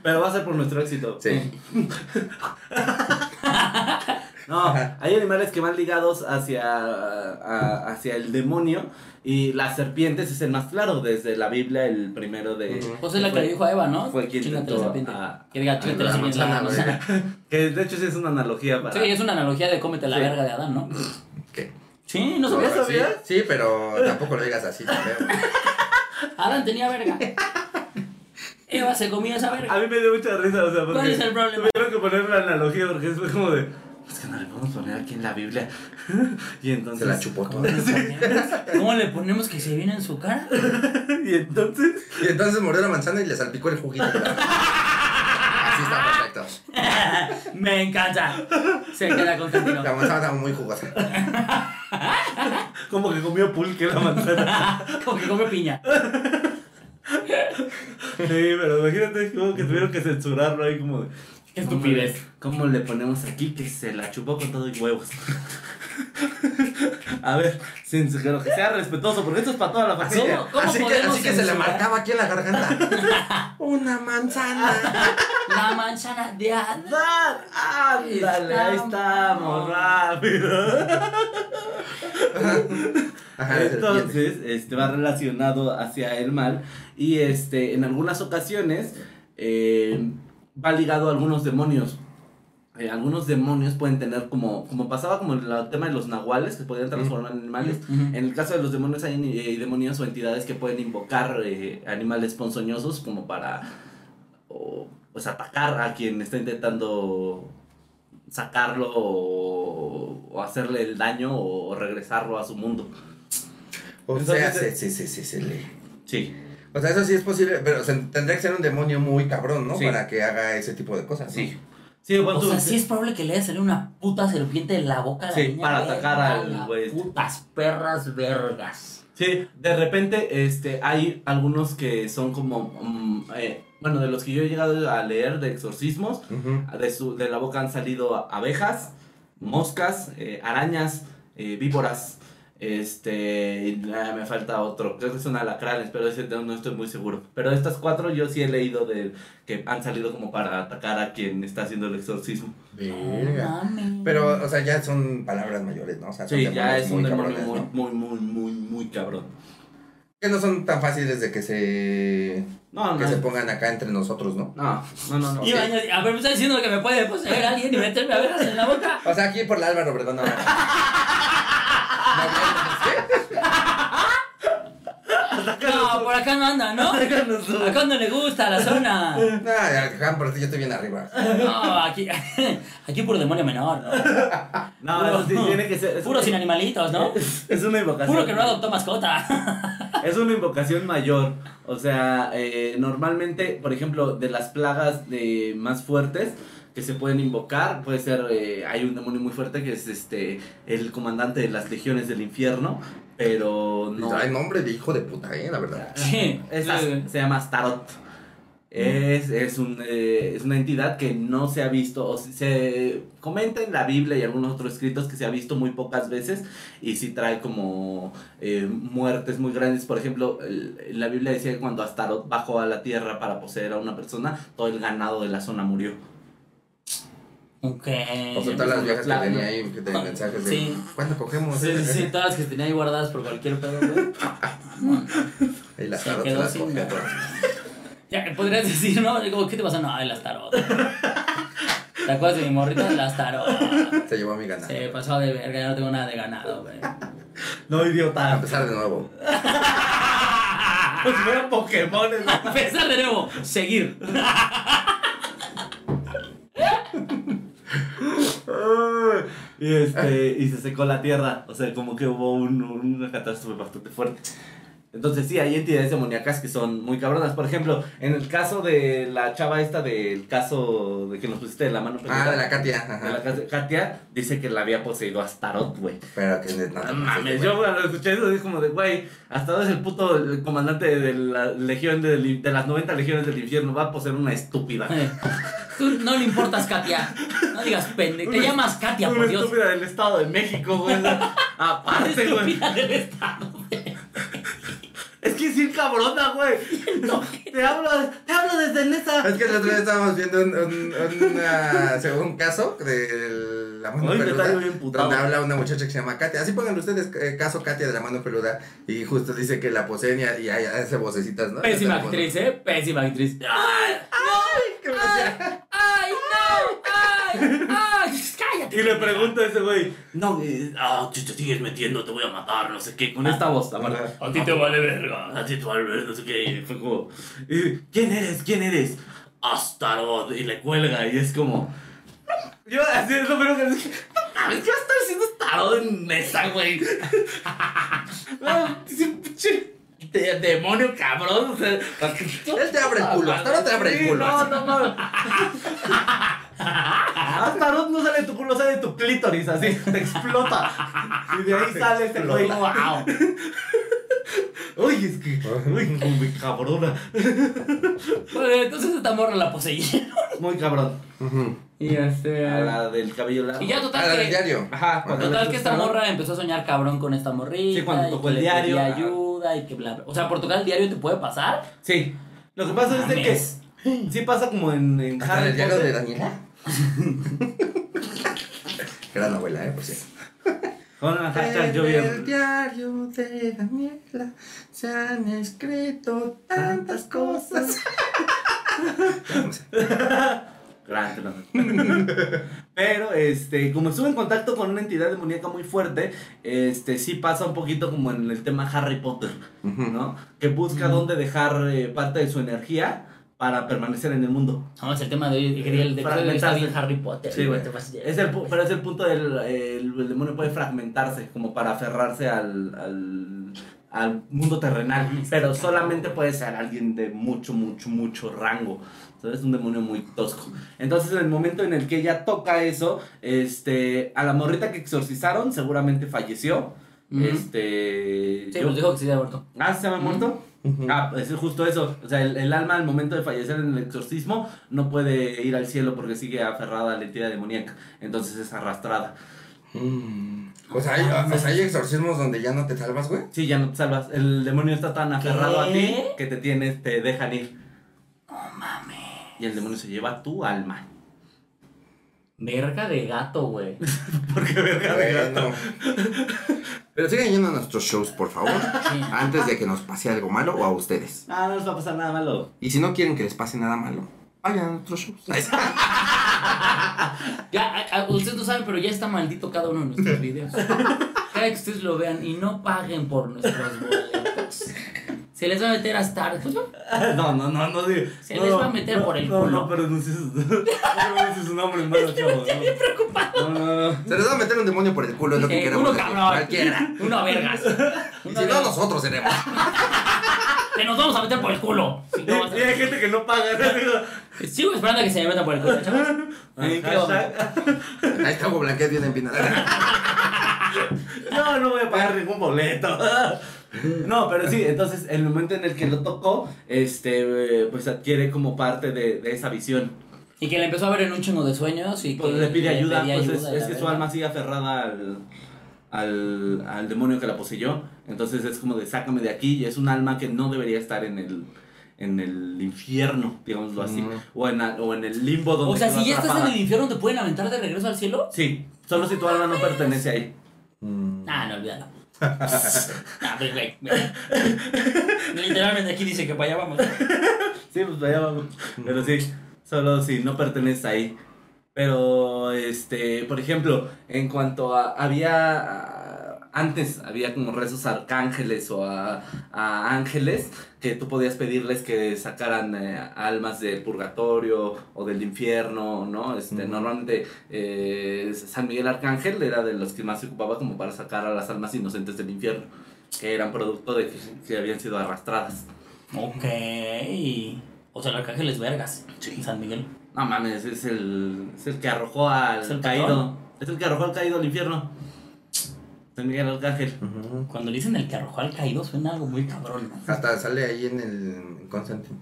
Speaker 3: Pero va a ser por nuestro éxito.
Speaker 2: Sí.
Speaker 3: No, hay animales que van ligados hacia, a- hacia el demonio y las serpientes es el más claro desde la Biblia, el primero de...
Speaker 2: Ujú.
Speaker 4: Pues es la que le dijo a Eva, ¿no?
Speaker 3: fue quien
Speaker 4: Chíngate la
Speaker 3: tentó
Speaker 4: serpiente.
Speaker 3: a-
Speaker 4: Que diga, chíngate la
Speaker 2: a la
Speaker 4: serpiente, la
Speaker 2: manzana, güey.
Speaker 4: manzana.
Speaker 3: Que de hecho sí es una analogía para...
Speaker 4: Sí, es una analogía de cómete la
Speaker 3: Sí.
Speaker 4: verga de Adán, ¿no?
Speaker 2: ¿Qué?
Speaker 4: Sí, ¿no sabías?
Speaker 2: sí,
Speaker 3: sabías?
Speaker 2: sí, pero tampoco lo digas así. pero-
Speaker 4: Adán tenía verga. Eva se comía esa verga.
Speaker 3: A mí me dio mucha risa, o sea, porque
Speaker 4: ¿Cuál es el problema?
Speaker 3: tuvieron que poner la analogía porque es como de... Es que no le podemos poner aquí en la Biblia. y entonces...
Speaker 2: Se la chupó
Speaker 4: ¿Cómo
Speaker 2: toda.
Speaker 4: le ponemos? ¿Cómo le ponemos que se viene en su cara?
Speaker 3: Y entonces...
Speaker 2: Y entonces mordió la manzana y le salpicó el juguito. Así está perfecto.
Speaker 4: Me encanta. Se queda con Cantino.
Speaker 2: La manzana estaba muy jugosa.
Speaker 3: Como que comió pulque la manzana.
Speaker 4: Como que come piña.
Speaker 3: sí, pero imagínate como que tuvieron que censurarlo ahí como de...
Speaker 4: Qué estupidez.
Speaker 3: ¿Cómo le ponemos aquí que se la chupó con todo y huevos? A ver, sin que lo que sea respetuoso, porque esto es para toda la
Speaker 2: Así,
Speaker 3: familia.
Speaker 4: ¿Cómo
Speaker 2: así que,
Speaker 4: podemos
Speaker 2: así que se le
Speaker 4: censurar?
Speaker 2: marcaba aquí en la garganta. Una manzana.
Speaker 4: La manzana de Adán.
Speaker 3: ¡Dar! ¡Ándale! Ahí estamos, rápido.
Speaker 2: Ajá, Entonces,
Speaker 3: Entonces, este va relacionado hacia el mal. Y este, en algunas ocasiones, eh, va ligado a algunos demonios. Eh, algunos demonios pueden tener como, como pasaba como el la- tema de los nahuales, que podían transformar en animales.
Speaker 4: Ujú.
Speaker 3: En el caso de los demonios hay eh, demonios o entidades que pueden invocar eh, animales ponzoñosos como para o, pues, atacar a quien está intentando sacarlo o, o hacerle el daño o regresarlo a su mundo.
Speaker 2: o sea,
Speaker 3: entonces-
Speaker 2: se, se, se, se, se le.
Speaker 3: Sí,
Speaker 2: O sea, eso sí es posible, pero o sea, tendría que ser un demonio muy cabrón, ¿no?
Speaker 3: Sí.
Speaker 2: Para que haga ese tipo de cosas. ¿no?
Speaker 3: sí. Sí, bueno,
Speaker 4: O
Speaker 3: tú-
Speaker 4: sea, sí es probable que le haya salido una puta serpiente de la boca a la
Speaker 3: Sí,
Speaker 4: niña,
Speaker 3: para
Speaker 4: güey.
Speaker 3: atacar
Speaker 4: A
Speaker 3: al
Speaker 4: la
Speaker 3: güey este.
Speaker 4: Putas perras vergas.
Speaker 3: Sí, de repente este, hay algunos que son como, mm, eh, bueno, de los que yo he llegado a leer de exorcismos,
Speaker 2: Ujú.
Speaker 3: De, su, de la boca han salido abejas, moscas, eh, arañas, eh, víboras. Este, y, ah, me falta otro, creo que son alacranes, pero ese no, no estoy muy seguro. Pero estas cuatro yo sí he leído de que han salido como para atacar a quien está haciendo el exorcismo.
Speaker 2: Verga.
Speaker 4: No mames.
Speaker 2: Pero, o sea, ya son palabras mayores, ¿no? O sea, Ah, son
Speaker 3: Sí, ya
Speaker 2: demonios
Speaker 3: es un demonio
Speaker 2: cabrones,
Speaker 3: muy,
Speaker 2: ¿no?
Speaker 3: muy, muy, muy, muy cabrón.
Speaker 2: Que no son tan fáciles de que se
Speaker 3: No,
Speaker 2: que
Speaker 3: no.
Speaker 2: se pongan acá entre nosotros, ¿no?
Speaker 3: No, no, no. no.
Speaker 4: Iba a añadir- a ver, me está diciendo que me puede poseer alguien y meterme a vergas en la boca.
Speaker 2: O sea, aquí por la Álvaro Obregón no. No, no,
Speaker 4: No, por acá no anda, ¿no? Acá no le gusta la
Speaker 3: Ah.
Speaker 4: zona.
Speaker 2: no, no, acá, por ti yo estoy bien arriba.
Speaker 4: No, aquí, aquí puro demonio menor, ¿no?
Speaker 3: No,
Speaker 4: Puro-
Speaker 3: eso sí tiene que ser. es
Speaker 4: Puro
Speaker 3: una-
Speaker 4: sin animalitos, ¿no?
Speaker 3: Es una invocación.
Speaker 4: Puro que no adoptó mascota.
Speaker 3: Es una invocación mayor. O sea, eh, normalmente, por ejemplo, de las plagas de más fuertes que se pueden invocar, puede ser, eh, hay un demonio muy fuerte que es este el comandante de las legiones del infierno, pero no.
Speaker 2: Ay, nombre de hijo de puta, eh, la verdad.
Speaker 4: Sí.
Speaker 3: Es as- se llama Starot. Es, es, un, eh, es una entidad que no se ha visto, o si- se comenta en la Biblia y algunos otros escritos que se ha visto muy pocas veces y sí trae como eh, muertes muy grandes. Por ejemplo, el- en la Biblia decía que cuando Astaroth bajó a la tierra para poseer a una persona, todo el ganado de la zona murió.
Speaker 4: Ok.
Speaker 2: O
Speaker 3: Pues,
Speaker 2: sea, todas las viejas que
Speaker 3: La-
Speaker 2: tenía ahí de
Speaker 3: Ah,
Speaker 2: mensajes de
Speaker 4: Sí.
Speaker 2: ¿Cuándo cogemos?
Speaker 4: Sí, sí, sí, todas las que tenía ahí guardadas por cualquier pedo, güey. Bueno,
Speaker 2: Y las
Speaker 4: Se
Speaker 2: tarot
Speaker 4: quedó
Speaker 2: las
Speaker 4: sin
Speaker 2: cogía.
Speaker 4: nada. ya, podrías decir, ¿no? Como, ¿qué te pasa? No, de las tarot. ¿Te acuerdas de mi morrita? Las tarot.
Speaker 2: Se llevó a mi gana.
Speaker 4: Se pasó de verga, ya no tengo nada de ganado, güey.
Speaker 3: No,
Speaker 2: A
Speaker 3: idiota.
Speaker 2: empezar de nuevo.
Speaker 3: Pues fueron Pokémon.
Speaker 4: Empezar de nuevo, seguir.
Speaker 3: y, este, y se secó la tierra. O sea, como que hubo un- una catástrofe bastante fuerte. Entonces sí, hay entidades demoníacas que son muy cabronas. Por ejemplo, en el caso de la chava esta del caso de que nos pusiste de la mano.
Speaker 2: Ah,
Speaker 3: prendida,
Speaker 2: de la Katia. ajá.
Speaker 3: de la Katia, Katia, dice que la había poseído Astaroth, güey.
Speaker 2: Pero que no, Ah, no,
Speaker 3: No mames, yo cuando escuché eso dije como de, güey, Astaroth es el puto el comandante de la legión del- de las 90 legiones del infierno, va a poseer una estúpida.
Speaker 4: Tú no le importas, Katia. No digas pendejo. Te
Speaker 3: Una-
Speaker 4: llamas Katia,
Speaker 3: una
Speaker 4: por Dios.
Speaker 3: estúpida del Estado de México, güey. Aparte, güey.
Speaker 4: Estúpida del Estado.
Speaker 3: Es que sí, cabrona, güey. Te hablo, te hablo desde Nesa.
Speaker 2: Es que el otro día estábamos viendo un, un, una- según un caso de la mano
Speaker 3: Ay, me
Speaker 2: peluda.
Speaker 3: traigo bien putado.
Speaker 2: Donde habla una muchacha que se llama Katia. Así pongan ustedes eh, caso Katia de la mano peluda. Y justo dice que la poseen y, y ahí hace vocecitas, ¿no?
Speaker 4: Pésima
Speaker 2: O sea,
Speaker 4: actriz, ¿eh? Pésima actriz.
Speaker 2: ¿qué me decía?
Speaker 4: ¡Ay, no! ¡Ay! ¡Ay! ¡Cállate!
Speaker 3: Y le pregunto a ese güey, no, eh, ah, si te sigues metiendo te voy a matar, no sé qué, con esta voz, aparte.
Speaker 4: A ti te vale verga.
Speaker 3: A ti te vale ver, no sé qué, y fue como, eh, ¿quién eres? ¿Quién eres? Astaroth, y le cuelga, y es como, yo así es lo primero que dije, no mames, ¿qué va a estar haciendo Astaroth en mesa, güey? No, es un pinche de- demonio cabrón, o sea,
Speaker 2: Él te abre el culo, Astaroth te abre el
Speaker 3: Sí,
Speaker 2: culo.
Speaker 3: No, no, no. Astaroth Ah, no sale de tu culo, sale de tu clítoris, así, te explota. Y de ahí sale este güey.
Speaker 4: ¡Wow!
Speaker 3: Uy, es que, uy, como muy cabrona.
Speaker 4: Bueno, entonces esta morra la poseí.
Speaker 3: Muy cabrón. Eh,
Speaker 2: Ujú.
Speaker 4: Y este.
Speaker 3: A la del cabello largo.
Speaker 4: Y ya
Speaker 2: Ah,
Speaker 4: total
Speaker 2: la del
Speaker 4: que.
Speaker 2: diario.
Speaker 3: Ajá, cuando
Speaker 4: Total
Speaker 3: le
Speaker 4: que esta
Speaker 3: prestaron-
Speaker 4: morra empezó a soñar cabrón con esta morrita.
Speaker 3: Sí, cuando
Speaker 4: y
Speaker 3: tocó
Speaker 4: que
Speaker 3: el
Speaker 4: le
Speaker 3: diario,
Speaker 4: pedía
Speaker 3: ajá.
Speaker 4: ayuda y que bla, bla. O sea, por tocar el diario te puede pasar.
Speaker 3: Sí. Lo que pasa es de
Speaker 4: Mames.
Speaker 3: que sí pasa como en, en
Speaker 2: Hasta
Speaker 3: Harry
Speaker 2: el diario de
Speaker 3: Potter.
Speaker 2: Daniela. Gran abuela, ¿eh? Por cierto.
Speaker 3: Con el hashtag yo
Speaker 2: En el
Speaker 3: bien.
Speaker 2: diario de Daniela se han escrito tantas cosas.
Speaker 3: Grande, no. Pero, este, como estuve en contacto con una entidad demoníaca muy fuerte, este, sí pasa un poquito como en el tema Harry Potter, ¿no? Que busca dónde dejar eh, parte de su energía para permanecer en el mundo.
Speaker 4: No, es el tema de hoy. que El de que está
Speaker 3: Fragmentarse.
Speaker 4: bien Harry Potter.
Speaker 3: Sí, güey.
Speaker 4: te vas a- pues.
Speaker 3: Es el, pu- pero es el punto del el, el demonio puede fragmentarse, como para aferrarse al, al, al mundo terrenal. Pero solamente puede ser alguien de mucho, mucho, mucho rango. Entonces es un demonio muy tosco. Entonces en el momento en el que ella toca eso, este, a la morrita que exorcizaron seguramente falleció.
Speaker 4: Ujú.
Speaker 3: Este...
Speaker 4: Sí,
Speaker 3: yo-
Speaker 4: nos dijo que sí de aborto.
Speaker 3: Ah, ¿se me ha muerto?
Speaker 2: Ujú.
Speaker 3: Ah, pues es justo eso. O sea, el, el alma al momento de fallecer en el exorcismo no puede ir al cielo porque sigue aferrada a la entidad demoníaca. Entonces es arrastrada.
Speaker 2: Mm. Pues hay,
Speaker 4: Ah,
Speaker 2: pues hay exorcismos donde ya no te salvas, güey.
Speaker 3: Sí, ya no te salvas. El demonio está tan aferrado
Speaker 4: ¿Qué?
Speaker 3: a ti que te tienes, te dejan ir. No mames. Y el demonio se lleva tu alma.
Speaker 4: Verga de gato, güey.
Speaker 3: Porque verga de gato.
Speaker 2: Bueno. Pero sigan yendo a nuestros shows, por favor.
Speaker 4: Sí.
Speaker 2: Antes de que nos pase algo malo o a ustedes.
Speaker 3: Ah, no les va a pasar nada malo.
Speaker 2: Y si no quieren que les pase nada malo, vayan a nuestros shows.
Speaker 4: Ya, a- a- ustedes no saben, pero ya está maldito cada uno de nuestros videos. Cada que ustedes lo vean y no paguen por nuestros boletos. Se les va a meter hasta tarde. Pues, no.
Speaker 3: No, no, no, no. sí.
Speaker 4: Se
Speaker 3: No,
Speaker 4: les va a meter por el
Speaker 3: no,
Speaker 4: culo. Este
Speaker 3: No, pero no sé su, no pronuncies su nombre, hermano, chavo. no. No, no, no.
Speaker 2: Se les va a meter un demonio por el culo, es lo que
Speaker 4: Eh,
Speaker 2: queramos.
Speaker 4: uno
Speaker 2: decir.
Speaker 4: cabrón.
Speaker 2: Cualquiera.
Speaker 4: Uno vergas.
Speaker 2: Y
Speaker 4: Uno
Speaker 2: si no,
Speaker 4: vergas.
Speaker 2: nosotros seremos.
Speaker 4: Te nos vamos a meter por el culo. Si no, vas a-
Speaker 3: Y hay gente que no paga. ¿no?
Speaker 4: Sigo esperando a que se me metan por el culo, chavos. ¿En qué
Speaker 3: Hashtag-
Speaker 2: Ahí está, Blanquet bien empinada.
Speaker 3: No, no voy a pagar ningún boleto. No, pero sí, entonces el momento en el que lo tocó, este, eh, pues adquiere como parte de, de esa visión.
Speaker 4: Y que le empezó a ver en un chingo de sueños y que
Speaker 3: Pues le pide ayuda,
Speaker 4: pedía
Speaker 3: pues es,
Speaker 4: ayuda,
Speaker 3: es
Speaker 4: la
Speaker 3: que su
Speaker 4: verga.
Speaker 3: alma sigue aferrada al, al, al demonio que la poseyó. Entonces es como de sácame de aquí y es un alma que no debería estar en el, en el infierno, digámoslo así.
Speaker 2: Mm.
Speaker 3: O, en, a- o en el limbo donde...
Speaker 4: O sea,
Speaker 3: quedó
Speaker 4: si ya estás en
Speaker 3: atrapada.
Speaker 4: el infierno, ¿te pueden aventar de regreso al cielo?
Speaker 3: Sí, solo si tu alma no pertenece ahí.
Speaker 4: Ah, no, olvídalo. Ah, pues, güey, mira. Literalmente aquí dice que para allá vamos.
Speaker 3: Sí, pues allá vamos. Pero sí, solo si no perteneces ahí. Pero, este, por ejemplo, en cuanto a. Había. ah, Antes había como rezos a arcángeles o a, a ángeles que tú podías pedirles que sacaran eh, almas del purgatorio o del infierno, ¿no? Este,
Speaker 2: Ujú.
Speaker 3: Normalmente eh, San Miguel Arcángel era de los que más se ocupaba como para sacar a las almas inocentes del infierno. que eran producto de que, que habían sido arrastradas.
Speaker 4: Ok. O sea, el arcángel es vergas. Sí. San Miguel.
Speaker 3: No mames, es el, es el que arrojó al
Speaker 4: ¿Es el
Speaker 3: caído.
Speaker 4: patrón?
Speaker 3: Es el que arrojó al caído al infierno. San Miguel Arcángel.
Speaker 4: Cuando le dicen el que arrojó al caído suena algo muy cabrón. ¿no?
Speaker 2: Hasta sale ahí en el en Constantino.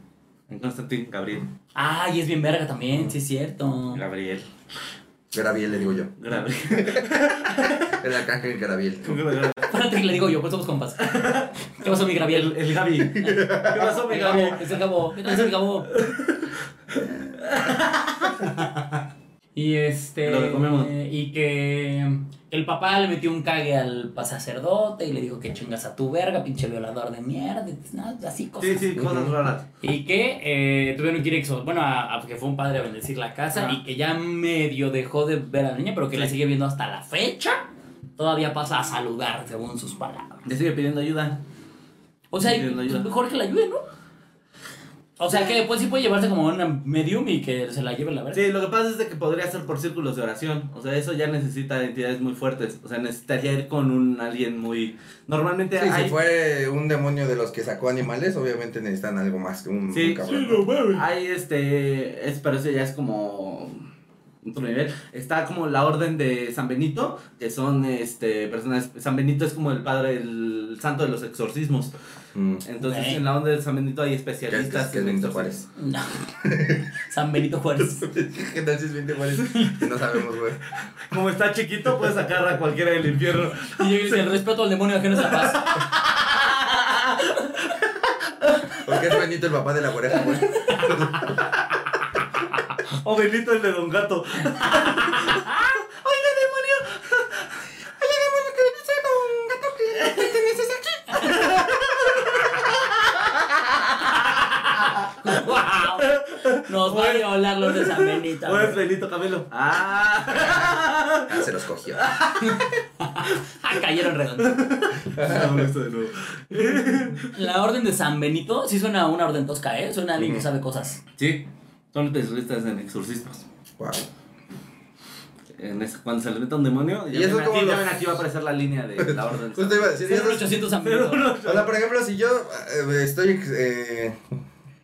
Speaker 3: En Constantín Gabriel.
Speaker 4: Ah, y es bien verga también, sí es cierto.
Speaker 3: Gabriel.
Speaker 2: Graviel le digo yo.
Speaker 3: Gabriel.
Speaker 2: El arcángel Graviel.
Speaker 4: Espérate que le digo yo, pues somos compas. ¿Qué pasó, mi
Speaker 3: el,
Speaker 4: Graviel?
Speaker 3: el Gabi. ¿Qué pasó, mi
Speaker 4: El
Speaker 3: Gabi?
Speaker 4: Gabo, es el Gabo. ¿Qué tal es el Gabo? Y este.
Speaker 3: Lo que comemos.
Speaker 4: Y que el papá le metió un cague al sacerdote y le dijo que chingas a tu verga, pinche violador de mierda. y pues, nada, así cosas.
Speaker 3: Sí, sí, cosas raras.
Speaker 4: Y que eh, tuvieron que ir exo- bueno, a, a que fue un padre a bendecir la casa
Speaker 3: Ajá.
Speaker 4: y que ya medio dejó de ver a la niña, pero que la sigue viendo hasta la fecha. Todavía pasa a saludar, según sus palabras.
Speaker 3: Le sigue pidiendo ayuda.
Speaker 4: O sea,
Speaker 3: Sí, la ayuda.
Speaker 4: pues, mejor que la ayude, ¿no? O sea, que después sí puede llevarse como una medium y que se la lleve la verga.
Speaker 3: Sí, lo que pasa es de que podría ser por círculos de oración. O sea, eso ya necesita entidades muy fuertes. O sea, necesitaría ir con un alguien muy. Normalmente
Speaker 2: Sí,
Speaker 3: hay.
Speaker 2: si fue un demonio de los que sacó animales, obviamente necesitan algo más que un,
Speaker 3: Sí,
Speaker 2: un cabrón.
Speaker 3: Hay este. Es, pero eso ya es como. Otro nivel. Está como la orden de San Benito, que son este personas. San Benito es como el padre, el santo de los exorcismos.
Speaker 2: Mm.
Speaker 3: Entonces,
Speaker 4: Ok.
Speaker 3: en la onda de San Benito hay
Speaker 2: Que es, que es,
Speaker 3: especialistas.
Speaker 2: que es
Speaker 3: en
Speaker 2: Benito
Speaker 3: exorcismos.
Speaker 2: Juárez.
Speaker 4: No. San Benito Juárez.
Speaker 2: ¿Qué tal si es Benito Juárez? No sabemos, güey.
Speaker 3: Como está chiquito, puede sacar a cualquiera del infierno.
Speaker 4: Y yo dice, el respeto al demonio ajeno es la paz.
Speaker 2: Porque es Benito el papá de la oreja, güey.
Speaker 3: O Benito el de Don Gato.
Speaker 4: ¡Guau! Nos
Speaker 3: Pues-
Speaker 4: va a violar los de San Benito.
Speaker 3: O es Pues, Benito Camelo. ¡Ah!
Speaker 2: Ah, se los cogió.
Speaker 4: Ah, cayeron redondos.
Speaker 3: Hagámoslo esto de nuevo.
Speaker 4: La orden de San Benito sí suena a una orden tosca, ¿eh? Suena a alguien que sabe cosas.
Speaker 3: Sí, son especialistas en exorcismos.
Speaker 2: Wow.
Speaker 3: En ese- cuando se le mete un demonio,
Speaker 2: ¿Y
Speaker 3: ya,
Speaker 2: eso
Speaker 3: ven
Speaker 2: cómo
Speaker 3: aquí, ya
Speaker 2: lo-
Speaker 3: ven aquí va a aparecer la línea de la orden.
Speaker 2: Justo iba a decir eso.
Speaker 4: 0800 San Benito.
Speaker 2: O sea, por ejemplo, si yo eh, estoy. Eh,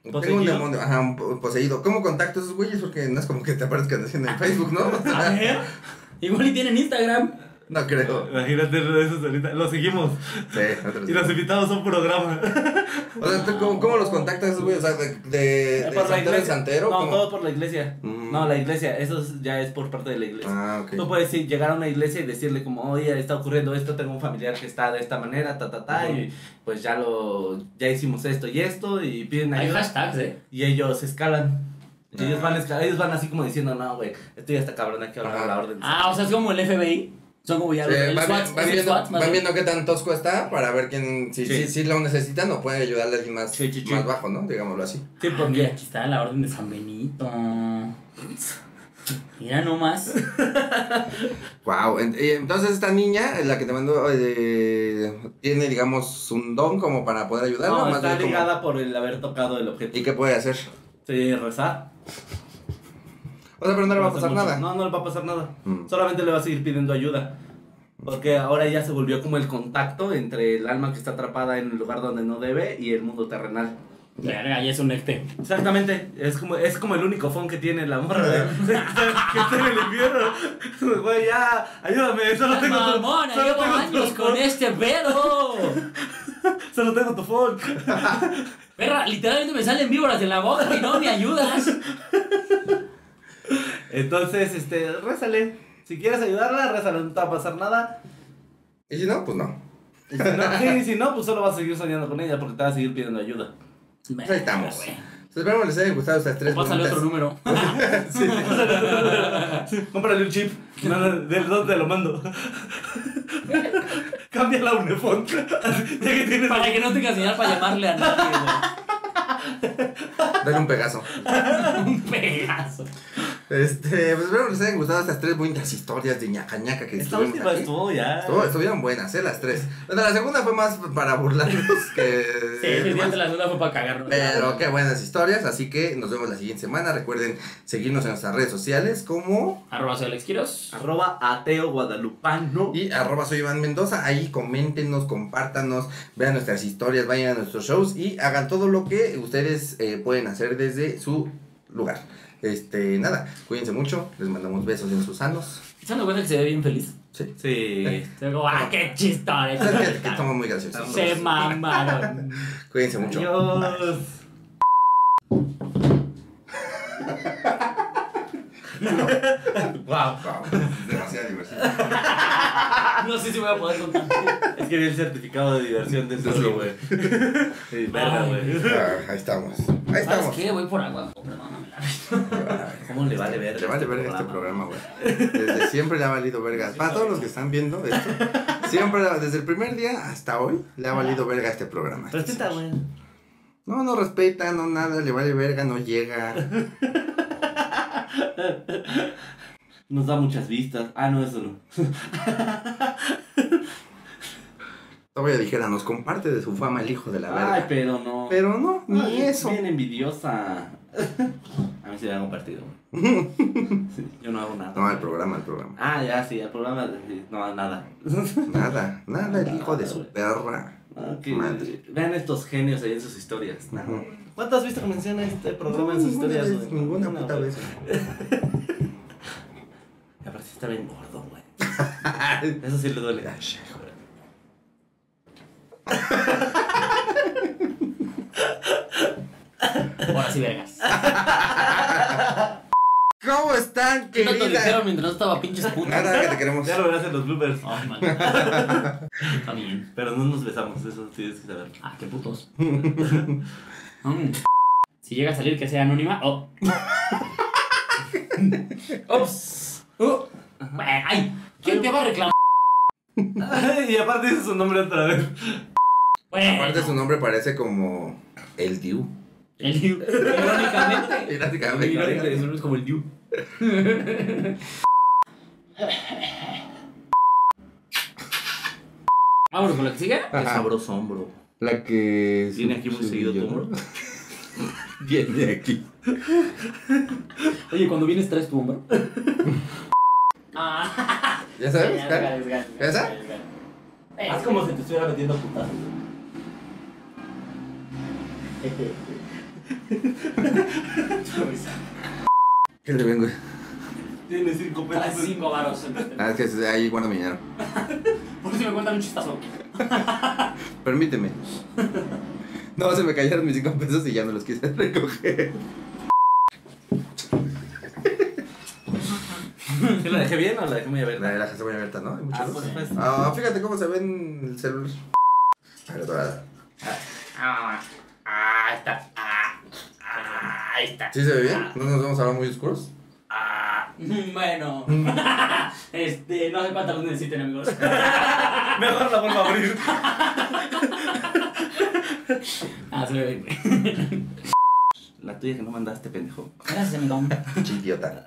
Speaker 2: tengo
Speaker 3: ¿Poseído?
Speaker 2: un demonio, ajá, un po- poseído. ¿Cómo contacto a esos güeyes? Porque no es como que te aparezcan así en el Facebook, ¿no? O
Speaker 4: A
Speaker 2: sea,
Speaker 4: ver. Igual y tienen Instagram.
Speaker 2: no creo.
Speaker 3: Imagínate eso ahorita. Lo seguimos.
Speaker 2: Sí, otros.
Speaker 3: Y los invitados a un programa.
Speaker 2: O sea, ¿tú cómo, cómo los contactas a esos güeyes? O sea, de, de, de santero en santero.
Speaker 3: No,
Speaker 2: ¿cómo?
Speaker 3: todo por la iglesia.
Speaker 2: Mm.
Speaker 3: No, la iglesia. Eso es- ya es por parte de la iglesia.
Speaker 2: Ah,
Speaker 3: Tú
Speaker 2: ok.
Speaker 3: puedes ir- llegar a una iglesia y decirle como, oye, está ocurriendo esto, tengo un familiar que está de esta manera, ta, ta, ta, y pues ya lo, ya hicimos esto y esto, y piden
Speaker 4: Hay
Speaker 3: ayuda,
Speaker 4: hashtags, ¿eh?
Speaker 3: y ellos escalan. Y Ellos
Speaker 2: Ah.
Speaker 3: van, esca- ellos van así como diciendo, no, güey, estoy hasta cabrón aquí ahora
Speaker 2: Ajá.
Speaker 3: la orden.
Speaker 4: Ah, o sea, es como el FBI. Son como ya
Speaker 2: Sí,
Speaker 4: los el
Speaker 2: van,
Speaker 4: SWAT.
Speaker 2: van
Speaker 4: es el
Speaker 2: viendo,
Speaker 4: SWAT, más
Speaker 2: van
Speaker 4: bien.
Speaker 2: viendo qué tan tosco está para ver quién, si,
Speaker 3: Sí.
Speaker 2: si, si lo necesitan o pueden ayudarle a alguien más,
Speaker 3: Sí, sí, sí.
Speaker 2: más bajo, ¿no? Digámoslo así.
Speaker 3: Sí,
Speaker 4: Ah, mira,
Speaker 3: porque
Speaker 4: aquí está la orden de San Benito. Mira nomás.
Speaker 2: Wow, eh, entonces esta niña, la que te mandó, eh, tiene, digamos, un don como para poder ayudarla.
Speaker 3: no,
Speaker 2: más
Speaker 3: está
Speaker 2: bien como-
Speaker 3: ligada por el haber tocado el objeto.
Speaker 2: ¿Y qué puede hacer?
Speaker 3: Sí, rezar.
Speaker 2: O sea, pero no le va a pasar
Speaker 3: mucho.
Speaker 2: nada.
Speaker 3: No, no le va a pasar nada.
Speaker 2: Mm.
Speaker 3: Solamente le va a seguir pidiendo ayuda. Porque ahora ya se volvió como el contacto entre el alma que está atrapada en el lugar donde no debe y el mundo terrenal.
Speaker 4: Verga, ya es un ecte.
Speaker 3: Exactamente, es como, es como el único phone que tiene la morra de, que está en el infierno. Güey, ya, ayúdame, solo tengo tu,
Speaker 4: Mamona,
Speaker 3: solo
Speaker 4: llevo
Speaker 3: tengo
Speaker 4: años
Speaker 3: tu
Speaker 4: con
Speaker 3: phone.
Speaker 4: este pedo.
Speaker 3: Solo tengo tu phone.
Speaker 4: Perra, literalmente me salen víboras de la boca y no me ayudas.
Speaker 3: Entonces, este, rézale. Si quieres ayudarla, rézale, no te va a pasar nada.
Speaker 2: Y si no, pues no.
Speaker 3: Y si no, sí, y si no, pues solo vas a seguir soñando con ella porque te va a seguir pidiendo ayuda.
Speaker 4: Verga,
Speaker 2: Pues estamos.
Speaker 4: güey.
Speaker 2: Entonces, espero que les hayan gustado estas tres
Speaker 4: Pásale
Speaker 2: preguntas.
Speaker 4: otro número.
Speaker 3: Cómprale un chip. No, no, ¿Del dónde te lo mando? Cambia la unifón. Ya que tienes.
Speaker 4: Para que no tenga señal para llamarle a nadie, güey.
Speaker 2: Dale un pegaso.
Speaker 4: Un pedazo.
Speaker 2: Este, pues espero que les hayan gustado estas tres bonitas historias de ñaca ñaca que
Speaker 3: Esta
Speaker 2: estuvimos
Speaker 3: última
Speaker 2: aquí.
Speaker 3: estuvo ya.
Speaker 2: Estuvo- estuvieron buenas, ¿eh? Las tres. Bueno, la segunda fue más Eh. para burlarnos que
Speaker 4: Sí, ese día
Speaker 2: demás.
Speaker 4: de la duda fue para cagarnos.
Speaker 2: Pero qué buenas historias, así que nos vemos la siguiente semana. Recuerden seguirnos en nuestras redes sociales como
Speaker 4: Arroba soy Alex Quiroz.
Speaker 3: Arroba ateo guadalupano.
Speaker 2: y arroba soy Iván Mendoza. Ahí coméntenos, compártanos, vean nuestras historias, vayan a nuestros shows y hagan todo lo que ustedes eh, pueden hacer desde su lugar. Este, nada, cuídense mucho, les mandamos besos en sus sanos.
Speaker 4: ¿Se dan cuenta que se ve bien feliz?
Speaker 2: Sí.
Speaker 3: Sí.
Speaker 4: Se ve como, ¡ah, qué chistón!
Speaker 2: Es que, que estamos muy graciosos.
Speaker 4: Se mamaron.
Speaker 2: Cuídense mucho.
Speaker 3: Adiós. wow.
Speaker 2: Wow, es demasiada diversión.
Speaker 4: No sé si voy a poder contar.
Speaker 3: Es que vi el certificado de diversión del solo, güey. Sí, verga,
Speaker 4: Ay.
Speaker 3: güey.
Speaker 2: Ah, ahí estamos. Ahí
Speaker 4: ¿Sabes
Speaker 2: estamos.
Speaker 4: qué? Voy por agua. No, no, no me la
Speaker 3: ¿Cómo le vale verga?
Speaker 2: Le vale
Speaker 3: este
Speaker 2: verga este programa, güey. Desde siempre le ha valido verga. Para todos los que están viendo esto, siempre, desde el primer día hasta hoy, le ha valido verga este programa.
Speaker 3: Respeta, güey.
Speaker 2: No, no respeta, no nada, le vale verga, no llega.
Speaker 3: Nos da muchas vistas. Ah, no, eso no.
Speaker 2: Todavía dijera, nos comparte de su fama el hijo de la
Speaker 3: Ay,
Speaker 2: verga.
Speaker 3: pero no.
Speaker 2: Pero no, ni
Speaker 3: Ay,
Speaker 2: eso.
Speaker 3: Bien envidiosa. A mí se me ha compartido, güey. Sí, yo no hago nada.
Speaker 2: No, el programa, el programa.
Speaker 3: Ah, ya, sí, el programa. sí, No, nada.
Speaker 2: Nada, nada, el hijo de su perra.
Speaker 3: Ok,
Speaker 2: Madre.
Speaker 3: Vean estos genios ahí en sus historias. Nada.
Speaker 2: Ujú.
Speaker 3: ¿Cuántas vistas menciona este programa en sus
Speaker 2: ninguna
Speaker 3: historias?
Speaker 2: vez,
Speaker 3: güey?
Speaker 2: ninguna
Speaker 3: Una,
Speaker 2: puta
Speaker 3: güey.
Speaker 2: vez.
Speaker 3: Y aparte está bien gordo, güey. Eso sí le duele.
Speaker 4: Ahora sí, vergas.
Speaker 2: ¿Cómo están,
Speaker 4: ¿Qué tanto dijeron
Speaker 2: querida?
Speaker 4: mientras no estaba pinches putas?
Speaker 2: Nada, que te queremos.
Speaker 3: Ya lo verás en los bloopers.
Speaker 4: Oh, man. Está bien.
Speaker 3: Pero no nos besamos, eso tienes que saber.
Speaker 4: Ah, qué putos. Mm. Si llega a salir que sea anónima. Oh. Ups. Oh. Bueno, ay, ¿quién te va a reclamar?
Speaker 3: y aparte dice su nombre otra vez.
Speaker 2: Aparte, su
Speaker 4: Bueno,
Speaker 2: nombre parece como el Diu.
Speaker 4: el Diu. Irónicamente.
Speaker 2: Prácticamente.
Speaker 4: Irónicamente, su nombre es como el Diu. Vámonos con la que sigue.
Speaker 3: Qué sabroso hombro.
Speaker 2: La que.
Speaker 3: Viene aquí muy seguido tu hombro.
Speaker 2: Viene aquí.
Speaker 4: Oye, cuando vienes traes tu hombro. Ah,
Speaker 2: ¿Ya sabes?
Speaker 4: ya,
Speaker 2: Cara?
Speaker 4: ya, ya, ya,
Speaker 2: ¿Esa?
Speaker 4: ya, ya. Eh,
Speaker 3: Haz como si te estuviera metiendo putazos.
Speaker 2: ¿Qué le vengo?
Speaker 3: Tiene cinco
Speaker 4: Traes
Speaker 3: pedazos.
Speaker 4: cinco varos. este.
Speaker 2: Ah, es que es ahí cuando me dinero.
Speaker 4: Por si me cuentan un chistazo.
Speaker 2: Permíteme. No, se me cayeron mis cinco pesos y ya no los quise recoger.
Speaker 3: ¿Sí ¿La dejé bien o la dejé muy
Speaker 2: La
Speaker 3: abierta?
Speaker 2: de la casa muy abierta, ¿no? Hay mucha
Speaker 3: Ah,
Speaker 2: luz.
Speaker 3: por supuesto.
Speaker 2: Ah, fíjate cómo se ve en el celular. Pero dorada.
Speaker 4: Ah, ah, ahí está. Ah, ah, ahí está.
Speaker 2: ¿Sí se ve bien? ¿No nos vamos a ver muy oscuros?
Speaker 4: Ah, bueno. este, no sé cuántas luz necesiten, amigos.
Speaker 3: Mejor la vuelvo a abrir.
Speaker 4: Ah, se ve bien.
Speaker 3: La tuya que no mandaste, pendejo.
Speaker 4: Gracias, amigo.
Speaker 2: Pinche idiota.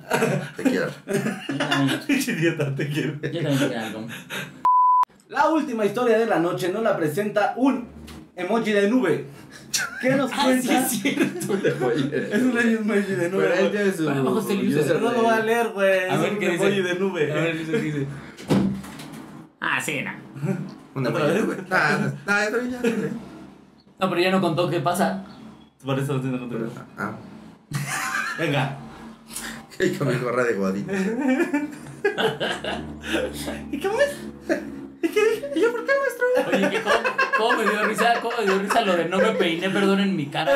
Speaker 2: Te quiero.
Speaker 4: Yo también,
Speaker 3: Idiota, te quiero.
Speaker 4: yo también quiero algo.
Speaker 3: La última historia de la noche nos la presenta un emoji de nube. ¿Qué nos
Speaker 4: Ah, sí,
Speaker 3: cuenta?
Speaker 4: es cierto.
Speaker 3: Es un emoji de
Speaker 2: Pero él
Speaker 3: nube.
Speaker 2: tiene su.
Speaker 4: Para abajo está el
Speaker 2: user
Speaker 4: user.
Speaker 3: Pero no lo va a leer, güey.
Speaker 4: A ver
Speaker 3: Es un
Speaker 4: qué dice.
Speaker 3: emoji de nube.
Speaker 4: ¿qué dice? Ah, sí, no.
Speaker 2: Una
Speaker 3: ¿Otra
Speaker 2: huella,
Speaker 3: vez?
Speaker 2: güey. Ah, ah, eso ya.
Speaker 4: No, pero ya no contó qué pasa.
Speaker 3: Por eso lo tiene controlado.
Speaker 2: Ah,
Speaker 3: Venga.
Speaker 2: y con mi gorra de godín.
Speaker 3: ¿Y qué más? ¿Y qué dije? ¿Y yo por qué nuestro?
Speaker 4: Oye, ¿qué, cómo, ¿cómo me dio risa? ¿Cómo me dio risa lo de no me peiné, perdón en mi cara?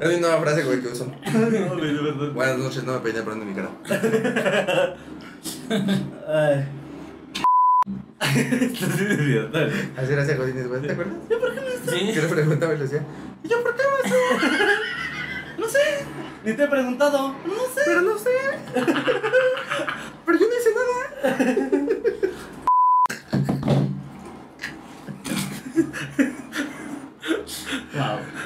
Speaker 2: Es mi nueva frase, güey, que uso.
Speaker 3: No, güey, de verdad.
Speaker 2: Buenas noches, no me peiné pronto mi cara.
Speaker 3: Ay. Esto sí es idiota. güey.
Speaker 2: Así era hacía Godínez, güey, ¿te acuerdas?
Speaker 4: Sí.
Speaker 2: Yo le preguntaba y le decía, ¿y yo por qué más?
Speaker 3: No sé. Ni te he preguntado. No sé.
Speaker 2: Pero no sé. Pero yo no hice nada.
Speaker 4: Wow.